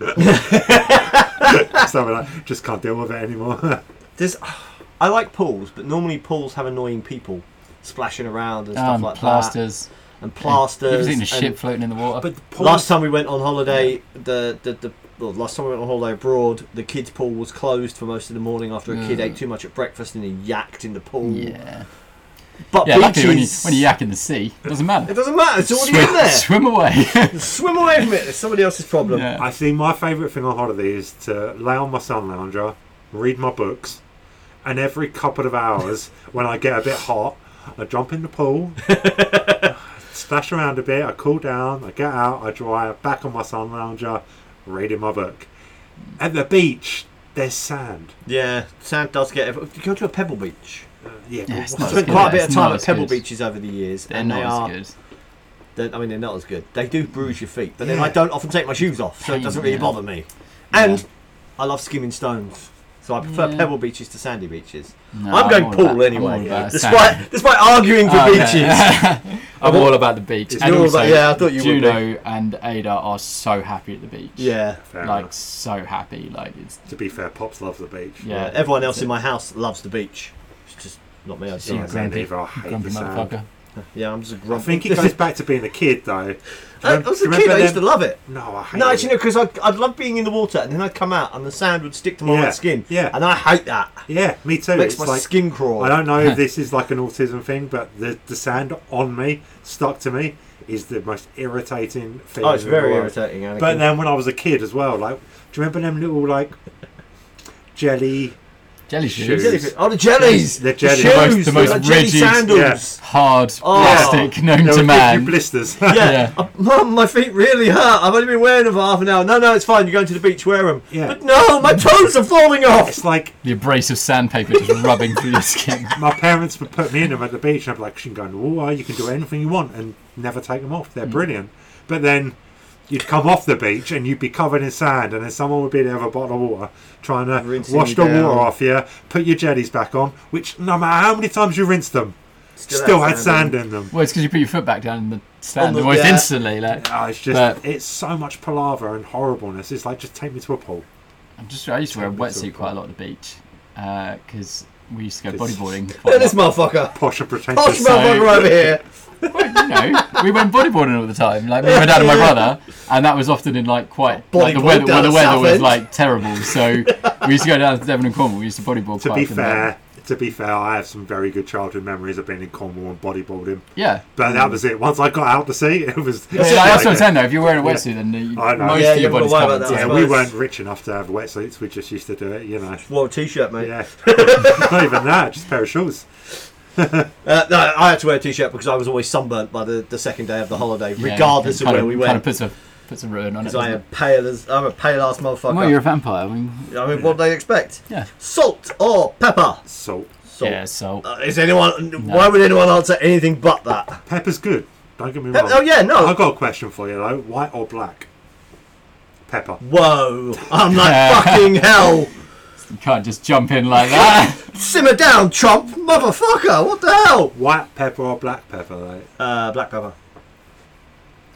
Speaker 2: so I'm like, just can't deal with it anymore. [LAUGHS]
Speaker 1: There's, [SIGHS] I like pools, but normally pools have annoying people splashing around and stuff
Speaker 3: Um,
Speaker 1: like
Speaker 3: plasters.
Speaker 1: that, and plasters.
Speaker 3: You ever seen the
Speaker 1: and-
Speaker 3: shit floating in the water?
Speaker 2: but the
Speaker 1: last time we went on holiday, the the, the well, last time we went on holiday abroad, the kids' pool was closed for most of the morning after a kid
Speaker 3: Yeah.
Speaker 1: ate too much at breakfast and he yacked in the pool.
Speaker 3: Mm. yeah.
Speaker 1: But
Speaker 3: Yeah,
Speaker 1: beaches,
Speaker 3: luckily when you, when you yak in the sea, it doesn't
Speaker 1: it
Speaker 3: matter.
Speaker 1: doesn't matter. It's already in
Speaker 3: Swim,
Speaker 1: there.
Speaker 3: swim away.
Speaker 1: [LAUGHS] Swim away from it. It's somebody else's problem.
Speaker 3: yeah.
Speaker 2: I see my favourite thing on holiday is to lay on my sun lounger, read my books, and every couple
Speaker 1: [LAUGHS]
Speaker 2: of hours when I get a bit hot, I jump in the pool, splash around a bit, I cool down, I get out, I dry, back on my sun lounger, reading my book. At the beach, there's sand.
Speaker 1: Yeah, sand does get. If you go to a pebble beach,
Speaker 2: Uh, yeah,
Speaker 3: Yeah, it's
Speaker 1: I
Speaker 3: not
Speaker 2: but what's
Speaker 3: as
Speaker 1: spent
Speaker 2: the-
Speaker 3: good.
Speaker 1: quite a
Speaker 3: It's
Speaker 1: bit of
Speaker 3: not
Speaker 1: time at
Speaker 3: as
Speaker 1: pebble
Speaker 3: good.
Speaker 1: beaches over the years,
Speaker 3: They're
Speaker 1: and they
Speaker 3: not
Speaker 1: are.
Speaker 3: as
Speaker 1: They're- I mean, they're not as good. They do bruise your feet, but then
Speaker 2: Yeah.
Speaker 1: I don't often take my shoes off, so it
Speaker 3: Pain,
Speaker 1: doesn't really
Speaker 3: yeah.
Speaker 1: bother me. And
Speaker 3: Yeah.
Speaker 1: I love skimming stones, so I prefer
Speaker 3: Yeah.
Speaker 1: pebble beaches to sandy beaches.
Speaker 3: good. No,
Speaker 1: I'm
Speaker 3: all
Speaker 1: going pool
Speaker 3: about- I'm
Speaker 1: anyway,
Speaker 3: all about
Speaker 1: despite
Speaker 3: sand.
Speaker 1: despite arguing for
Speaker 3: Oh, [LAUGHS]
Speaker 1: beaches.
Speaker 3: yeah. I'm
Speaker 1: Well,
Speaker 3: all about the beach.
Speaker 2: it's
Speaker 3: And
Speaker 1: all
Speaker 3: also,
Speaker 1: about- yeah, I thought you would
Speaker 3: Juno and Ada are so happy at the beach.
Speaker 1: Yeah.
Speaker 2: Fair
Speaker 3: like
Speaker 2: enough.
Speaker 3: so happy. Like it's
Speaker 2: To be fair, Pops loves the beach.
Speaker 3: Yeah.
Speaker 1: Everyone else
Speaker 3: that's
Speaker 1: in
Speaker 3: it.
Speaker 1: my house loves the beach. It's just not me. I just
Speaker 3: you
Speaker 2: Yeah,
Speaker 1: like
Speaker 2: sand
Speaker 3: grumpy-
Speaker 2: either. I hate
Speaker 3: grumpy
Speaker 2: the sand.
Speaker 3: motherfucker.
Speaker 1: it. Yeah, I'm just a
Speaker 2: I
Speaker 1: grumpy.
Speaker 2: think it goes back to being a kid, though. Do you
Speaker 1: I, I
Speaker 2: remember-
Speaker 1: was
Speaker 2: do
Speaker 1: a
Speaker 2: you
Speaker 1: kid. I
Speaker 2: remember
Speaker 1: used to
Speaker 2: them-
Speaker 1: love it.
Speaker 2: No, I hate
Speaker 1: No,
Speaker 2: it.
Speaker 1: actually, no, because I'd, I'd love being in the water, and then I'd come out, and the sand would stick to my
Speaker 2: Yeah,
Speaker 1: white skin.
Speaker 2: yeah.
Speaker 1: And I hate that.
Speaker 2: Yeah, me too.
Speaker 1: Makes
Speaker 2: it's
Speaker 1: my
Speaker 2: like
Speaker 1: skin crawl.
Speaker 2: I don't
Speaker 1: [LAUGHS]
Speaker 2: know if this is like an autism thing, but the the sand on me, stuck to me, is the most irritating thing.
Speaker 1: Oh, it's
Speaker 2: in the
Speaker 1: very
Speaker 2: world.
Speaker 1: irritating. Anakin.
Speaker 2: But then when I was a kid as well, like, do you remember them little like jelly?
Speaker 3: Jelly
Speaker 2: Shoes.
Speaker 3: shoes.
Speaker 1: Jellyfish. Oh, the jellies!
Speaker 2: The jellies.
Speaker 1: The
Speaker 2: The
Speaker 3: most-
Speaker 1: shoes!
Speaker 3: the most
Speaker 1: like jelly
Speaker 3: rigid-
Speaker 1: sandals!
Speaker 3: Hard
Speaker 1: Oh.
Speaker 2: [LAUGHS]
Speaker 3: plastic known
Speaker 2: They would
Speaker 3: to
Speaker 2: give
Speaker 3: man.
Speaker 2: you blisters.
Speaker 1: [LAUGHS] Yeah.
Speaker 3: Yeah.
Speaker 1: Uh, Mum, my feet really hurt. I've only been wearing them for half an hour. No, no, it's fine. You're going to the beach, wear them.
Speaker 2: Yeah.
Speaker 1: But no, my toes are falling off!
Speaker 2: it's like
Speaker 3: the abrasive sandpaper just rubbing through your
Speaker 2: [LAUGHS]
Speaker 3: skin.
Speaker 2: my parents would put me in them at the beach, and I'd be like, "You can go in the water. You can do anything you want, and never take them off. They're brilliant." But then. You'd come off the beach and you'd be covered in sand, and then someone would be there with a bottle of water trying to
Speaker 1: Rinsing
Speaker 2: wash
Speaker 1: you
Speaker 2: the
Speaker 1: down.
Speaker 2: water off you, put your jellies back on, which no matter how many times you rinse them, still, had sand in them.
Speaker 3: Well, it's because you put your foot back down in the sand
Speaker 1: the-
Speaker 3: almost
Speaker 1: yeah.
Speaker 3: instantly. Like
Speaker 2: Oh, it's just,
Speaker 3: But-
Speaker 2: it's so much palaver and horribleness. It's like, just take me to a pool.
Speaker 3: I'm just, I used to wear a
Speaker 2: Totally so
Speaker 3: wetsuit quite a lot at the beach because we used to go
Speaker 2: This-
Speaker 3: bodyboarding.
Speaker 2: [LAUGHS]
Speaker 1: Look
Speaker 3: Quite
Speaker 1: at
Speaker 3: a
Speaker 1: this
Speaker 3: lot.
Speaker 1: motherfucker!
Speaker 2: Posh and
Speaker 1: Posh
Speaker 2: pretentious.
Speaker 3: mouth.
Speaker 1: motherfucker over here!
Speaker 3: Well, you know, we went bodyboarding all the time. Like me, my dad, and my brother, and that was often in like quite like the
Speaker 1: Bodyboard
Speaker 3: weather.
Speaker 1: down
Speaker 3: Well, the
Speaker 1: at
Speaker 3: weather was
Speaker 1: Southend.
Speaker 3: like terrible, so we used to go down to Devon and Cornwall. We used to bodyboard.
Speaker 2: to
Speaker 3: quite
Speaker 2: be
Speaker 3: often there.
Speaker 2: fair, to be fair, I have some very good childhood memories of being in Cornwall and bodyboarding.
Speaker 3: yeah.
Speaker 2: But that was it. Once I got out to sea, it was.
Speaker 3: Yeah,
Speaker 2: it was
Speaker 3: like, that's
Speaker 2: like
Speaker 3: what I'm
Speaker 2: it.
Speaker 3: saying though. If you're wearing a wetsuit, then you,
Speaker 2: I know.
Speaker 3: most
Speaker 1: Yeah,
Speaker 3: of
Speaker 1: you haven't
Speaker 3: your
Speaker 1: got to
Speaker 3: body's
Speaker 1: worry
Speaker 3: covered.
Speaker 1: about that.
Speaker 2: Yeah,
Speaker 3: so-
Speaker 2: we
Speaker 1: Nice.
Speaker 2: weren't rich enough to have wetsuits. We just used to do it, you know.
Speaker 1: Well, t shirt, mate.
Speaker 2: Yeah. [LAUGHS] Not even that, just a pair of shoes.
Speaker 1: Uh, no, I had to wear a t-shirt because I was always sunburnt by the, the second day of the holiday,
Speaker 3: Yeah,
Speaker 1: regardless of
Speaker 3: kind
Speaker 1: where we
Speaker 3: Kind
Speaker 1: went.
Speaker 3: of puts a puts a ruin on it.
Speaker 1: Because I
Speaker 3: doesn't
Speaker 1: am pale as I'm a pale ass
Speaker 3: it?
Speaker 1: motherfucker.
Speaker 3: Well, you're a vampire. I mean,
Speaker 1: I mean, what do they expect?
Speaker 3: yeah.
Speaker 1: Salt or pepper?
Speaker 2: Salt.
Speaker 1: Salt.
Speaker 3: Yeah, so
Speaker 1: Uh, is anyone? Why would anyone answer anything but that?
Speaker 2: Pepper's good. Don't get me
Speaker 1: Pep-
Speaker 2: wrong.
Speaker 1: oh yeah, no.
Speaker 2: I've got a question for you, though. White or black? Pepper.
Speaker 1: Whoa! I'm like fucking hell. uh,
Speaker 3: you can't just jump in
Speaker 1: [LAUGHS]
Speaker 3: like that.
Speaker 1: Simmer down, Trump, motherfucker. What the hell?
Speaker 2: White pepper or black pepper, though?
Speaker 1: Uh, black pepper.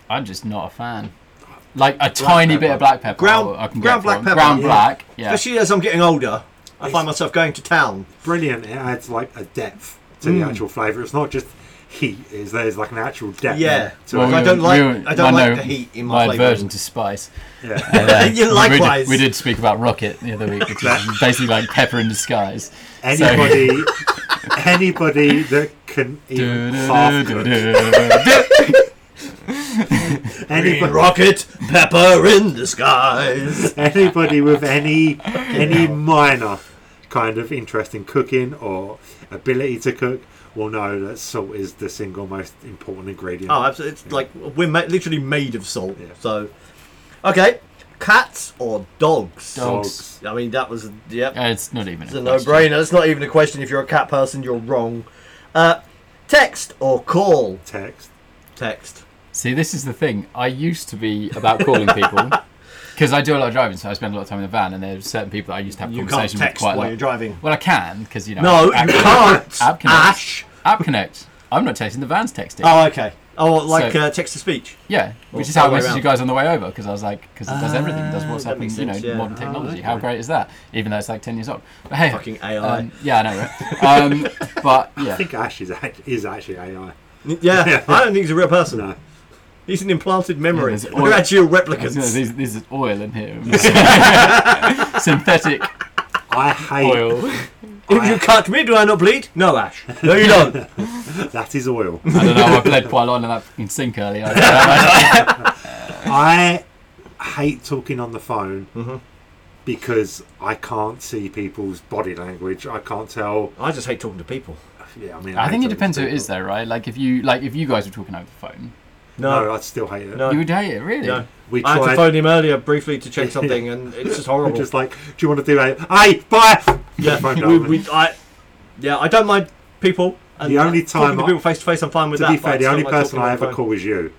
Speaker 3: I'm just not a fan. Like a tiny bit
Speaker 2: pepper.
Speaker 3: of black pepper.
Speaker 1: Ground-
Speaker 3: I can
Speaker 1: ground
Speaker 3: get
Speaker 1: black
Speaker 3: for.
Speaker 1: pepper,
Speaker 3: Ground
Speaker 1: yeah.
Speaker 3: black. Yeah.
Speaker 1: Especially as I'm getting older, I find myself going to town.
Speaker 2: brilliant. It adds like a depth to the actual flavour. It's not just heat. Is there's like an actual depth.
Speaker 1: Yeah.
Speaker 2: To
Speaker 1: Well,
Speaker 2: it.
Speaker 1: I don't like- I don't like
Speaker 3: no-
Speaker 1: the heat in my flavour.
Speaker 3: aversion to spice.
Speaker 2: yeah.
Speaker 3: Uh,
Speaker 1: [LAUGHS] Yeah,
Speaker 3: we did-
Speaker 1: likewise.
Speaker 3: We did, speak about rocket the other week, which is basically like pepper in
Speaker 1: [LAUGHS]
Speaker 3: disguise.
Speaker 2: Anybody, anybody that can even half cook,
Speaker 1: Green
Speaker 2: anybody,
Speaker 1: rocket, pepper in disguise.
Speaker 2: [LAUGHS] anybody with any any minor kind of interest in cooking or ability to cook will know that salt is the single most important ingredient.
Speaker 1: Oh, absolutely! It's like we're ma- literally made of salt.
Speaker 2: Yeah.
Speaker 1: So Okay, cats or dogs?
Speaker 3: Dogs.
Speaker 1: I mean, that was yep.
Speaker 3: Uh, [LAUGHS] it's not even.
Speaker 1: It's a no-brainer. It's not even a question. If you're a cat person, you're wrong. Uh, text or call?
Speaker 2: Text.
Speaker 1: Text.
Speaker 3: See, this is the thing. I used to be about
Speaker 1: [LAUGHS]
Speaker 3: calling people because I do a lot of driving, so I spend a lot of time in the van, and there's certain people that I used to have
Speaker 1: You can't
Speaker 3: conversations with
Speaker 1: text
Speaker 3: quite a
Speaker 1: while
Speaker 3: lot.
Speaker 1: you're driving.
Speaker 3: Well, I can because you know.
Speaker 1: No, you
Speaker 3: App- [LAUGHS]
Speaker 1: can't.
Speaker 3: App Connect.
Speaker 1: Ash.
Speaker 3: App Connect. I'm not texting. The van's texting.
Speaker 1: Oh, okay. Oh, like
Speaker 3: So-
Speaker 1: uh, text to speech.
Speaker 3: yeah,
Speaker 1: Well,
Speaker 3: which is
Speaker 1: other
Speaker 3: how I
Speaker 1: way
Speaker 3: messaged
Speaker 1: around.
Speaker 3: you guys on the way over because I was like, because it does everything, it does
Speaker 1: Ah,
Speaker 3: WhatsApp,
Speaker 1: that
Speaker 3: and
Speaker 1: makes
Speaker 3: you know,
Speaker 1: sense, yeah.
Speaker 3: modern
Speaker 1: Oh,
Speaker 3: technology.
Speaker 1: okay.
Speaker 3: How great is that? Even though it's like ten years old. But hey,
Speaker 1: Fucking AI.
Speaker 3: Um, [LAUGHS] yeah, I know. Right? um,
Speaker 1: [LAUGHS]
Speaker 3: but yeah,
Speaker 2: I think Ash is, act- is actually AI.
Speaker 1: N- Yeah,
Speaker 2: Yeah.
Speaker 1: I don't think he's a real person.
Speaker 2: No.
Speaker 1: He's an implanted memory.
Speaker 3: Yeah, there's
Speaker 1: They're
Speaker 3: oil-
Speaker 1: actual
Speaker 3: I was gonna
Speaker 1: replicants.
Speaker 3: say, there's, there's oil in
Speaker 1: [LAUGHS]
Speaker 3: here. [LAUGHS] Synthetic
Speaker 2: I hate
Speaker 3: oil.
Speaker 1: [LAUGHS] If you cut me, do I not bleed? No, Ash. No, you don't.
Speaker 2: that is oil.
Speaker 3: I don't know. I bled quite a lot in that fucking
Speaker 1: [LAUGHS]
Speaker 3: sink earlier. I don't know.
Speaker 2: I hate talking on the phone because I can't see people's body language. I can't tell.
Speaker 1: I just hate talking to people.
Speaker 2: Yeah, I mean,
Speaker 3: I think it
Speaker 2: hate talking to
Speaker 3: depends who it
Speaker 2: people.
Speaker 3: is, though, right? Like if you like if you guys were talking over the phone,
Speaker 1: No,
Speaker 2: No, I'd still hate it.
Speaker 1: No.
Speaker 3: you would hate it, really.
Speaker 1: no.
Speaker 2: We
Speaker 1: I had to
Speaker 2: tried-
Speaker 1: phone him earlier briefly to
Speaker 2: [LAUGHS]
Speaker 1: check something, and it's just horrible.
Speaker 2: Just like, do you want to do a hey bye?
Speaker 1: [LAUGHS] yeah,
Speaker 2: phone
Speaker 1: we,
Speaker 2: dial.
Speaker 1: we, I, yeah, I don't mind people. And
Speaker 2: The only
Speaker 1: talking
Speaker 2: time
Speaker 1: to
Speaker 2: I-
Speaker 1: people face to face, I'm fine with
Speaker 2: to
Speaker 1: that.
Speaker 2: be
Speaker 1: but I
Speaker 2: fair, the
Speaker 1: just
Speaker 2: only
Speaker 1: don't like
Speaker 2: person I
Speaker 1: talking
Speaker 2: ever
Speaker 1: on the
Speaker 2: call is you,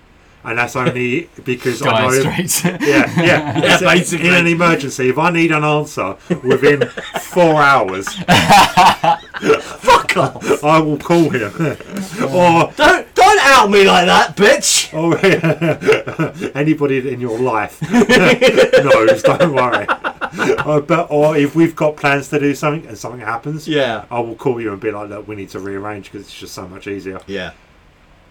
Speaker 2: and
Speaker 1: [LAUGHS]
Speaker 2: that's only because I
Speaker 3: Dire
Speaker 2: know.
Speaker 3: Straits.
Speaker 2: [LAUGHS] Yeah, yeah,
Speaker 1: Yeah,
Speaker 2: So
Speaker 1: basically.
Speaker 2: In an emergency, if I need an answer
Speaker 1: [LAUGHS]
Speaker 2: within four hours,
Speaker 1: phone. Fuck off!
Speaker 2: I will call him. [LAUGHS] or
Speaker 1: Don't don't out me like that, bitch.
Speaker 2: Oh, yeah. [LAUGHS] anybody in your life [LAUGHS] knows. Don't worry. Uh, but or if we've got plans to do something and something happens,
Speaker 1: Yeah.
Speaker 2: I will call you and be like, "Look, we need to rearrange because it's just so much easier."
Speaker 1: Yeah.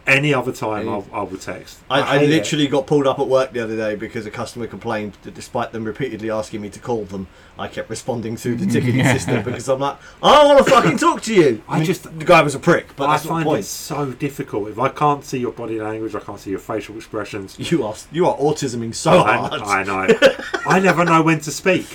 Speaker 2: Any other time, I, I will text.
Speaker 1: I, I
Speaker 2: hate it.
Speaker 1: literally got pulled up at work the other day because a customer complained that despite them repeatedly asking me to call them, I kept responding to
Speaker 2: Mm.
Speaker 1: the ticketing system because I'm like, I don't want to
Speaker 2: [LAUGHS]
Speaker 1: fucking talk to you.
Speaker 2: I just-
Speaker 1: the guy was a prick, but
Speaker 2: I
Speaker 1: that's not the
Speaker 2: find it
Speaker 1: point.
Speaker 2: so difficult if I can't see your body language, I can't see your facial expressions.
Speaker 1: [LAUGHS] You are you are autisming so [LAUGHS] hard.
Speaker 2: I, I know. I never know when to speak.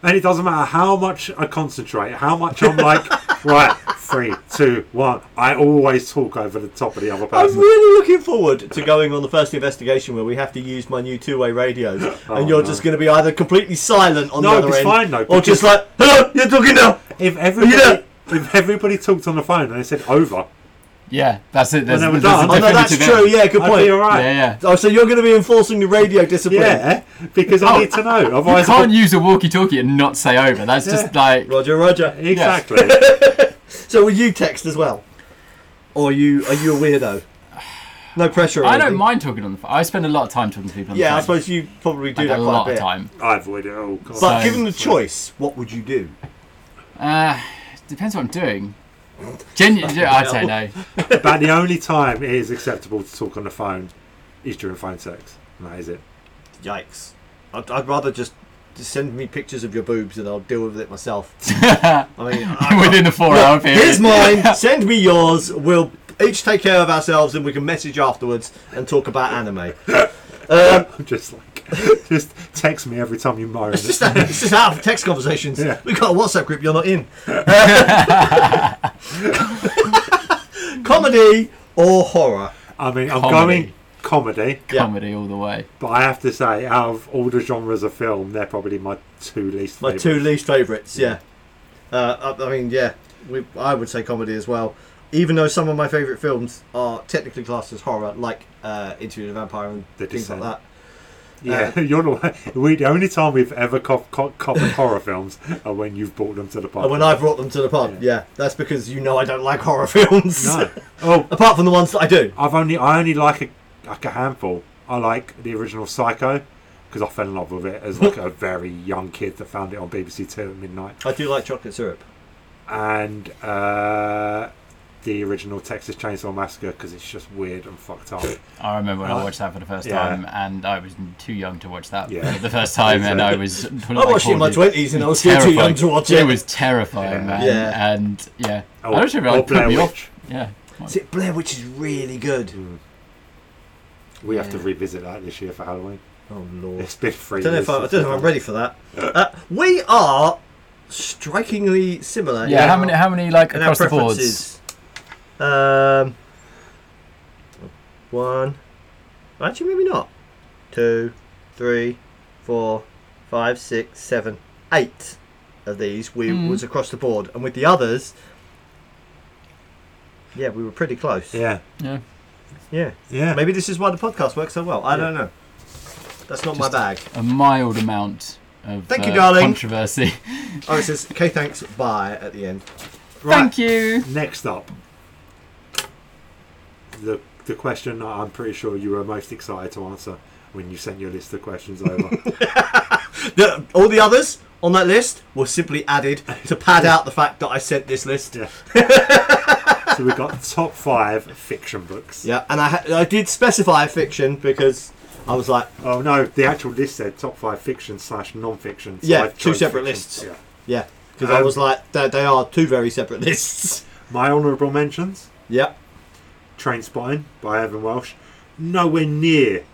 Speaker 2: And it doesn't matter how much I concentrate, how much I'm like, right, three, two, one. I always talk over the top of the other
Speaker 1: I'm
Speaker 2: person.
Speaker 1: really looking forward to going on the first investigation where we have to use my new two-way
Speaker 2: [LAUGHS]
Speaker 1: radios, and you're
Speaker 2: Oh, no.
Speaker 1: just going to be either completely silent on
Speaker 2: No,
Speaker 1: the other
Speaker 2: it's
Speaker 1: end,
Speaker 2: fine, though,
Speaker 1: or just
Speaker 2: because-
Speaker 1: like, "Hello, you're talking now."
Speaker 2: If everybody,
Speaker 1: Yeah.
Speaker 2: if everybody talked on the phone and they said over,
Speaker 3: [LAUGHS] Yeah, that's it. There's,
Speaker 2: they were
Speaker 3: there's a
Speaker 2: done.
Speaker 1: Oh no,
Speaker 3: difference
Speaker 1: that's
Speaker 3: between-
Speaker 1: true. Yeah, good
Speaker 2: I'd
Speaker 1: point.
Speaker 2: be all right.
Speaker 3: Yeah, yeah.
Speaker 1: Oh, so you're going to be enforcing the radio discipline?
Speaker 2: Yeah, because I need to know.
Speaker 3: You
Speaker 2: Otherwise,
Speaker 3: can't use a walkie-talkie and not say over. That's just like
Speaker 1: Roger, Roger.
Speaker 2: exactly.
Speaker 1: So will you text as well, or are you are you a weirdo? No pressure. or
Speaker 3: I don't
Speaker 1: anything.
Speaker 3: mind talking on the phone. I spend a lot of time talking to people. On
Speaker 1: Yeah, I
Speaker 3: the phone.
Speaker 1: suppose you probably do
Speaker 3: like,
Speaker 1: that
Speaker 3: a
Speaker 1: quite
Speaker 3: lot
Speaker 1: a bit.
Speaker 3: of time.
Speaker 2: I avoid it. Oh god.
Speaker 1: But
Speaker 3: So-
Speaker 1: given the choice, what would you do?
Speaker 3: Uh, depends what I'm doing.
Speaker 1: [LAUGHS]
Speaker 3: Genuinely, I don't know.
Speaker 2: About the only time it is acceptable to talk on the phone is during phone sex. And that is it. [LAUGHS]
Speaker 1: Yikes! I'd, I'd rather just, just send me pictures of your boobs and I'll deal with it
Speaker 3: [LAUGHS]
Speaker 1: myself. I mean, I-
Speaker 3: Within the four-hour period.
Speaker 1: here's
Speaker 3: [LAUGHS]
Speaker 1: mine. Send me yours. We'll each take care of ourselves and we can message afterwards and talk about anime.
Speaker 2: I'm just like, [LAUGHS] just text me every time you moan.
Speaker 1: It's just, it's just out of text conversations.
Speaker 2: Yeah.
Speaker 1: We've got a WhatsApp group you're not
Speaker 2: [LAUGHS]
Speaker 1: in. Comedy or horror?
Speaker 2: I mean, I'm
Speaker 3: Comedy.
Speaker 2: going comedy,
Speaker 1: Yeah.
Speaker 3: comedy all the way.
Speaker 2: but I have to say, out of all the genres of film, they're probably my two least.
Speaker 1: My
Speaker 2: favourites.
Speaker 1: two least favourites, yeah. Uh, I, I mean, yeah, we, I would say comedy as well. Even though some of my favourite films are technically classed as horror, like uh, Interview with a Vampire and
Speaker 2: The
Speaker 1: things like
Speaker 2: Descent.
Speaker 1: that.
Speaker 2: Yeah, [LAUGHS] you're the one- we. The only time we've ever co- co- covered horror films are when you've brought them to the podcast.
Speaker 1: And Oh, when I brought them to the pod, yeah, that's because you know I don't like horror [LAUGHS] films.
Speaker 2: no, oh,
Speaker 1: Apart from the ones that I do.
Speaker 2: I've only I only like a like a handful. I like the original Psycho because I fell in love with it as like a very young kid that found it on BBC Two at midnight,
Speaker 1: I do like chocolate syrup.
Speaker 2: and uh, the original Texas Chainsaw Massacre because it's just weird and fucked up.
Speaker 3: I remember when
Speaker 2: Uh,
Speaker 3: I watched that for the first
Speaker 2: yeah.
Speaker 3: time, and I was too young to watch that
Speaker 2: Yeah.
Speaker 3: for the first time, and I was.
Speaker 1: I watched it in my 20s and I was still too young to watch it.
Speaker 3: It was terrifying,
Speaker 2: Yeah.
Speaker 3: man.
Speaker 1: Yeah.
Speaker 3: And yeah,
Speaker 2: Oh,
Speaker 3: I don't remember.
Speaker 2: or
Speaker 3: Like, put
Speaker 2: Blair
Speaker 3: me off.
Speaker 2: Witch.
Speaker 3: Yeah.
Speaker 1: See, Blair Witch is really good.
Speaker 2: We have to
Speaker 3: Yeah.
Speaker 2: revisit that this year for Halloween.
Speaker 1: Oh lord!
Speaker 2: It's been three
Speaker 1: I don't know
Speaker 2: years.
Speaker 1: if I, I
Speaker 2: since
Speaker 1: don't know
Speaker 2: we've
Speaker 1: if I'm
Speaker 2: done
Speaker 1: ready for that. Uh, we are strikingly similar.
Speaker 3: Yeah.
Speaker 1: in
Speaker 3: How
Speaker 1: our-
Speaker 3: many? How many? Like
Speaker 1: in Uh, our
Speaker 3: across the boards.
Speaker 1: preferences. Um, one. Actually, maybe not. Two, three, four, five, six, seven, eight of these we
Speaker 3: Hmm.
Speaker 1: was across the board, and with the others, yeah, we were pretty close.
Speaker 2: Yeah.
Speaker 3: Yeah.
Speaker 1: yeah.
Speaker 2: Yeah.
Speaker 1: Maybe this is why the podcast works so well. I don't know. That's not my
Speaker 3: Just-
Speaker 1: bag.
Speaker 3: A mild amount of uh,
Speaker 1: Thank you, darling.
Speaker 3: controversy.
Speaker 1: Oh, it says "Okay, thanks, bye" at the end.
Speaker 2: Right.
Speaker 3: Thank you.
Speaker 2: Next up, the the question I'm pretty sure you were most excited to answer when you sent your list of questions
Speaker 1: [LAUGHS]
Speaker 2: over.
Speaker 1: The, all the others on that list were simply added to pad out the fact that I sent this list.
Speaker 2: Yeah. so we've got top five fiction books.
Speaker 1: Yeah, and I ha- I did specify fiction because I was like,
Speaker 2: Oh no, the actual list said top five fiction slash non-fiction. so
Speaker 1: Yeah,
Speaker 2: I
Speaker 1: two
Speaker 2: chose
Speaker 1: separate
Speaker 2: fiction.
Speaker 1: lists.
Speaker 2: Yeah.
Speaker 1: yeah, because I
Speaker 2: Um,
Speaker 1: was like, they, they are two very separate [LAUGHS] lists.
Speaker 2: My honourable mentions:
Speaker 1: Yeah,
Speaker 2: Train Spine by Irvin Welsh. Nowhere near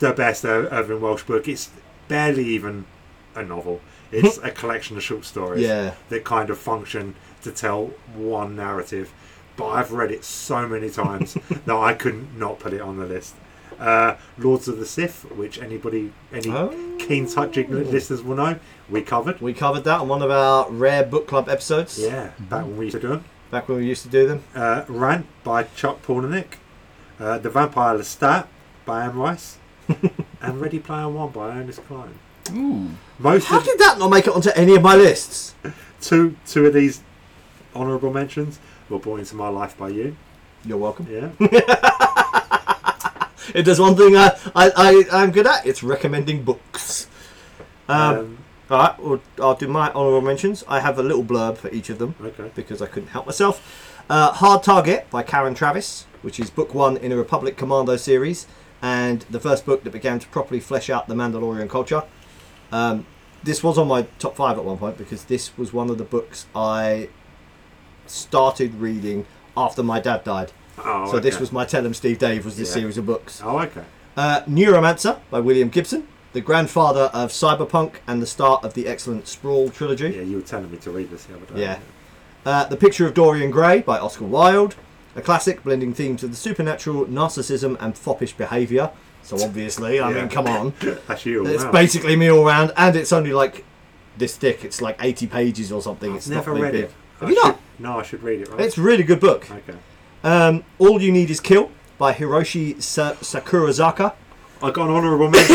Speaker 2: the best Ir- Irvin Welsh book. It's barely even a novel.
Speaker 1: [LAUGHS]
Speaker 2: It's a collection of short stories
Speaker 1: Yeah.
Speaker 2: that kind of function to tell one narrative. But I've read it so
Speaker 1: [LAUGHS]
Speaker 2: many times that I couldn't not put it on the list. Uh, Lords of the Sith, which anybody, any
Speaker 1: Oh.
Speaker 2: keen touching listeners will know, we covered.
Speaker 1: we covered that on one of our rare book club episodes.
Speaker 2: Yeah, back
Speaker 1: Mm-hmm.
Speaker 2: when we used to do them.
Speaker 1: back when we used to do them.
Speaker 2: Uh, Rant by Chuck Palahniuk, uh, The Vampire Lestat by
Speaker 1: [LAUGHS]
Speaker 2: Anne Rice, and Ready Player One by Ernest Cline.
Speaker 3: Ooh.
Speaker 2: Most
Speaker 1: How
Speaker 2: of
Speaker 1: did that not make it onto any of my lists?
Speaker 2: two two of these honourable mentions were brought into my life by you.
Speaker 1: You're welcome.
Speaker 2: Yeah,
Speaker 1: If there's one thing I, I, I, I'm good at, it's recommending books. [LAUGHS] Um,
Speaker 2: um,
Speaker 1: all right, well, I'll do my honourable mentions. I have a little blurb for each of them
Speaker 2: okay.
Speaker 1: because I couldn't help myself. Uh, Hard Target by Karen Travis, which is book one in a Republic Commando series and the first book that began to properly flesh out the Mandalorian culture. Um, this was on my top five at one point because this was one of the books I started reading after my dad died.
Speaker 2: Oh,
Speaker 1: so this
Speaker 2: okay.
Speaker 1: was my Tell 'em Steve Dave was this
Speaker 2: Yeah.
Speaker 1: series of books.
Speaker 2: Oh, okay.
Speaker 1: Uh, Neuromancer by William Gibson, the grandfather of cyberpunk and the start of the excellent Sprawl trilogy.
Speaker 2: Yeah, you were telling me to read this the other day.
Speaker 1: Yeah. Uh, the Picture of Dorian Gray by Oscar Wilde, a classic blending themes of the supernatural, narcissism, and foppish behaviour. So obviously, I
Speaker 2: Yeah.
Speaker 1: mean, come on,
Speaker 2: That's you.
Speaker 1: it's
Speaker 2: [LAUGHS] wow.
Speaker 1: basically me all round, and it's only like this thick. It's like eighty pages or something. it's
Speaker 2: I've never
Speaker 1: not really
Speaker 2: read
Speaker 1: big.
Speaker 2: it.
Speaker 1: Have
Speaker 2: I
Speaker 1: you
Speaker 2: should-
Speaker 1: not?
Speaker 2: No, I should read it. Right?
Speaker 1: It's a really good book.
Speaker 2: okay.
Speaker 1: Um, all you need is kill by Hiroshi Sa- Sakurazaka.
Speaker 2: I got an honourable mention.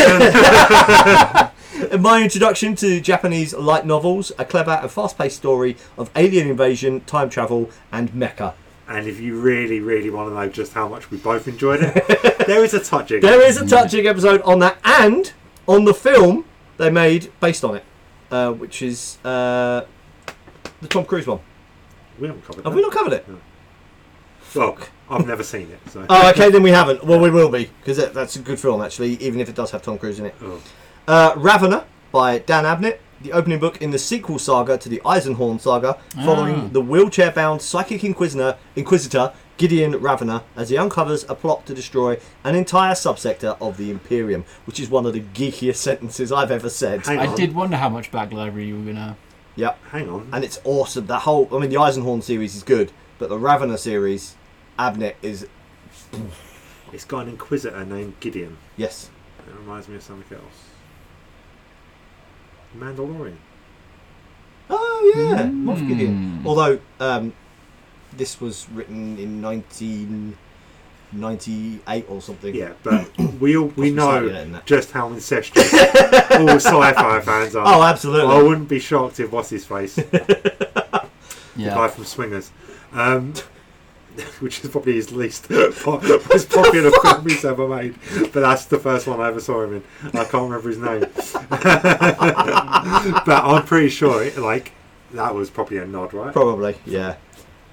Speaker 1: In my introduction to Japanese light novels, a clever and fast-paced story of alien invasion, time travel, and mecha.
Speaker 2: And if you really, really want to know just how much we both enjoyed
Speaker 1: [LAUGHS]
Speaker 2: it, there is a touching.
Speaker 1: There is a touching episode on that, and on the film they made based on it, uh, which is uh, the Tom Cruise one.
Speaker 2: We haven't covered
Speaker 1: Have
Speaker 2: that.
Speaker 1: we not covered it?
Speaker 2: Well, I've never seen it, so.
Speaker 1: [LAUGHS] Oh, okay, then we haven't. Well, we will be because that's a good film actually, even if it does have Tom Cruise in it.
Speaker 2: Oh.
Speaker 1: Uh, Ravener by Dan Abnett, the opening book in the sequel saga to the Eisenhorn saga, following
Speaker 3: Ah.
Speaker 1: the wheelchair-bound psychic inquisitor, inquisitor Gideon Ravener as he uncovers a plot to destroy an entire subsector of the Imperium, which is one of the geekiest [LAUGHS] sentences I've ever said.
Speaker 2: Hang
Speaker 3: I
Speaker 2: on.
Speaker 3: did wonder how much back library you were gonna.
Speaker 1: Yep,
Speaker 2: Hang on.
Speaker 1: and it's awesome. The whole, I mean, the Eisenhorn series is good, but the Ravener series, Abnett is
Speaker 2: It's got an inquisitor named Gideon.
Speaker 1: yes.
Speaker 2: It reminds me of something else. Mandalorian.
Speaker 1: Oh yeah, Moff Gideon.
Speaker 3: Mm.
Speaker 1: Although um, this was written in 1998 or something.
Speaker 2: Yeah, but
Speaker 1: [COUGHS]
Speaker 2: we all, we
Speaker 1: Must be slightly
Speaker 2: know
Speaker 1: later than that.
Speaker 2: just how incestuous all sci-fi fans
Speaker 1: [LAUGHS]
Speaker 2: are.
Speaker 1: Oh, absolutely.
Speaker 2: I wouldn't be shocked if what's his face, the guy
Speaker 3: Yeah.
Speaker 2: from Swingers, um, [LAUGHS] which is probably his least [LAUGHS] po-
Speaker 1: [LAUGHS]
Speaker 2: most popular film he's ever made. But that's the first one I ever saw him in. I can't remember his name, [LAUGHS] but I'm pretty sure it, like that was probably a nod, right?
Speaker 1: Probably, yeah.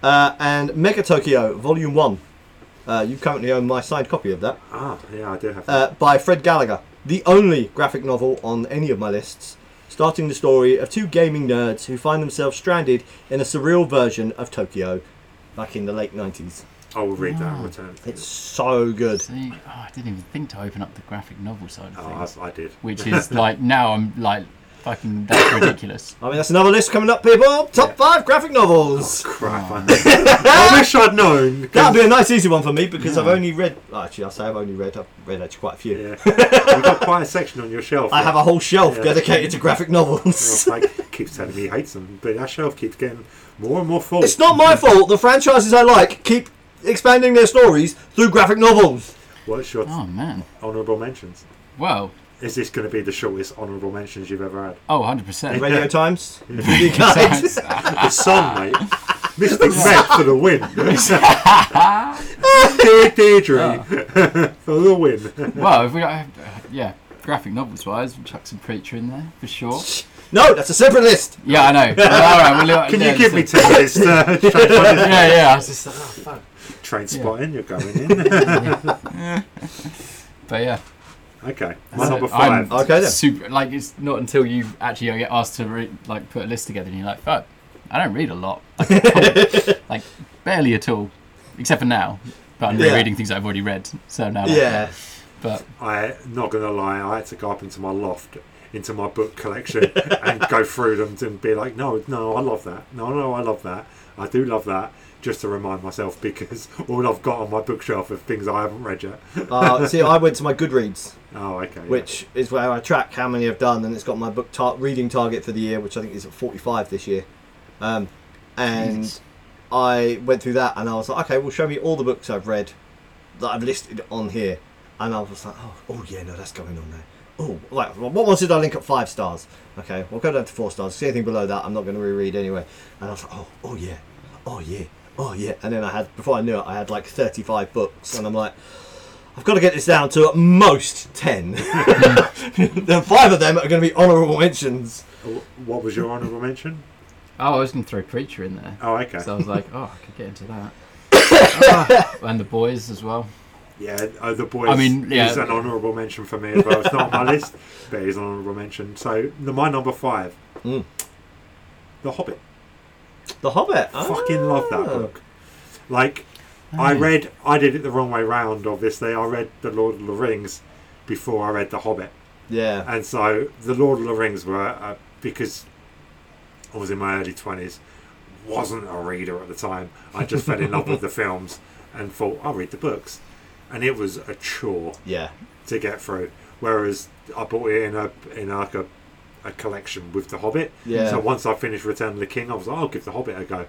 Speaker 1: Uh, and Mega Tokyo Volume One. Uh, you currently own my signed copy of that
Speaker 2: ah, yeah, I do have.
Speaker 1: uh, by Fred Gallagher. The only graphic novel on any of my lists, starting the story of two gaming nerds who find themselves stranded in a surreal version of Tokyo, back in the late 90s.
Speaker 2: I will read that
Speaker 3: Ah.
Speaker 2: and return it. to you.
Speaker 1: It's so good.
Speaker 3: See, oh, I didn't even think to open up the graphic novel side of
Speaker 2: Oh,
Speaker 1: [LAUGHS]
Speaker 3: things,
Speaker 2: I, I did.
Speaker 3: which is like now I'm like Fucking, that's ridiculous.
Speaker 1: I mean, that's another list coming up, people. Top five graphic novels.
Speaker 2: Crap,
Speaker 1: Oh.
Speaker 2: I, know. [LAUGHS] I wish I'd known.
Speaker 1: [LAUGHS]
Speaker 2: 'cause-
Speaker 1: That'll be a nice easy one for me because I've only read. well, Actually, I say I've only read. I've read actually quite a few.
Speaker 2: yeah. You've got quite a section on your shelf.
Speaker 1: I
Speaker 2: [LAUGHS]
Speaker 1: have a whole shelf
Speaker 2: Yeah.
Speaker 1: dedicated to graphic novels.
Speaker 2: Mike keeps telling me he hates them, but that shelf keeps getting more and more full.
Speaker 1: [LAUGHS] It's not my fault. The franchises I like keep expanding their stories through graphic novels.
Speaker 2: What's your
Speaker 3: Oh man.
Speaker 2: honourable mentions?
Speaker 3: Well.
Speaker 2: Is this going to be the shortest honourable mentions you've ever had?
Speaker 3: Oh, 100 percent.
Speaker 1: Radio
Speaker 2: [LAUGHS]
Speaker 1: Times. DVD guides.
Speaker 2: The song, mate. Mystic Red for the
Speaker 3: [LAUGHS]
Speaker 2: win. Dear
Speaker 3: Oh.
Speaker 2: Deirdre for the win.
Speaker 3: Well, if we don't have, uh, yeah, graphic novels wise, we'll chuck some creature in there for sure.
Speaker 1: no, that's a separate list.
Speaker 3: Yeah, I know.
Speaker 2: [LAUGHS]
Speaker 3: Well, all right, we'll, leave-
Speaker 2: Can
Speaker 3: yeah,
Speaker 2: you give me
Speaker 3: listen. [LAUGHS]
Speaker 2: ten minutes? Uh, train,
Speaker 3: yeah, yeah. I was just like, oh, fuck.
Speaker 2: train spotting. You're going in. [LAUGHS]
Speaker 3: But yeah,
Speaker 2: Okay. My
Speaker 3: So
Speaker 2: number
Speaker 3: I'm-
Speaker 2: 5
Speaker 1: Okay then.
Speaker 3: super. Like it's not until you actually get asked to re- like put a list together, and you're like, fuck, I don't read a lot, [LAUGHS] like, like barely at all, except for now. But I'm
Speaker 1: Yeah.
Speaker 3: rereading things I've already read, so now. like,
Speaker 1: Yeah.
Speaker 3: But
Speaker 2: I not gonna lie, I had to go up into my loft, into my
Speaker 3: [LAUGHS]
Speaker 2: book collection, and go through them and be like, no, no, I love that. No, no, I love that. I do love that. Just to remind myself, because [LAUGHS] all I've got on my bookshelf are things I haven't read yet.
Speaker 1: Uh, see, I went to my Goodreads,
Speaker 2: Oh, okay. yeah.
Speaker 1: which is where I track how many I've done, and it's got my book tar- reading target for the year, which I think is at 45 this year. Um, and
Speaker 3: Jesus.
Speaker 1: I went through that, and I was like, okay, well, show me all the books I've read that I've listed on here. And I was like, oh, oh yeah, no, that's going on there. Oh, right. well, What ones did I link at five stars? Okay, we'll go down to four stars. See anything below that, I'm not going to reread anyway. And I was like, oh, oh yeah, oh yeah, oh yeah. And then I had, before I knew it, I had like 35 books, and I'm like, I've got to get this down to at most [LAUGHS] 10. then five of them are going to be honourable mentions.
Speaker 2: Wh- What was your honourable mention?
Speaker 3: oh, I was gonna throw creature in there,
Speaker 2: Oh, okay.
Speaker 3: so I was like, oh, I could get into that.
Speaker 2: [LAUGHS]
Speaker 3: Ah, and the boys as well.
Speaker 2: Yeah, uh, the boys.
Speaker 3: I mean, yeah.
Speaker 2: is an honourable mention for me as well. It's not on my list, but it is an honourable mention. So, the, my number five,
Speaker 3: Hmm.
Speaker 1: Mm.
Speaker 2: The Hobbit.
Speaker 1: The Hobbit.
Speaker 2: fucking love that
Speaker 1: Ah.
Speaker 2: book. Like, I
Speaker 3: Mm.
Speaker 2: read, I did it the wrong way round, obviously. I read The Lord of the Rings before I read The Hobbit.
Speaker 1: Yeah.
Speaker 2: And so, The Lord of the Rings were, uh, because I was in my early 20s, wasn't a reader at the time. I just fell in love
Speaker 1: [LAUGHS]
Speaker 2: with the films and thought, I'll read the books. And it was a chore
Speaker 1: Yeah.
Speaker 2: to get through. Whereas I bought it in a in like a, a collection with The Hobbit.
Speaker 1: Yeah.
Speaker 2: So once I finished Return of the King, I was like, I'll give The Hobbit
Speaker 1: [LAUGHS]
Speaker 2: a go.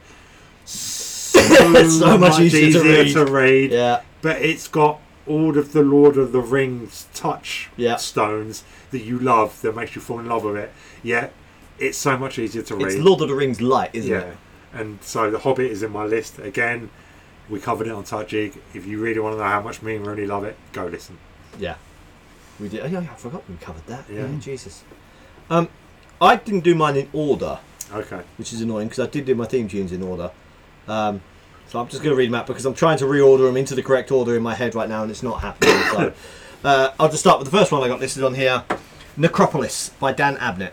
Speaker 2: So,
Speaker 1: So much easier to read.
Speaker 2: read.
Speaker 1: Yeah.
Speaker 2: But it's got all of the Lord of the Rings touch
Speaker 1: Yeah.
Speaker 2: stones that you love that makes you fall in love with it. Yet it's so much easier to read.
Speaker 1: It's Lord of the Rings light, isn't
Speaker 2: yeah.
Speaker 1: it?
Speaker 2: And so The Hobbit is in my list again. We covered it on Touchig. If you really want to know how much me and really love it, go listen.
Speaker 1: Yeah. We did. Oh, yeah, I forgot we covered that. Yeah.
Speaker 2: Yeah.
Speaker 1: Jesus. Um, I didn't do mine in order,
Speaker 2: Okay.
Speaker 1: which is annoying because I did do my theme tunes in order. Um, so I'm just going to read them out because I'm trying to reorder them into the correct order in my head right now, and it's not happening. so uh, I'll just start with the first one I got listed on here: Necropolis by Dan Abnett,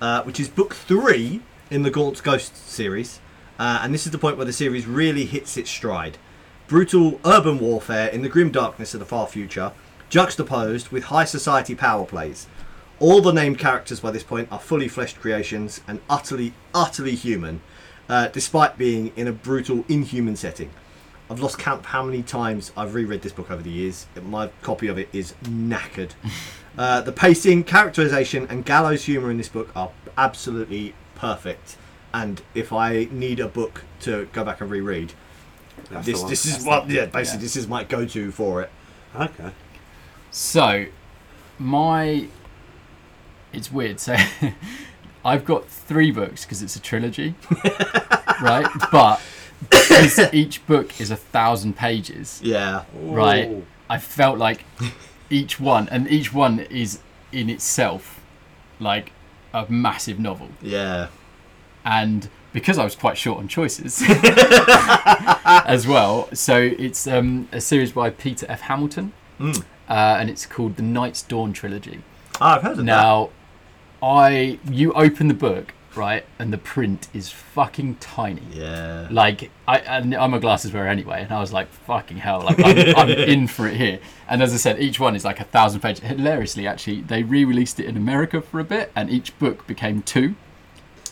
Speaker 1: uh, which is book three in the Gaunt Ghost series, uh, and this is the point where the series really hits its stride. Brutal urban warfare in the grim darkness of the far future, juxtaposed with high society power plays. All the named characters by this point are fully fleshed creations and utterly, utterly human, uh, despite being in a brutal, inhuman setting. I've lost count of how many times I've reread this book over the years. My copy of it is knackered. uh, the pacing, characterization, and gallows humor in this book are absolutely perfect. And if I need a book to go back and reread,
Speaker 2: That's the
Speaker 1: this
Speaker 2: one.
Speaker 1: this is
Speaker 3: That's
Speaker 1: what
Speaker 3: the-
Speaker 1: yeah basically
Speaker 3: yeah.
Speaker 1: this is my go-to for it.
Speaker 2: Okay.
Speaker 3: So, my. It's weird. So, [LAUGHS] I've got three books because it's a trilogy, right? But because each book is a thousand pages,
Speaker 1: Yeah,
Speaker 3: right?
Speaker 2: Ooh.
Speaker 3: I felt like each one, and each one is in itself like a massive novel.
Speaker 1: yeah,
Speaker 3: And because I was quite short on choices as well, so it's um, a series by Peter F. Hamilton, uh, and it's called the Night's Dawn trilogy.
Speaker 1: Ah, I've heard of
Speaker 3: Now, I you open the book right? And the print is fucking tiny.
Speaker 1: Yeah.
Speaker 3: Like I, and I'm a glasses wearer anyway, and I was like, "Fucking hell!" Like I'm, I'm in for it here. And as I said, each one is like a thousand pages. Hilariously, actually, they re-released it in America for a bit, and each book became two.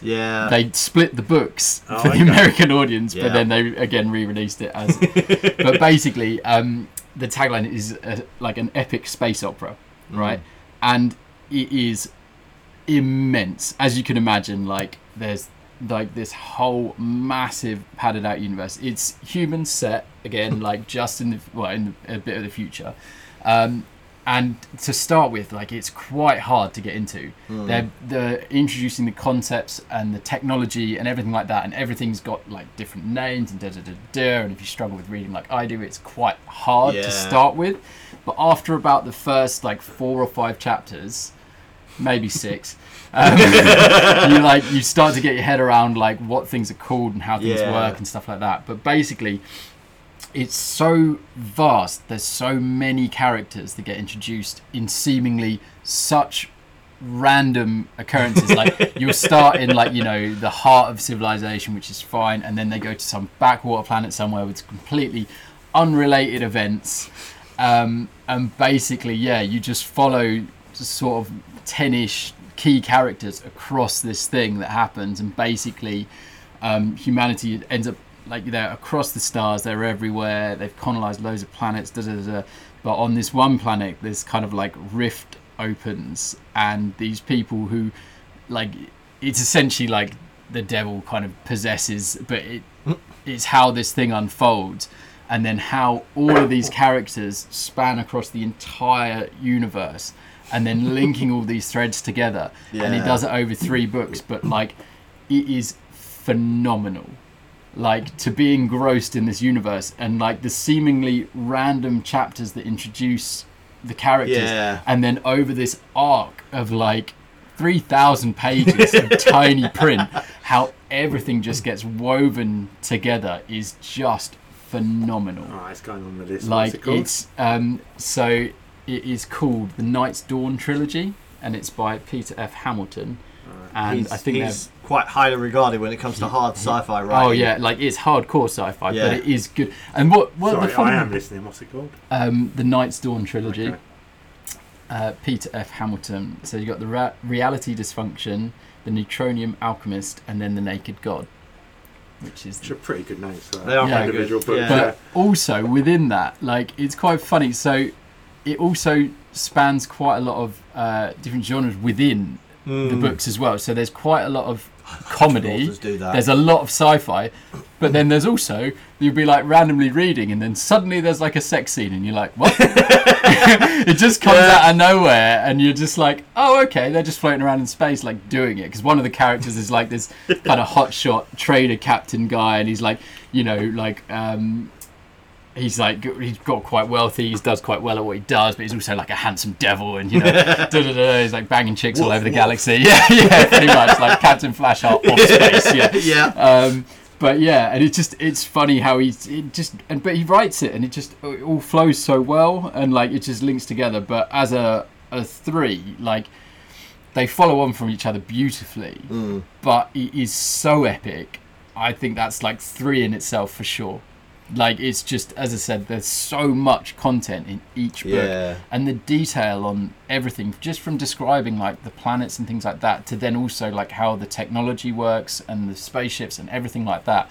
Speaker 1: Yeah.
Speaker 3: They split the books
Speaker 2: Uh, Oh,
Speaker 3: for the
Speaker 2: okay.
Speaker 3: American audience,
Speaker 1: Yeah.
Speaker 3: but then they again re-released it as. but basically, um, the tagline is uh like an epic space opera,
Speaker 2: Mm-hmm.
Speaker 3: right? And it is immense, as you can imagine. Like there's like this whole massive padded out universe. It's human set again, [LAUGHS] like just in the well, in the, a bit of the future. Um, and to start with, like it's quite hard to get into. They're, they're introducing the concepts and the technology and everything like that, and everything's got like different names and da da da da. And if you struggle with reading like I do, it's quite hard
Speaker 1: Yeah.
Speaker 3: to start with. But after about the first like four or five chapters, maybe six, um, you like you start to get your head around like what things are called and how things
Speaker 1: Yeah.
Speaker 3: work and stuff like that. But basically, it's so vast. There's so many characters that get introduced in seemingly such random occurrences. like you'll start in like you know the heart of civilization, which is fine, and then they go to some backwater planet somewhere with completely unrelated events. Um, and basically, yeah, you just follow sort of ten-ish key characters across this thing that happens, and basically um, humanity ends up like they're across the stars, they're everywhere, they've colonized loads of planets, da da da. da. But on this one planet, this kind of like rift opens, and these people who, like, it's essentially like the devil kind of possesses, but it it's how this thing unfolds, and then how all of these characters span across the entire universe, and then linking all these threads together, and he
Speaker 1: Yeah.
Speaker 3: does it over three books, but like it is phenomenal. Like to be engrossed in this universe and like the seemingly random chapters that introduce the characters,
Speaker 1: Yeah.
Speaker 3: and then over this arc of like 3,000 pages
Speaker 2: [LAUGHS]
Speaker 3: of tiny print, how everything just gets woven together is just phenomenal
Speaker 2: Oh, it's going on the list. What's
Speaker 3: like
Speaker 2: it called?
Speaker 3: it's um so it is called the Night's Dawn trilogy and it's by Peter F Hamilton and
Speaker 1: he's,
Speaker 3: I think
Speaker 1: he's
Speaker 3: they're-
Speaker 1: quite highly regarded when it comes to hard sci-fi writing.
Speaker 3: oh yeah like it's hardcore sci-fi
Speaker 1: Yeah.
Speaker 3: but it is good and what what
Speaker 2: Sorry,
Speaker 3: the fun
Speaker 2: I am listening. What's it called?
Speaker 3: um the Night's Dawn trilogy
Speaker 2: Okay.
Speaker 3: uh, Peter F Hamilton so you got the ra- reality dysfunction the neutronium alchemist and then the naked god which is
Speaker 2: Which are pretty good names. So
Speaker 1: They are
Speaker 3: Yeah.
Speaker 1: pretty
Speaker 2: individual
Speaker 1: good.
Speaker 2: books.
Speaker 1: Yeah.
Speaker 2: Yeah.
Speaker 3: but also within that, like it's quite funny. So it also spans quite a lot of uh, different genres within the books as well. So there's quite a lot of comedy.
Speaker 1: Authors do that.
Speaker 3: There's a lot of sci-fi, but then there's also you'll be like randomly reading, and then suddenly there's like a sex scene, and you're like, what? it just comes out of nowhere, and you're just like, oh, okay, they're just floating around in space, like doing it. Because one of the characters is like this kind of hotshot trader captain guy, and he's like, you know, like um, he's like g- he's got quite wealthy, he does quite well at what he does, but he's also like a handsome devil, and you know, [LAUGHS] da da da, he's like banging chicks all
Speaker 1: Woof,
Speaker 3: over the
Speaker 1: woof.
Speaker 3: galaxy. [LAUGHS] Yeah, yeah, pretty much like Captain Flash off, off space. [LAUGHS] Yeah,
Speaker 1: Yeah.
Speaker 3: um, but yeah, and it's just it's funny how he it just and but he writes it and it just it all flows so well and like it just links together. But as a a three, like they follow on from each other beautifully. But it is so epic. I think that's like three in itself for sure. Like it's just as I said, there's so much content in each book
Speaker 1: Yeah.
Speaker 3: and the detail on everything just from describing like the planets and things like that to then also like how the technology works and the spaceships and everything like that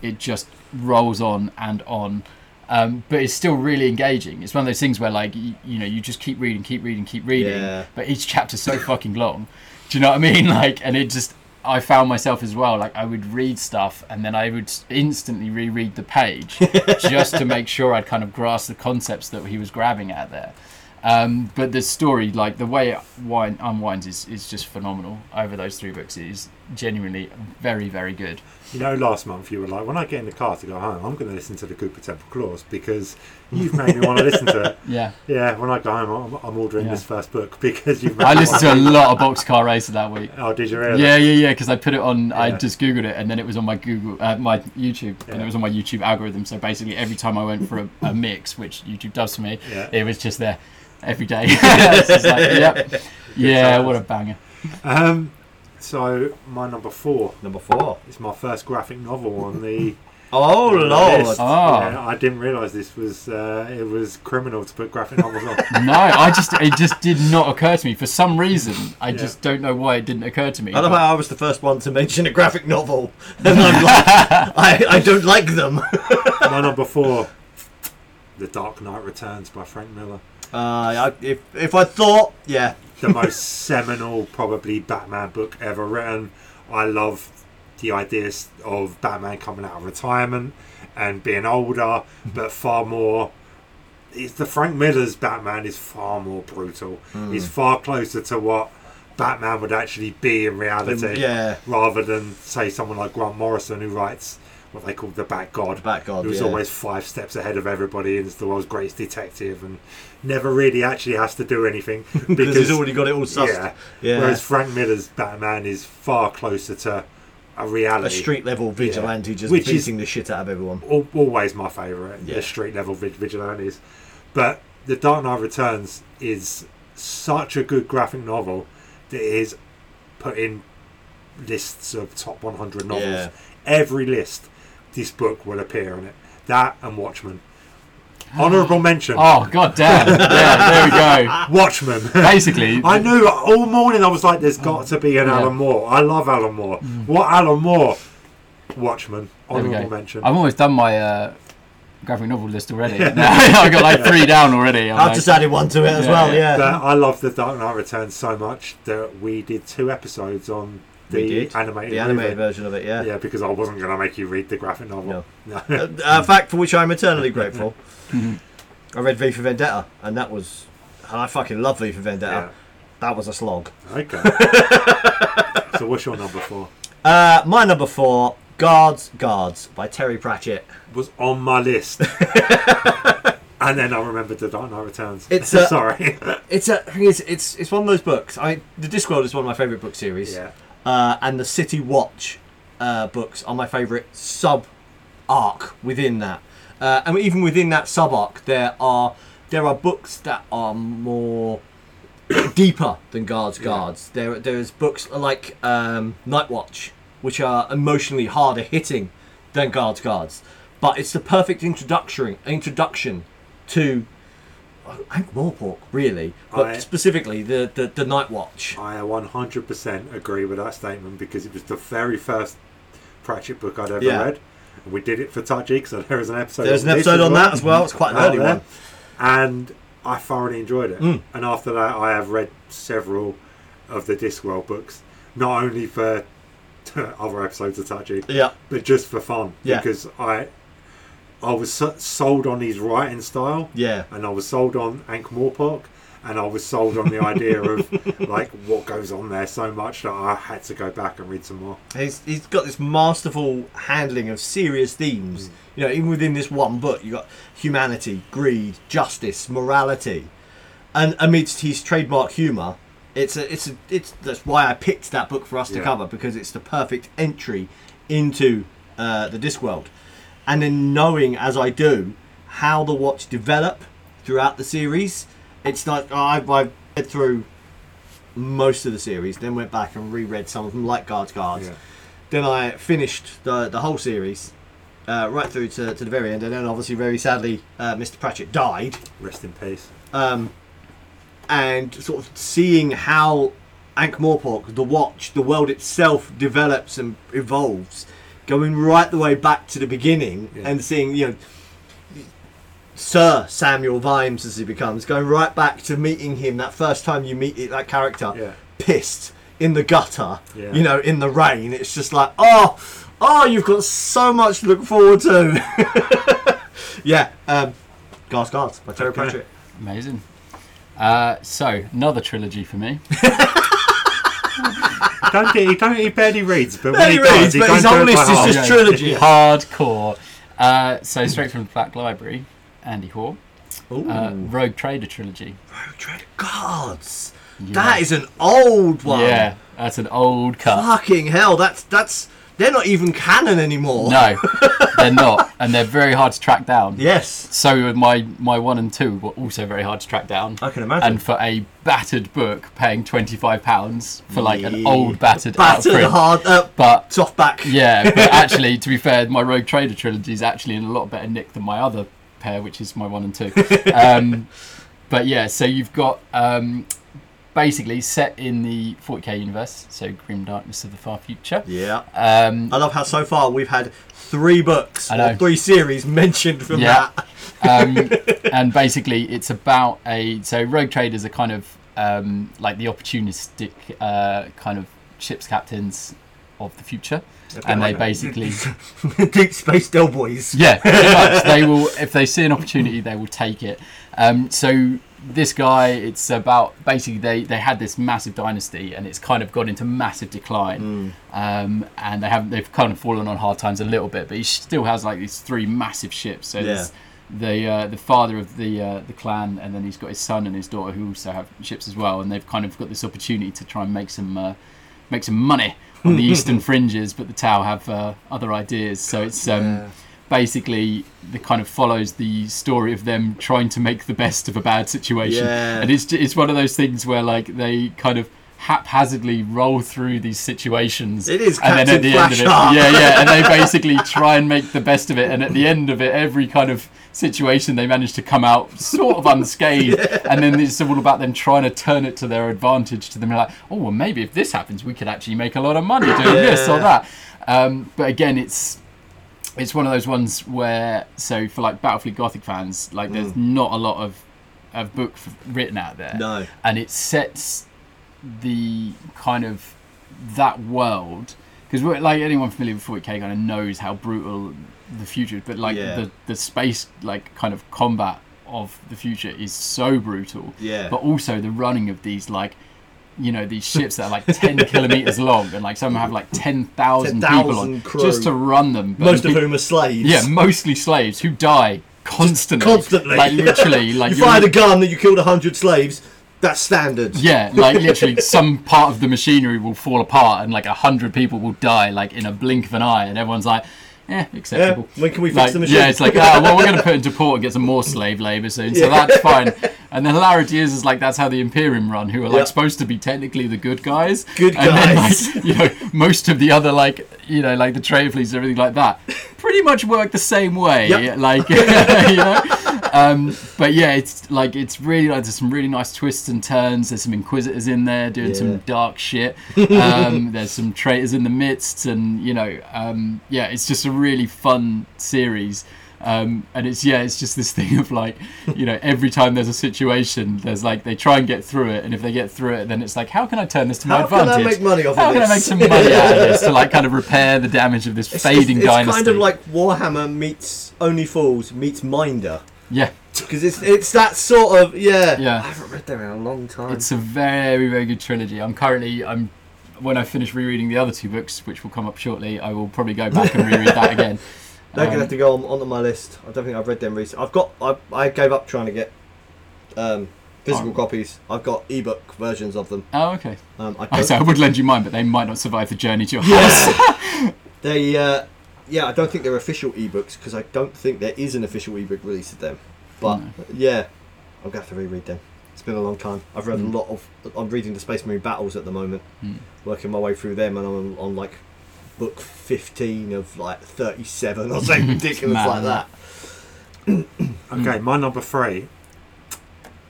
Speaker 3: it just rolls on and on um, but it's still really engaging it's one of those things where like you, you know you just keep reading keep reading keep reading
Speaker 1: Yeah.
Speaker 3: but each chapter's so fucking long do you know what i mean [LAUGHS] like and it just i found myself as well like i would read stuff and then i would instantly reread
Speaker 1: [LAUGHS]
Speaker 3: the page just to make sure i'd kind of grasped the concepts that he was grabbing at there um, but the story, like the way it wind, unwinds, is, is just phenomenal over those three books. It is genuinely very, very good.
Speaker 2: You know, last month you were like, when I get in the car to go home, I'm going to listen to the Cooper Temple Clause because you've made me want to
Speaker 3: [LAUGHS]
Speaker 2: listen to it.
Speaker 3: Yeah.
Speaker 2: Yeah, when I go home, I'm, I'm ordering
Speaker 3: Yeah.
Speaker 2: this first book [LAUGHS] because you've made
Speaker 3: I
Speaker 2: me
Speaker 3: listened to a lot of Boxcar Racer that week.
Speaker 2: want- Oh, did you really?
Speaker 3: Yeah, yeah, yeah. Because I put it on. I
Speaker 2: Yeah.
Speaker 3: just googled it, and then it was on my Google, uh, my YouTube, and
Speaker 2: Yeah.
Speaker 3: it was on my YouTube algorithm. So basically, every time I went for a, a mix, which YouTube does for me,
Speaker 2: Yeah.
Speaker 3: it was just there [LAUGHS] every day. It's just like, yep. Yeah,
Speaker 2: times.
Speaker 3: what a banger.
Speaker 2: Um, So my number four
Speaker 1: Number four.
Speaker 2: is my first graphic novel on
Speaker 3: [LAUGHS]
Speaker 2: the
Speaker 1: Oh
Speaker 2: on the
Speaker 1: lord.
Speaker 2: list.
Speaker 3: Ah.
Speaker 2: Yeah, I didn't realise this was uh, it was criminal to put graphic novels on.
Speaker 3: [LAUGHS] No, I just it just did not occur to me for some reason. I just don't know why it didn't occur to me.
Speaker 1: I love
Speaker 3: but-
Speaker 1: how I was the first one to mention a graphic novel, [LAUGHS] and I'm
Speaker 3: [LAUGHS]
Speaker 1: like, I, I don't like them. [LAUGHS]
Speaker 2: my number four, The Dark Knight Returns by Frank Miller.
Speaker 1: Uh, I, if if I thought, yeah,
Speaker 2: the most seminal, probably Batman book ever written. I love the ideas of Batman coming out of retirement and being older,
Speaker 1: Mm-hmm.
Speaker 2: but far more. It's the Frank Miller's Batman is far more brutal.
Speaker 1: Mm.
Speaker 2: He's far closer to what Batman would actually be in reality,
Speaker 1: yeah.
Speaker 2: rather than say someone like Grant Morrison who writes what they call the Bat God.
Speaker 1: Bat God,
Speaker 2: He was
Speaker 1: yeah.
Speaker 2: always five steps ahead of everybody and is the world's greatest detective and never really actually has to do
Speaker 1: [LAUGHS]
Speaker 2: anything
Speaker 1: because he's already got it all sussed.
Speaker 2: yeah.
Speaker 1: Yeah.
Speaker 2: Whereas Frank Miller's Batman is far closer to a
Speaker 1: a
Speaker 2: reality.
Speaker 1: street level vigilante just
Speaker 2: Which is-
Speaker 1: beating the shit out of everyone.
Speaker 2: Al- always my favourite.
Speaker 1: Yeah.
Speaker 2: The street level vig- vigilantes. But The Dark Knight Returns is such a good graphic novel that it is put in lists of top 100 novels.
Speaker 1: Yeah.
Speaker 2: Every list, this book will appear in it. That and Watchmen.
Speaker 1: [GASPS]
Speaker 2: Honourable mention.
Speaker 3: Oh god
Speaker 1: [LAUGHS]
Speaker 3: damn! Yeah, there we go.
Speaker 2: Watchmen.
Speaker 3: Basically,
Speaker 2: I knew all morning I was like, there's got to be an
Speaker 3: yeah. Mm.
Speaker 2: Alan Moore. I love Alan Moore. What Alan Moore? Watchmen.
Speaker 3: there we
Speaker 2: Honourable
Speaker 3: go.
Speaker 2: mention.
Speaker 3: I've almost done my uh, graphic novel list
Speaker 1: [LAUGHS]
Speaker 3: already. [LAUGHS] I've got like three down already. I'm
Speaker 1: I've
Speaker 3: like,
Speaker 1: just added one to it as
Speaker 3: Yeah,
Speaker 1: well.
Speaker 3: yeah.
Speaker 1: Yeah.
Speaker 2: But I love The Dark Knight Returns so much that we did two episodes on
Speaker 1: We
Speaker 2: the
Speaker 1: did.
Speaker 2: animated
Speaker 1: the animated
Speaker 2: movie.
Speaker 1: version of it. Yeah.
Speaker 2: Yeah, because I wasn't going to make you read the graphic novel. No.
Speaker 1: A a fact for which I'm eternally grateful. I read V for Vendetta, and that was, and I fucking love V for Vendetta.
Speaker 2: [LAUGHS] Yeah.
Speaker 1: That was a slog.
Speaker 2: Okay.
Speaker 1: [LAUGHS]
Speaker 2: so what's your number four?
Speaker 1: Uh, my number four, Guards, Guards by Terry Pratchett.
Speaker 2: Was on
Speaker 1: [LAUGHS]
Speaker 2: my list. and then I remembered The Dark Knight Returns.
Speaker 1: It's uh, a-
Speaker 2: [LAUGHS] Sorry.
Speaker 1: It's a thing is it's it's one of those books. I the Discworld is one of my favourite book series.
Speaker 2: yeah.
Speaker 1: Uh, and the City Watch uh, books are my favourite sub arc within that. Uh, and even within that sub arc, there are there are books that are more deeper than Guards Guards. There there's books like um, Night Watch, which are emotionally harder hitting than Guards Guards. But it's the perfect introduction introduction to and Warpork, really, but
Speaker 2: I-
Speaker 1: specifically the, the the Night Watch.
Speaker 2: I 100% agree with that statement because it was the very first Pratchett book I'd ever
Speaker 1: Yeah.
Speaker 2: read. And we did it for Touchy because there is an episode.
Speaker 1: There's an
Speaker 2: this
Speaker 1: episode on that as well. It's quite an
Speaker 2: out
Speaker 1: early
Speaker 2: there.
Speaker 1: one. Mm.
Speaker 2: And I thoroughly enjoyed it. And after that, I have read several of the Discworld books, not only for other episodes of Touchy,
Speaker 1: Yeah.
Speaker 2: but just for fun
Speaker 1: Yeah.
Speaker 2: because I I was so- sold on his writing style.
Speaker 1: Yeah.
Speaker 2: and I was sold on Ankh Morpork, and I was sold on the idea of [LAUGHS] like what goes on there so much that I had to go back and read some more.
Speaker 1: He's, he's got this masterful handling of serious themes. You know, even within this one book, you've got humanity, greed, justice, morality. And amidst his trademark humour, it's a, it's a, it's that's why I picked that book for us to
Speaker 2: Yeah.
Speaker 1: cover because it's the perfect entry into uh, the Discworld. And then knowing as I do how the watch develop throughout the series, it's like oh, I've, I've read through most of the series, then went back and reread some of them, like Guards Guards.
Speaker 2: Yeah.
Speaker 1: Then I finished the the whole series, uh, right through to, to the very end, and then obviously, very sadly, uh, Mr. Pratchett died.
Speaker 2: Rest in peace.
Speaker 1: And sort of seeing how Ankh Morpork, the Watch, the world itself develops and evolves, going right the way back to the beginning,
Speaker 2: Yeah.
Speaker 1: and seeing you know. Sir Samuel Vimes, as he becomes, going right back to meeting him that first time you meet that character,
Speaker 2: Yeah.
Speaker 1: pissed in the gutter,
Speaker 2: Yeah.
Speaker 1: you know, in the rain. It's just like, oh, oh, you've got so much to look forward to. [LAUGHS] yeah, um, Guards, Guards by Terry
Speaker 2: Okay.
Speaker 1: Pratchett.
Speaker 3: Amazing. Uh, so another trilogy
Speaker 1: [LAUGHS]
Speaker 3: for me.
Speaker 2: [LAUGHS] don't he, he don't he barely reads, but
Speaker 1: There
Speaker 2: when
Speaker 1: he
Speaker 2: he,
Speaker 1: reads,
Speaker 2: does, he
Speaker 1: but
Speaker 2: goes
Speaker 1: his whole
Speaker 2: through
Speaker 1: list
Speaker 2: it by
Speaker 1: is
Speaker 2: heart.
Speaker 1: just trilogy.
Speaker 3: [LAUGHS] Hardcore. Uh, so straight from the Black Library, Andy Hoare,
Speaker 1: Ooh.
Speaker 3: uh, Rogue Trader trilogy.
Speaker 1: Dread Guards. That is an old one.
Speaker 3: Yeah, that's an old cut.
Speaker 1: Fucking hell, that's that's they're not even canon anymore.
Speaker 3: No, they're not, and they're very hard to track down.
Speaker 1: Yes.
Speaker 3: So my my one and two were also very hard to track down.
Speaker 1: I can imagine.
Speaker 3: And for a battered book, paying twenty five pounds for like an
Speaker 1: Yeah.
Speaker 3: old battered, out of
Speaker 1: Battered
Speaker 3: print.
Speaker 1: hard uh,
Speaker 3: But
Speaker 1: soft back.
Speaker 3: yeah, but actually, to be fair, my Rogue Trader trilogy is actually in a lot better nick than my other pair, which is my one and two. Um, but yeah, so you've got um, basically set in the 40k universe, so Grim Darkness of the Far Future.
Speaker 1: Yeah.
Speaker 3: Um,
Speaker 1: I love how so far we've had three books
Speaker 3: I know.
Speaker 1: or three series mentioned from
Speaker 3: Yeah.
Speaker 1: that.
Speaker 3: um, and basically, it's about a so rogue traders are kind of um, like the opportunistic uh, kind of ships captains of the future, and they
Speaker 2: like-
Speaker 3: basically
Speaker 1: [LAUGHS] Deep Space Doughboys.
Speaker 3: yeah, pretty much. They will if they see an opportunity, they will take it. Um, so this guy, it's about basically they they had this massive dynasty and it's kind of gone into massive decline, um, and they have they've kind of fallen on hard times a little bit, but he still has like these three massive ships. So there's the uh, the father of the uh, the clan, and then he's got his son and his daughter who also have ships as well, and they've kind of got this opportunity to try and make some. Uh, make some money on the eastern fringes, but the Tau have uh, other ideas. So it's um,
Speaker 1: Yeah.
Speaker 3: basically the kind of follows the story of them trying to make the best of a bad situation,
Speaker 1: Yeah.
Speaker 3: and it's ju- it's one of those things where like they kind of haphazardly roll through these situations.
Speaker 1: It is
Speaker 3: and then
Speaker 1: Captain
Speaker 3: at the
Speaker 1: Flash
Speaker 3: end of
Speaker 1: Hart.
Speaker 3: it, yeah,
Speaker 1: [LAUGHS]
Speaker 3: yeah, and they basically try and make the best of it, and at the end of it, every kind of situation they manage to come out sort of
Speaker 1: [LAUGHS]
Speaker 3: unscathed, and then it's all about them trying to turn it to their advantage. To them, like, oh, well, maybe if this happens, we could actually make a lot of money doing this or
Speaker 1: Yeah.
Speaker 3: that. Um, but again, it's it's one of those ones where so for like Battlefleet Gothic fans, like there's not a lot of of book f- written out there,
Speaker 1: Mm. No.
Speaker 3: and it sets the kind of that world because like anyone familiar with 40k kind of knows how brutal the future is, but like
Speaker 1: Yeah.
Speaker 3: the the space like kind of combat of the future is so brutal,
Speaker 1: Yeah.
Speaker 3: but also the running of these like. You know these ships that are like ten kilometers long, and like some have like ten thousand people
Speaker 1: [LAUGHS] 10,000
Speaker 3: on
Speaker 1: crew.
Speaker 3: just to run them. but
Speaker 1: Most
Speaker 3: the
Speaker 1: of
Speaker 3: peop-
Speaker 1: whom are slaves.
Speaker 3: yeah, mostly slaves who die constantly.
Speaker 1: Constantly.
Speaker 3: Like
Speaker 1: [LAUGHS]
Speaker 3: literally, like
Speaker 1: you
Speaker 3: you're-
Speaker 1: fired a gun that you killed hundred slaves. That's standard.
Speaker 3: Yeah, like literally, some part of the machinery will fall apart, and like a hundred people will die, like in a blink of an eye, and everyone's like, "Eh,
Speaker 1: Yeah.
Speaker 3: acceptable."
Speaker 1: When can we fix
Speaker 3: Like,
Speaker 1: the machine?
Speaker 3: yeah, it's like, ah, well, we're going to put into port and get some more slave labour soon, so that's fine. And the hilarity is, is like that's how the Imperium run, who are like
Speaker 1: Yeah.
Speaker 3: supposed to be technically the good guys.
Speaker 1: Good
Speaker 3: and then, like,
Speaker 1: guys.
Speaker 3: [LAUGHS] you know, most of the other like, you know, like the trade fleets and everything like that, pretty much work the same way.
Speaker 1: Yep.
Speaker 3: Like, [LAUGHS] you know. Um, but yeah, it's like it's really like there's some really nice twists and turns. There's some inquisitors in there doing
Speaker 1: Yeah.
Speaker 3: some
Speaker 1: [LAUGHS]
Speaker 3: dark shit. Um, there's some traitors in the midst, and you know, um, yeah, it's just a really fun series. Um, and it's yeah, it's just this [LAUGHS] thing of like, you know, every time there's a situation, there's like they try and get through it, and if they get through it, then it's like, how can I turn this to my
Speaker 1: How can I
Speaker 3: advantage?
Speaker 1: make money off
Speaker 3: How
Speaker 1: of
Speaker 3: can I make
Speaker 1: this?
Speaker 3: some money out of this to like kind of repair the damage of this
Speaker 1: [LAUGHS] It's, it's,
Speaker 3: fading
Speaker 1: it's
Speaker 3: dynasty?
Speaker 1: kind of like Warhammer meets Only Fools meets Minder.
Speaker 3: yeah.
Speaker 1: Because it's it's that sort of yeah.
Speaker 3: Yeah.
Speaker 1: I haven't read them in a long time.
Speaker 3: It's a very, very good trilogy. I'm currently, I'm when I finish rereading the other two books, which will come up shortly, I will probably go back and reread that
Speaker 1: [LAUGHS]
Speaker 3: again.
Speaker 1: They're gonna
Speaker 3: Um,
Speaker 1: have to go on onto my list. I don't think I've read them recently. I've got I, I gave up trying to get um, physical
Speaker 3: Oh.
Speaker 1: copies. I've got ebook versions of them.
Speaker 3: Oh, okay.
Speaker 1: Um, I
Speaker 3: Oh,
Speaker 1: don't-
Speaker 3: so I would lend you mine, but they might not survive the journey to your house.
Speaker 1: Yeah. they uh, yeah, I don't think they're official ebooks because I don't think there is an official ebook release of them. But
Speaker 3: No.
Speaker 1: yeah, I'm gonna have to reread them. It's been a long time. I've read
Speaker 3: Mm.
Speaker 1: a lot of. I'm reading the Space Marine Battles at the moment,
Speaker 3: Mm.
Speaker 1: working my way through them, and I'm on, on like book 15 of like 37 or
Speaker 3: [LAUGHS]
Speaker 1: something ridiculous
Speaker 3: mad,
Speaker 1: like
Speaker 3: isn't it?
Speaker 1: that.
Speaker 2: Okay, my number three.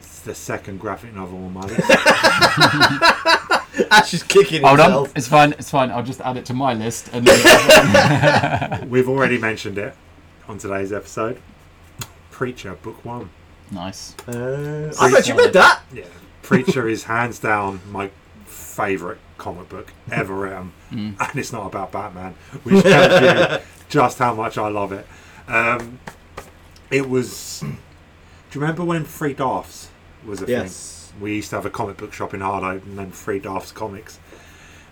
Speaker 2: It's the second graphic novel on my list. [LAUGHS]
Speaker 1: Ash is kicking
Speaker 3: Hold on,
Speaker 1: himself.
Speaker 3: it's fine, it's fine. I'll just add it to my list.
Speaker 1: [LAUGHS]
Speaker 3: And then,
Speaker 2: We've already mentioned it on today's episode. Preacher, book one.
Speaker 3: nice.
Speaker 1: Uh,
Speaker 3: So
Speaker 1: I've
Speaker 3: you
Speaker 1: actually
Speaker 3: saw
Speaker 1: read
Speaker 3: it.
Speaker 1: that.
Speaker 2: Yeah. Preacher is hands down my favourite comic book ever written. And it's not about Batman, which tells you just how much I love it. Um, it was. Do you remember when Free Drafts was a
Speaker 1: Yes.
Speaker 2: thing? We used to have a comic book shop in Harlow and then Free Drafts Comics.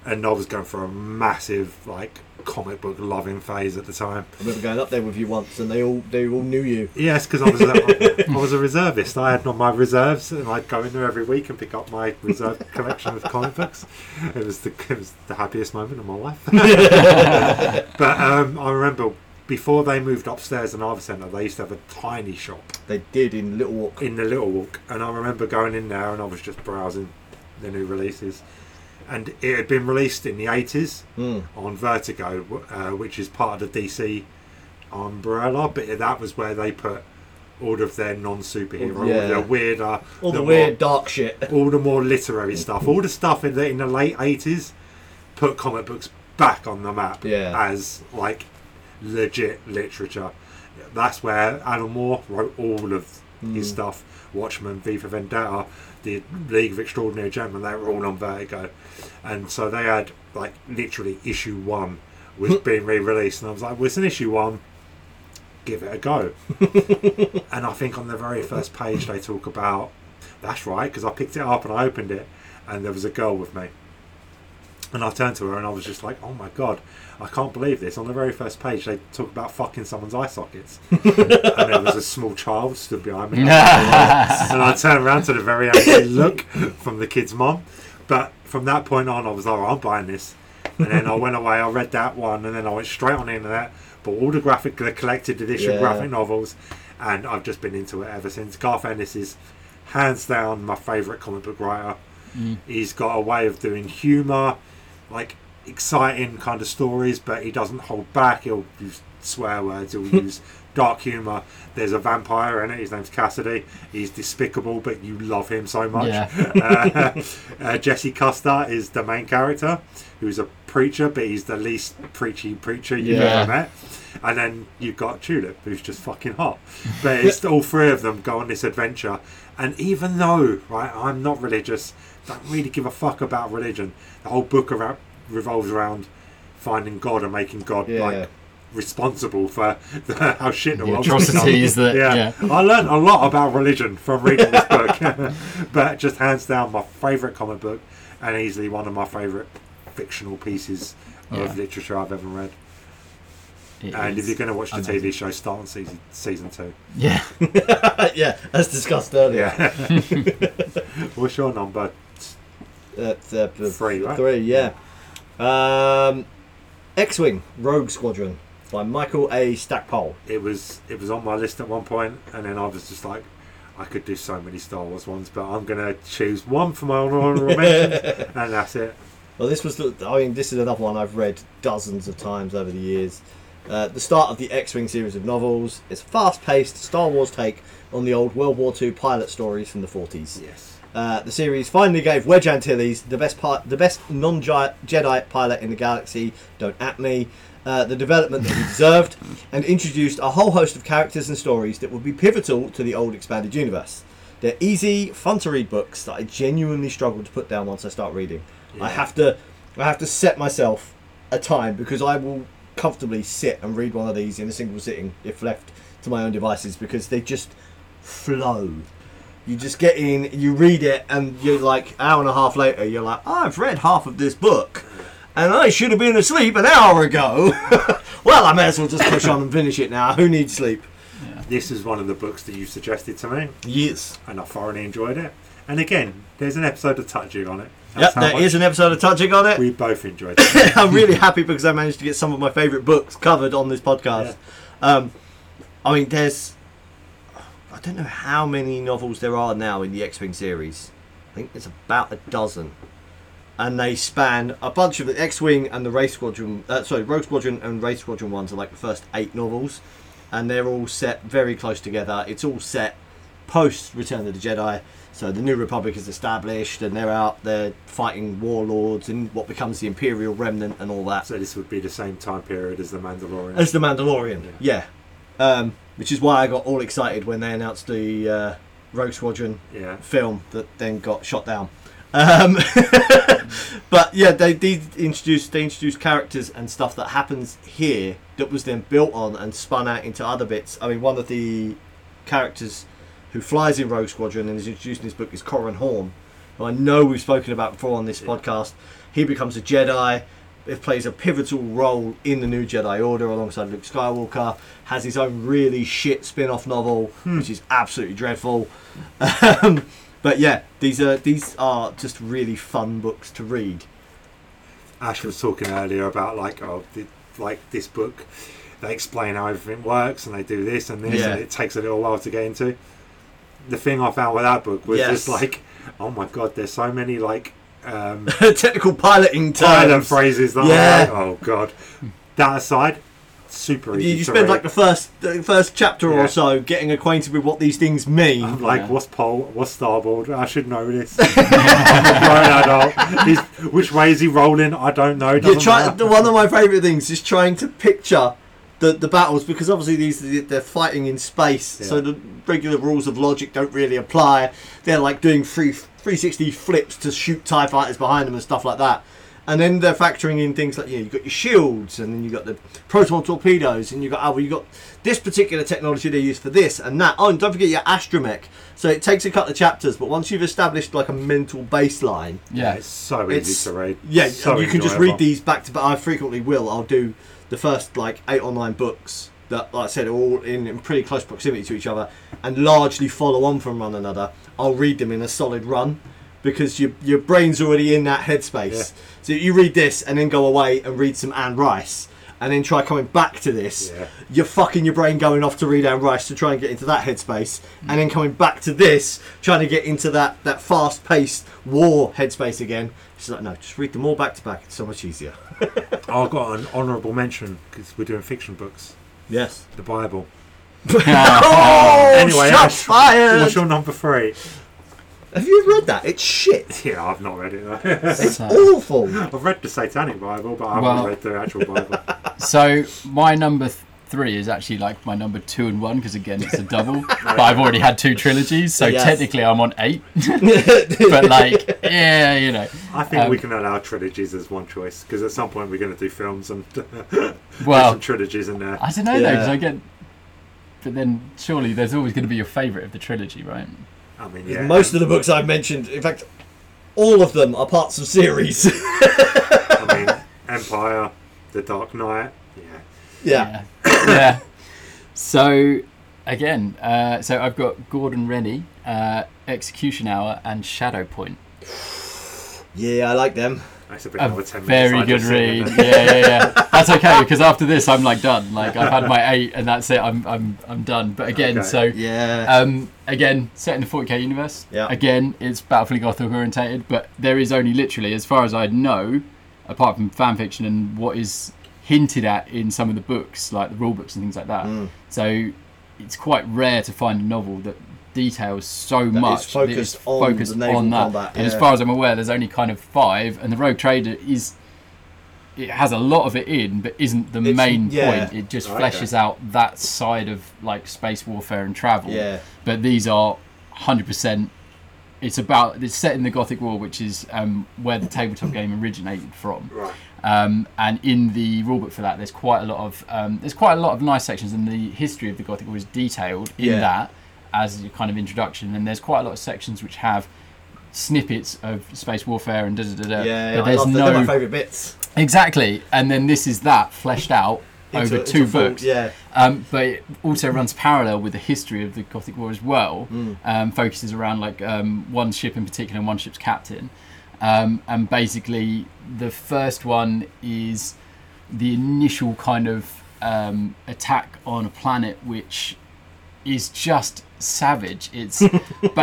Speaker 2: And I was going for a massive, like, comic book loving phase at the time.
Speaker 1: I remember going up there with you once, and they all they all knew you.
Speaker 2: Yes, because I was a, I was a reservist. I had my reserves, and I'd go in there every week and pick up my reserve collection of comic books. [LAUGHS] It was the it was the happiest moment of my life. but um, I remember before they moved upstairs in Harbour Centre, they used to have a tiny shop
Speaker 1: They did in Little Walk.
Speaker 2: in the Little Walk, and I remember going in there and I was just browsing the new releases, and it had been released in the eighties
Speaker 1: Hmm.
Speaker 2: on Vertigo, w- uh, which is part of the DC umbrella, but that was where they put all of their non-superhero,
Speaker 1: Yeah.
Speaker 2: all the weirder,
Speaker 1: All the,
Speaker 2: more-
Speaker 1: weird dark shit. [LAUGHS]
Speaker 2: all the more literary stuff, all the stuff in the, in the late eighties, put comic books back on the map
Speaker 1: Yeah.
Speaker 2: as like legit literature. That's where Alan Moore wrote all of his stuff. Watchmen, V for Vendetta, the League of Extraordinary Gentlemen, they were all on Vertigo, and so they had like literally issue one was being re-released, and I was like, "Well, it's an issue one." Give it a go. and I think on the very first page they talk about that's right, because I picked it up and I opened it, and there was a girl with me. And I turned to her and I was just like, oh my god, I can't believe this. On the very first page, they talk about fucking someone's eye sockets. [LAUGHS] and there was a small child stood behind me. and I turned around to the very angry look from the kid's mom. But from that point on, I was like, "Oh, I'm buying this. And then I went away, I read that one, and then I went straight on the internet, bought all the graphic, the collected edition
Speaker 1: Yeah.
Speaker 2: graphic novels, and I've just been into it ever since. Garth Ennis is hands down my favourite comic book writer. He's got a way of doing humour, like exciting kind of stories, but he doesn't hold back. He'll use swear words, he'll use dark humour. There's a vampire in it, his name's Cassidy. He's despicable, but you love him so much. [LAUGHS]
Speaker 3: Yeah.
Speaker 2: uh, uh, Jesse Custer is the main character, who's a preacher, but he's the least preachy preacher you've
Speaker 3: Yeah.
Speaker 2: ever met. And then you've got Tulip, who's just fucking hot. But
Speaker 3: [LAUGHS]
Speaker 2: it's all three of them go on this adventure. And even though, right, I'm not religious, don't really give a fuck about religion. The whole book around, revolves around finding God and making God
Speaker 1: Yeah.
Speaker 2: like responsible for [LAUGHS] the, how shit the
Speaker 3: The
Speaker 2: world is
Speaker 3: atrocities that-
Speaker 2: I learned a lot about religion from reading this book, [LAUGHS] but just hands down my favourite comic book and easily one of my favourite fictional pieces
Speaker 3: Yeah.
Speaker 2: of literature I've ever read.
Speaker 3: [LAUGHS] It
Speaker 2: And if
Speaker 3: is
Speaker 2: you're going to watch the
Speaker 3: amazing.
Speaker 2: TV show, start on season season two.
Speaker 3: yeah,
Speaker 1: yeah, as discussed earlier.
Speaker 2: Yeah. [LAUGHS] What's your number?
Speaker 1: Uh, th- th-
Speaker 2: Three, right?
Speaker 1: Three, yeah. Um, X-wing Rogue Squadron by Michael A. Stackpole.
Speaker 2: It was it was on my list at one point, and then I was just like, I could do so many Star Wars ones, but I'm going to choose one for my honourable mention, and that's it.
Speaker 1: Well, this was. the- I mean, this is another one I've read dozens of times over the years. Uh, the start of the X-wing series of novels. It's a fast-paced Star Wars take on the old World War II pilot stories from the 40s.
Speaker 2: Yes.
Speaker 1: Uh, the series finally gave Wedge Antilles, the best pi- the best non Jedi pilot in the galaxy, don't at me, uh, the development that he deserved, and introduced a whole host of characters and stories that would be pivotal to the old expanded universe. They're easy, fun to read books that I genuinely struggle to put down once I start reading. I have to, I have to set myself a time because I will comfortably sit and read one of these in a single sitting if left to my own devices because they just flow. You just get in, you read it, and you're like hour and a half later, you're like, "Oh, I've read half of this book, and I should have been asleep an hour ago. [LAUGHS] well, I may as well just push on and finish it now. Who needs sleep?
Speaker 2: This is one of the books that you suggested to me.
Speaker 1: Yes.
Speaker 2: and I thoroughly enjoyed it. And again, there's an episode of touching on it.
Speaker 1: Yep,
Speaker 2: That's how
Speaker 1: there
Speaker 2: much
Speaker 1: is an episode of Touching on it. [LAUGHS]
Speaker 2: We both enjoyed it. [COUGHS]
Speaker 1: I'm really happy because I managed to get some of my favourite books covered on this podcast. Um, I mean, there's. I don't know how many novels there are now in the X Wing series. I think there's about a dozen. And they span a bunch of the X Wing and the Race Squadron. Uh, sorry, Rogue Squadron and Race Squadron ones are like the first eight novels. And they're all set very close together. It's all set post Return of the Jedi. So the New Republic is established and they're out there fighting warlords and what becomes the Imperial Remnant and all that
Speaker 2: so this would be the same time period as The Mandalorian.
Speaker 1: as the Mandalorian. Yeah, um, which is why I got all excited when they announced the uh, Rogue Squadron
Speaker 2: yeah.
Speaker 1: film that then got shot down. Um, [LAUGHS] but yeah, they, they introduced they introduced characters and stuff that happens here that was then built on and spun out into other bits. I mean, one of the characters who flies in Rogue Squadron and is introduced in this book is Corin Horn, who I know we've spoken about before on this podcast. He becomes a Jedi. It plays a pivotal role in the new Jedi Order alongside Luke Skywalker. Has his own really shit spin-off novel, which is absolutely dreadful. Um, but yeah, these are these are just really fun books to read.
Speaker 2: Ash was talking earlier about like oh, th- like this book they explain how everything works and they do this and this
Speaker 1: Yeah.
Speaker 2: and it takes a little while to get into. The thing I found with that book was
Speaker 1: Yes.
Speaker 2: just like, oh my god, there's so many like
Speaker 1: [LAUGHS]
Speaker 2: um,
Speaker 1: Technical piloting
Speaker 2: pilot
Speaker 1: terms.
Speaker 2: phrases that
Speaker 1: Yeah.
Speaker 2: I'm like, oh god. That aside, super
Speaker 1: You,
Speaker 2: easy.
Speaker 1: you
Speaker 2: to
Speaker 1: spend
Speaker 2: read.
Speaker 1: like the first the first chapter
Speaker 2: Yeah.
Speaker 1: or so getting acquainted with what these things mean.
Speaker 2: I'm like,
Speaker 3: Yeah.
Speaker 2: what's pole? What's starboard? I should
Speaker 1: [LAUGHS]
Speaker 2: know this. I'm a grown adult. He's- which way is he rolling? I don't know.
Speaker 1: you
Speaker 2: doesn't
Speaker 1: try
Speaker 2: matter.
Speaker 1: the one of my favorite things is trying to picture the, the battles because obviously these they're fighting in space so
Speaker 2: Yeah.
Speaker 1: the regular rules of logic don't really apply they're like doing free 360 flips to shoot tie fighters behind them and stuff like that and then they're factoring in things like you know, you've got your shields and then you've got the proton torpedoes and you've got oh well you've got this particular technology they use for this and that oh and don't forget your astromech so it takes a couple of chapters but once you've established like a mental baseline
Speaker 2: Yeah,
Speaker 3: Yeah.
Speaker 2: it's so easy
Speaker 1: it's
Speaker 2: to read.
Speaker 1: yeah,
Speaker 2: so
Speaker 1: and you can just read
Speaker 2: enjoyable.
Speaker 1: these back to back. I frequently will. I'll do the first like eight or nine books that, like I said, are all in, in pretty close proximity to each other and largely follow on from one another. I'll read them in a solid run because your your brain's already in that headspace.
Speaker 2: Yeah.
Speaker 1: So you read this and then go away and read some Anne Rice. And then try coming back to this.
Speaker 2: Yeah.
Speaker 1: You're fucking your brain going off to read Anne Rice to try and get into that headspace, and then coming back to this, trying to get into that that fast-paced war headspace again. She's like, no, just read them all back to back. It's so much easier.
Speaker 2: I got an honourable mention because we're doing fiction books.
Speaker 1: Yes.
Speaker 2: The Bible.
Speaker 1: [LAUGHS] Oh,
Speaker 2: Anyway,
Speaker 1: shot
Speaker 2: what's-
Speaker 1: fired!
Speaker 2: What's your number three?
Speaker 1: Have you read that? It's shit.
Speaker 2: Yeah, I've not read it. [LAUGHS] though.
Speaker 1: It's
Speaker 3: So-
Speaker 1: awful.
Speaker 2: I've read the Satanic Bible, but I haven't
Speaker 3: Well-
Speaker 2: read the actual Bible.
Speaker 3: So my number th- three is actually like my number two and one because again it's
Speaker 1: [LAUGHS]
Speaker 3: a double. but I've already had two trilogies, so
Speaker 1: Yes.
Speaker 3: technically I'm on
Speaker 1: [LAUGHS]
Speaker 3: eight. but like, yeah, you know.
Speaker 2: I think
Speaker 3: Um,
Speaker 2: we can allow trilogies as one choice because at some point we're going to do films and [LAUGHS]
Speaker 3: Well,
Speaker 2: some trilogies in there.
Speaker 3: I don't know though, 'cause
Speaker 1: Yeah.
Speaker 3: I get. But then surely there's always going to be your favourite of the trilogy, right? [COUGHS]
Speaker 2: I mean, yeah.
Speaker 1: Most of the books I've mentioned, in fact, all of them are parts of series. [LAUGHS]
Speaker 2: I mean, Empire, The Dark Knight. Yeah.
Speaker 1: yeah.
Speaker 3: Yeah. yeah. So again, uh, so I've got Gordon Rennie, uh, Execution Hour, and Shadow Point.
Speaker 1: Yeah, I like them.
Speaker 2: That's a bit
Speaker 3: a
Speaker 2: over 10 minutes.
Speaker 3: very
Speaker 2: I
Speaker 3: good
Speaker 2: just sit in
Speaker 3: read.
Speaker 2: there.
Speaker 3: [LAUGHS] Yeah, yeah,
Speaker 2: [LAUGHS]
Speaker 3: yeah. That's okay because after this, I'm like done. Like I've had my eight, and that's it. I'm, I'm, I'm done. But again,
Speaker 2: Okay.
Speaker 3: so
Speaker 1: Yeah.
Speaker 3: um, again, set in the 40k universe.
Speaker 1: Yeah.
Speaker 3: Again, it's Battlefield Gothic orientated, but there is only literally, as far as I know, apart from fan fiction and what is hinted at in some of the books, like the rule books and things like that.
Speaker 1: Hmm.
Speaker 3: So it's quite rare to find a novel that details so
Speaker 1: is
Speaker 3: much that
Speaker 1: focused
Speaker 3: is
Speaker 1: on
Speaker 3: focused
Speaker 1: the naval
Speaker 3: on that.
Speaker 1: combat,
Speaker 3: And as
Speaker 1: yeah.
Speaker 3: far as I'm aware, there's only kind of five, and the Rogue Trader is. It has a lot of it in, but isn't the
Speaker 1: It's-
Speaker 3: main
Speaker 1: yeah. Oh,
Speaker 3: point. It just
Speaker 2: Okay.
Speaker 3: fleshes out that side of like space warfare and travel
Speaker 1: Yeah.
Speaker 3: but these are 100% it's about it's set in the gothic war which is um, where the tabletop game originated from
Speaker 2: Right.
Speaker 3: um, and in the rulebook for that there's quite a lot of um, there's quite a lot of nice sections and the history of the gothic war is detailed in
Speaker 1: Yeah.
Speaker 3: that as your kind of introduction and there's quite a lot of sections which have snippets of space warfare and da da da da
Speaker 1: Yeah,
Speaker 3: but
Speaker 1: I
Speaker 3: there's
Speaker 1: love them.
Speaker 3: no
Speaker 1: They're my favourite bits.
Speaker 3: exactly and then this is that fleshed out
Speaker 1: It's
Speaker 3: over
Speaker 1: a- it's
Speaker 3: two
Speaker 1: a full-
Speaker 3: books
Speaker 1: yeah.
Speaker 3: um, but it also runs parallel with the history of the Gothic War as well.
Speaker 1: Mm.
Speaker 3: Um, focuses around like um, one ship in particular and one ship's captain. Um, and basically, the first one is the initial kind of um, attack on a planet which is just savage.
Speaker 1: [LAUGHS]
Speaker 3: It's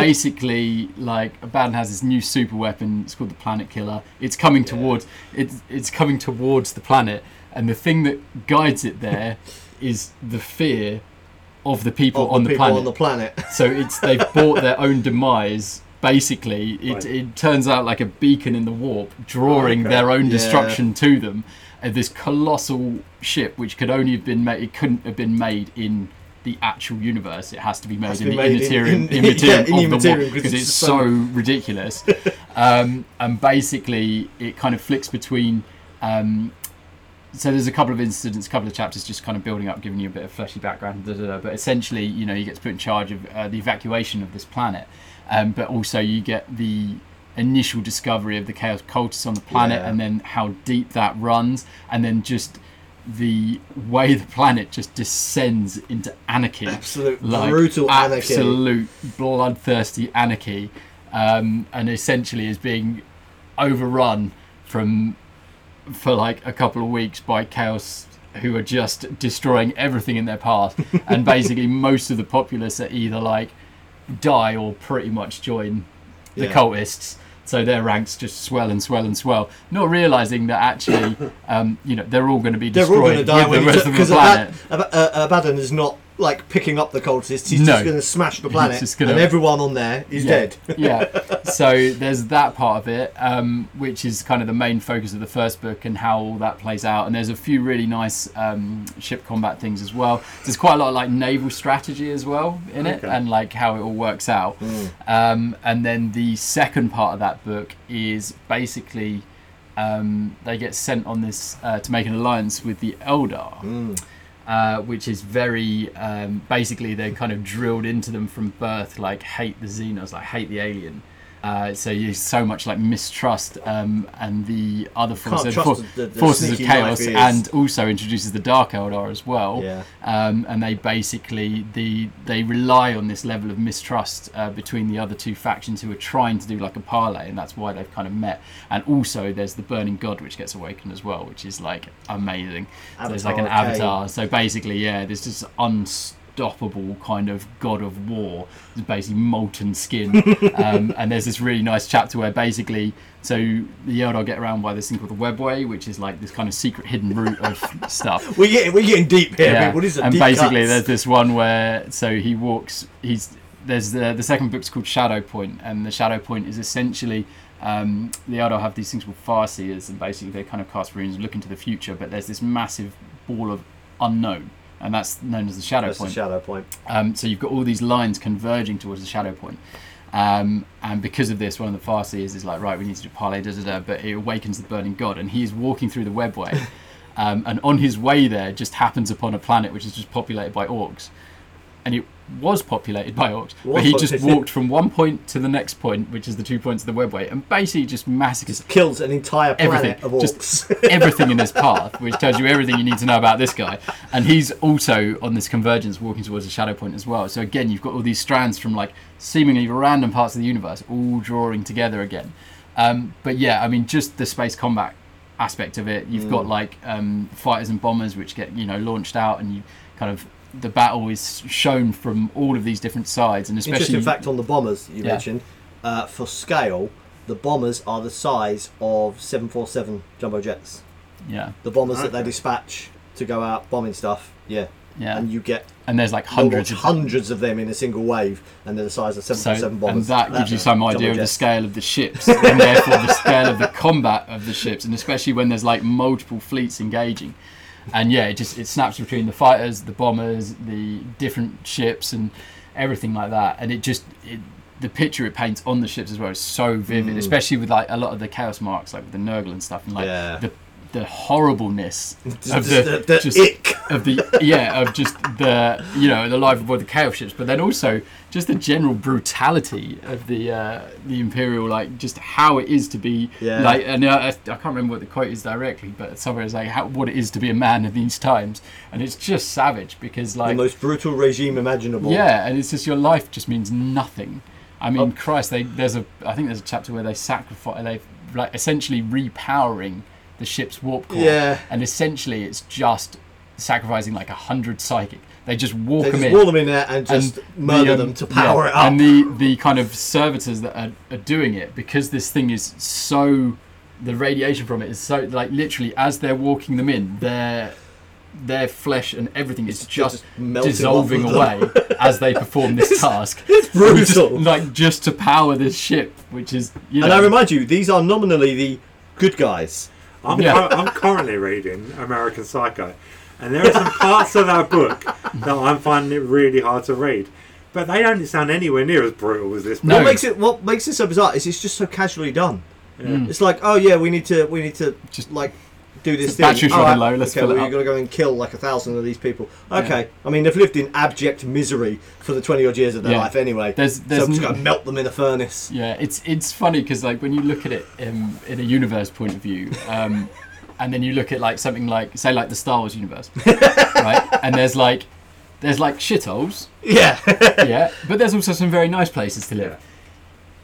Speaker 3: basically like Abaddon has this new super weapon. It's called the Planet Killer. It's coming towards it's it's coming towards the planet, and the thing that guides it there is the fear of the people,
Speaker 1: Of
Speaker 3: on, the
Speaker 1: people
Speaker 3: planet.
Speaker 1: on the planet.
Speaker 3: So it's they've bought their own demise. Basically, it,
Speaker 2: Right.
Speaker 3: it turns out like a beacon in the warp, drawing
Speaker 1: Oh,
Speaker 2: Okay.
Speaker 3: their own
Speaker 1: Yeah.
Speaker 3: destruction to them. Uh, this colossal ship, which could only have been made, it couldn't have been made in the actual universe. It has to be made
Speaker 1: to be
Speaker 3: in the
Speaker 1: made in-
Speaker 3: immaterial,
Speaker 1: in- [LAUGHS] yeah,
Speaker 3: immaterial
Speaker 1: in
Speaker 3: of the
Speaker 1: immaterial,
Speaker 3: warp
Speaker 1: 'cause
Speaker 3: because
Speaker 1: it's
Speaker 3: it's
Speaker 1: so-
Speaker 3: so
Speaker 1: [LAUGHS]
Speaker 3: ridiculous. um, and basically, it kind of flicks between. Um, so there's a couple of incidents, a couple of chapters, just kind of building up, giving you a bit of fleshy background. Da, da, da. But essentially, you know, you get to put in charge of uh, the evacuation of this planet, um, but also you get the initial discovery of the chaos cultists on the planet,
Speaker 1: Yeah.
Speaker 3: and then how deep that runs, and then just the way the planet just descends into anarchy
Speaker 1: Absolute brutal anarchy.
Speaker 3: absolute bloodthirsty anarchy, um, and essentially is being overrun from for like a couple of weeks by chaos who are just destroying everything in their
Speaker 1: [LAUGHS]
Speaker 3: path, and basically most of the populace are either like die or pretty much join the
Speaker 1: Yeah.
Speaker 3: cultists. So their ranks just swell and swell and swell, not realizing that
Speaker 1: [COUGHS]
Speaker 3: actually, um, you know, they're all going to be
Speaker 1: They're all going
Speaker 3: destroyed
Speaker 1: to die
Speaker 3: with
Speaker 1: when
Speaker 3: the
Speaker 1: you
Speaker 3: rest of the
Speaker 1: because
Speaker 3: planet.
Speaker 1: Abad- Ab- uh, Abaddon is not like picking up the cultists. He's just
Speaker 3: No.
Speaker 1: going to smash the planet,
Speaker 3: just gonna-
Speaker 1: and everyone on there is
Speaker 3: yeah.
Speaker 1: dead.
Speaker 3: [LAUGHS]
Speaker 1: [LAUGHS]
Speaker 3: yeah. So there's that part of it, um, which is kind of the main focus of the first book and how all that plays out. And there's a few really nice um, ship combat things as well. There's quite a lot of like naval strategy as well in it,
Speaker 2: Okay.
Speaker 3: and like how it all works out.
Speaker 1: Mm.
Speaker 3: Um, and then the second part of that book is basically um, they get sent on this uh, to make an alliance with the Eldar
Speaker 1: Mm.
Speaker 3: uh, which is very um, basically they kind of drilled into them from birth like hate the xenos like hate the alien uh, so you so much like mistrust um, and the other forces,
Speaker 1: trust
Speaker 3: for-
Speaker 1: the- the
Speaker 3: forces of
Speaker 1: sneaky knife
Speaker 3: chaos
Speaker 1: is-
Speaker 3: and also introduces the dark eldar as well
Speaker 1: Yeah.
Speaker 3: um, and they basically the they rely on this level of mistrust uh, between the other two factions who are trying to do like a parlay and that's why they've kind of met and also there's the burning god which gets awakened as well which is like amazing so there's like an
Speaker 1: Avatar Kane.
Speaker 3: avatar so basically yeah there's this unstoppable kind of god of war it's basically molten skin um, and there's this really nice chapter where basically so the Eldar get around by this thing called the webway which is like this kind of secret hidden route of stuff
Speaker 1: We're getting, we're getting deep here, people. These are
Speaker 3: and
Speaker 1: deep
Speaker 3: basically,
Speaker 1: cuts.
Speaker 3: there's this one where so he walks. He's there's the the second book's called Shadow Point, and the Shadow Point is essentially um, the Eldar have these things called Farseers, and basically they kind of cast runes and look into the future. But there's this massive ball of unknown, and that's known as the Shadow
Speaker 1: That's the
Speaker 3: Point.
Speaker 1: shadow point.
Speaker 3: Um, so you've got all these lines converging towards the shadow point. Um, and because of this, one of the Farseers is like, right, we need to do parlay, da da da. But it awakens the burning god, and he is walking through
Speaker 1: [LAUGHS]
Speaker 3: the webway. um, and on his way there, just happens upon a planet which is just populated by orcs. And it was populated by orcs, but
Speaker 1: Was
Speaker 3: he just
Speaker 1: populated.
Speaker 3: walked from one point to the next point, which is the two points of the webway, and basically just massacres
Speaker 1: Kills an entire planet
Speaker 3: Everything.
Speaker 1: of
Speaker 3: Just-
Speaker 1: orcs.
Speaker 3: everything in this path, which tells you everything you need to know about this guy. And he's also on this convergence walking towards a shadow point as well. So again, you've got all these strands from like seemingly random parts of the universe all drawing together again. Um, but yeah, I mean, just the space combat aspect of it. You've
Speaker 1: Mm.
Speaker 3: got like um, fighters and bombers which get you know launched out, and you kind of the battle is shown from all of these different sides, and
Speaker 1: [LAUGHS]
Speaker 3: especially
Speaker 1: Interesting fact on the bombers you
Speaker 3: Yeah.
Speaker 1: mentioned. Uh, for scale, the bombers are the size of 747 jumbo jets.
Speaker 3: yeah,
Speaker 1: The bombers that they dispatch to go out bombing stuff. Yeah.
Speaker 3: yeah,
Speaker 1: And
Speaker 3: and,
Speaker 1: you get
Speaker 3: there's like
Speaker 1: hundreds,
Speaker 3: hundreds of
Speaker 1: hundreds of them in a single wave, and they're the size of
Speaker 3: So,
Speaker 1: 747
Speaker 3: and
Speaker 1: bombers.
Speaker 3: that gives you some
Speaker 1: Jumbo
Speaker 3: idea of the
Speaker 1: jets.
Speaker 3: scale of the ships, and therefore the scale [LAUGHS] of the combat of the ships, and especially when there's like multiple fleets engaging. And yeah, it just it snaps between the fighters, the bombers, the different ships, and everything like that. And it just it, the picture it paints on the ships as well is so vivid, especially with like a lot of the chaos marks, like with the Nurgle and stuff, and like
Speaker 1: Yeah.
Speaker 3: the the horribleness of
Speaker 1: Just
Speaker 3: the,
Speaker 1: the- the
Speaker 3: just
Speaker 1: ick.
Speaker 3: of the yeah of just the you know the life aboard the chaos ships, but then also just the general brutality of the uh, the imperial like just how it is to be
Speaker 1: Yeah.
Speaker 3: like and uh, I, I can't remember what the quote is directly, but somewhere it's like how, what it is to be a man in these times, and it's just savage because
Speaker 1: The
Speaker 3: like
Speaker 1: most brutal regime imaginable.
Speaker 3: yeah, and it's just your life just means nothing. I
Speaker 1: Oh.
Speaker 3: mean, Christ, they, there's a I think there's a chapter where they sacrifice they like essentially repowering the ship's warp core,
Speaker 1: Yeah.
Speaker 3: and essentially it's just sacrificing like a hundred psychic. They just walk
Speaker 1: They
Speaker 3: them
Speaker 1: just
Speaker 3: in
Speaker 1: wall them in there and just
Speaker 3: and
Speaker 1: murder
Speaker 3: the, um,
Speaker 1: them to power
Speaker 3: yeah,
Speaker 1: it up.
Speaker 3: And the, the kind of servitors that are, are doing it because this thing is so the radiation from it is so like literally as they're walking them in, their their flesh and everything is just,
Speaker 1: just melting
Speaker 3: dissolving
Speaker 1: off of them. [LAUGHS]
Speaker 3: away as they perform this task.
Speaker 1: it's brutal.
Speaker 3: Like just to power this ship, which is you know
Speaker 1: And I remind you, these are nominally the good guys.
Speaker 2: I'm,
Speaker 3: Yeah.
Speaker 2: cur- I'm currently reading American Psycho, and there
Speaker 3: [LAUGHS]
Speaker 2: are some parts of that book that I'm finding it really hard to read. But they don't sound anywhere near as brutal as this.
Speaker 3: No.
Speaker 2: book.
Speaker 1: What makes it what makes it so bizarre is it's just so casually done.
Speaker 3: Mm.
Speaker 1: It's like, oh yeah, we need to we need to
Speaker 3: Just-
Speaker 1: just like do this
Speaker 3: a
Speaker 1: thing.
Speaker 3: battery's
Speaker 1: All
Speaker 3: running low, let's
Speaker 1: okay,
Speaker 3: fill it
Speaker 1: we're
Speaker 3: up.
Speaker 1: gonna go and kill like a thousand of these people. Okay, I mean they've lived in abject misery for the twenty odd years of their
Speaker 3: Yeah.
Speaker 1: life anyway.
Speaker 3: There's- there's
Speaker 1: so I'm just
Speaker 3: n-
Speaker 1: gonna melt them in a furnace.
Speaker 3: Yeah, it's it's funny because like when you look at it um, in a universe point of view, um, and then you look at like something like say like the Star Wars universe,
Speaker 1: [LAUGHS]
Speaker 3: right? And there's like there's like shitholes,
Speaker 1: Yeah,
Speaker 3: [LAUGHS]
Speaker 1: [LAUGHS]
Speaker 3: yeah, but there's also some very nice places to live.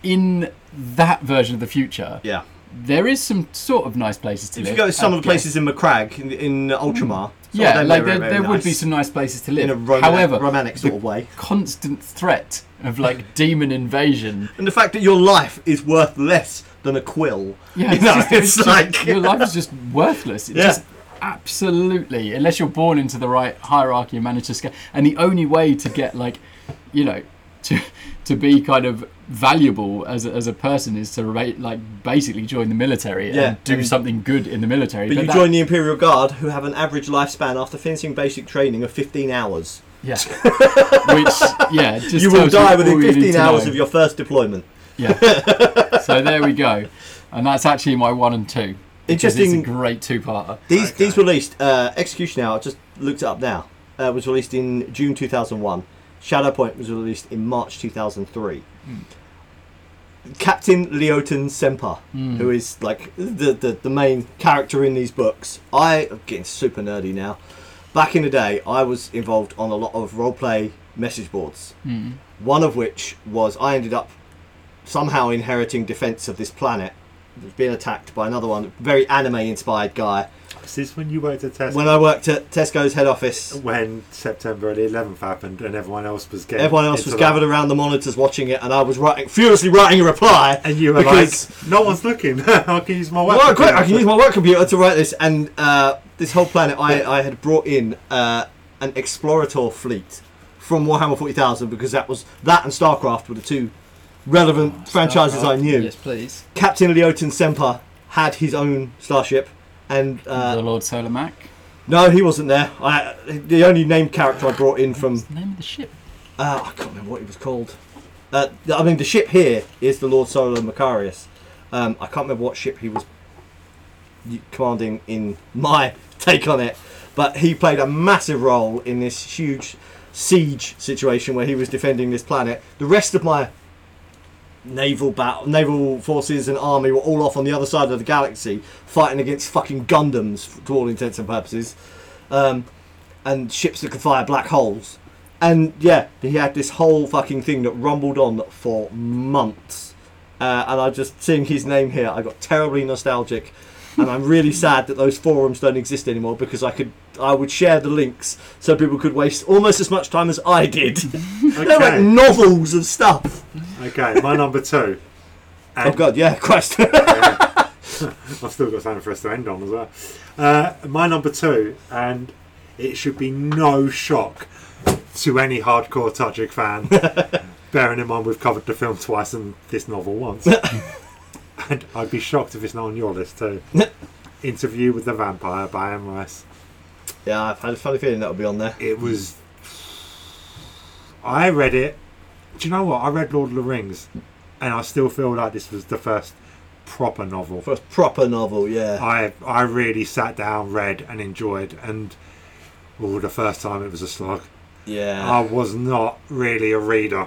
Speaker 3: In that version of the future,
Speaker 1: yeah.
Speaker 3: there is some sort of nice places to
Speaker 1: If
Speaker 3: live.
Speaker 1: you go to some
Speaker 3: I
Speaker 1: of the
Speaker 3: guess.
Speaker 1: places in McCrag in, in Ultramar, I
Speaker 3: yeah,
Speaker 1: don't
Speaker 3: like
Speaker 1: know
Speaker 3: there,
Speaker 1: very
Speaker 3: there would be
Speaker 1: nice.
Speaker 3: some nice places to live.
Speaker 1: in a roman-
Speaker 3: However,
Speaker 1: romantic sort
Speaker 3: the
Speaker 1: of way.
Speaker 3: constant threat
Speaker 1: [LAUGHS]
Speaker 3: of like demon invasion.
Speaker 1: And the fact that your life is worth less than a quill.
Speaker 3: Yeah,
Speaker 1: [LAUGHS] you know,
Speaker 3: just-
Speaker 1: it's,
Speaker 3: just-
Speaker 1: like
Speaker 3: your life is just worthless. It's
Speaker 1: Yeah.
Speaker 3: just absolutely unless you're born into the right hierarchy and manage to scale. And the only way to get like, you know, [LAUGHS] to to be kind of valuable as a, as a person is to ra- like basically join the military
Speaker 1: Yeah,
Speaker 3: and do
Speaker 1: and-
Speaker 3: something good in the military.
Speaker 1: But you
Speaker 3: that-
Speaker 1: join the Imperial Guard, who have an average lifespan after finishing basic training of 15 hours.
Speaker 3: [LAUGHS] yeah,
Speaker 1: [LAUGHS]
Speaker 3: which yeah, just
Speaker 1: you will
Speaker 3: tells
Speaker 1: die
Speaker 3: all
Speaker 1: within
Speaker 3: you need
Speaker 1: 15
Speaker 3: to
Speaker 1: hours
Speaker 3: know.
Speaker 1: of your first deployment.
Speaker 3: Yeah.
Speaker 1: [LAUGHS]
Speaker 3: so there we go. And that's actually my one and two. because
Speaker 1: Interesting-
Speaker 3: It's a great two parter.
Speaker 1: These
Speaker 2: Okay.
Speaker 1: these released uh, Execution Hour. I just looked it up now. Uh, was released in June 2001. Shadow Point was released in March 2003. Captain Leoten Semper, who is like the, the the main character in these books. I am getting super nerdy now. Back in the day, I was involved on a lot of roleplay message boards. One of which was I ended up somehow inheriting defense of this planet, that was being attacked by another one, very anime inspired guy.
Speaker 2: Is this when you worked at Tesco?
Speaker 1: When I worked at Tesco's head office,
Speaker 2: when September the 11th happened and everyone else was getting
Speaker 1: everyone else was
Speaker 2: into
Speaker 1: gathered around the monitors watching it, and I was writing furiously writing a reply.
Speaker 2: that. and you were
Speaker 1: because,
Speaker 2: like no one's looking [LAUGHS] I can use my weapon
Speaker 1: "Well, quick, I can use my work computer to write this." And uh, this whole planet, I, I had brought in uh, an explorator fleet from Warhammer Forty Thousand because that was that and StarCraft were the two relevant franchises I knew.
Speaker 3: Yes, please.
Speaker 1: Captain Leoten Semper had his own starship, and
Speaker 3: the
Speaker 1: uh,
Speaker 3: Lord Solamac.
Speaker 1: no, he wasn't there. I, the only named character I brought in from
Speaker 3: What's the name of the ship?
Speaker 1: uh, I can't remember what he was called. Uh, th- I mean, the ship here is the Lord Solo Macarius. Um, I can't remember what ship he was y- commanding in my [LAUGHS] take on it, but he played a massive role in this huge siege situation where he was defending this planet. The rest of my naval battle, naval forces and army were all off on the other side of the galaxy, fighting against fucking Gundams to all intents and purposes, um, and ships that could fire black holes. And yeah, he had this whole fucking thing that rumbled on for months. Uh, and I just seeing his name here, I got terribly nostalgic, and I'm
Speaker 2: [LAUGHS]
Speaker 1: really sad that those forums don't exist anymore because I could, I would share the links so people could waste almost as much time as I
Speaker 2: [LAUGHS]
Speaker 1: did. They're like
Speaker 2: okay
Speaker 1: novels of stuff.
Speaker 2: okay my number two
Speaker 1: Oh
Speaker 2: and
Speaker 1: god, yeah, [LAUGHS] Christ.
Speaker 2: Yeah. I've still got something for us to end on as well. Uh, my number two, and it should be no shock to any hardcore Tajik fan, bearing in mind we've covered the film twice and this novel once. and I'd be shocked if it's not on your list too. Interview with the Vampire by Anne Rice.
Speaker 1: Yeah, I've had a funny feeling that'll be on there.
Speaker 2: It was. I read it. Do you know what? I read Lord of the Rings, and I still feel like this was the first proper novel.
Speaker 1: For a proper novel, yeah.
Speaker 2: I I really sat down, read, and enjoyed. And oh, the first time it was a slog. I
Speaker 1: Yeah.
Speaker 2: was not really a reader,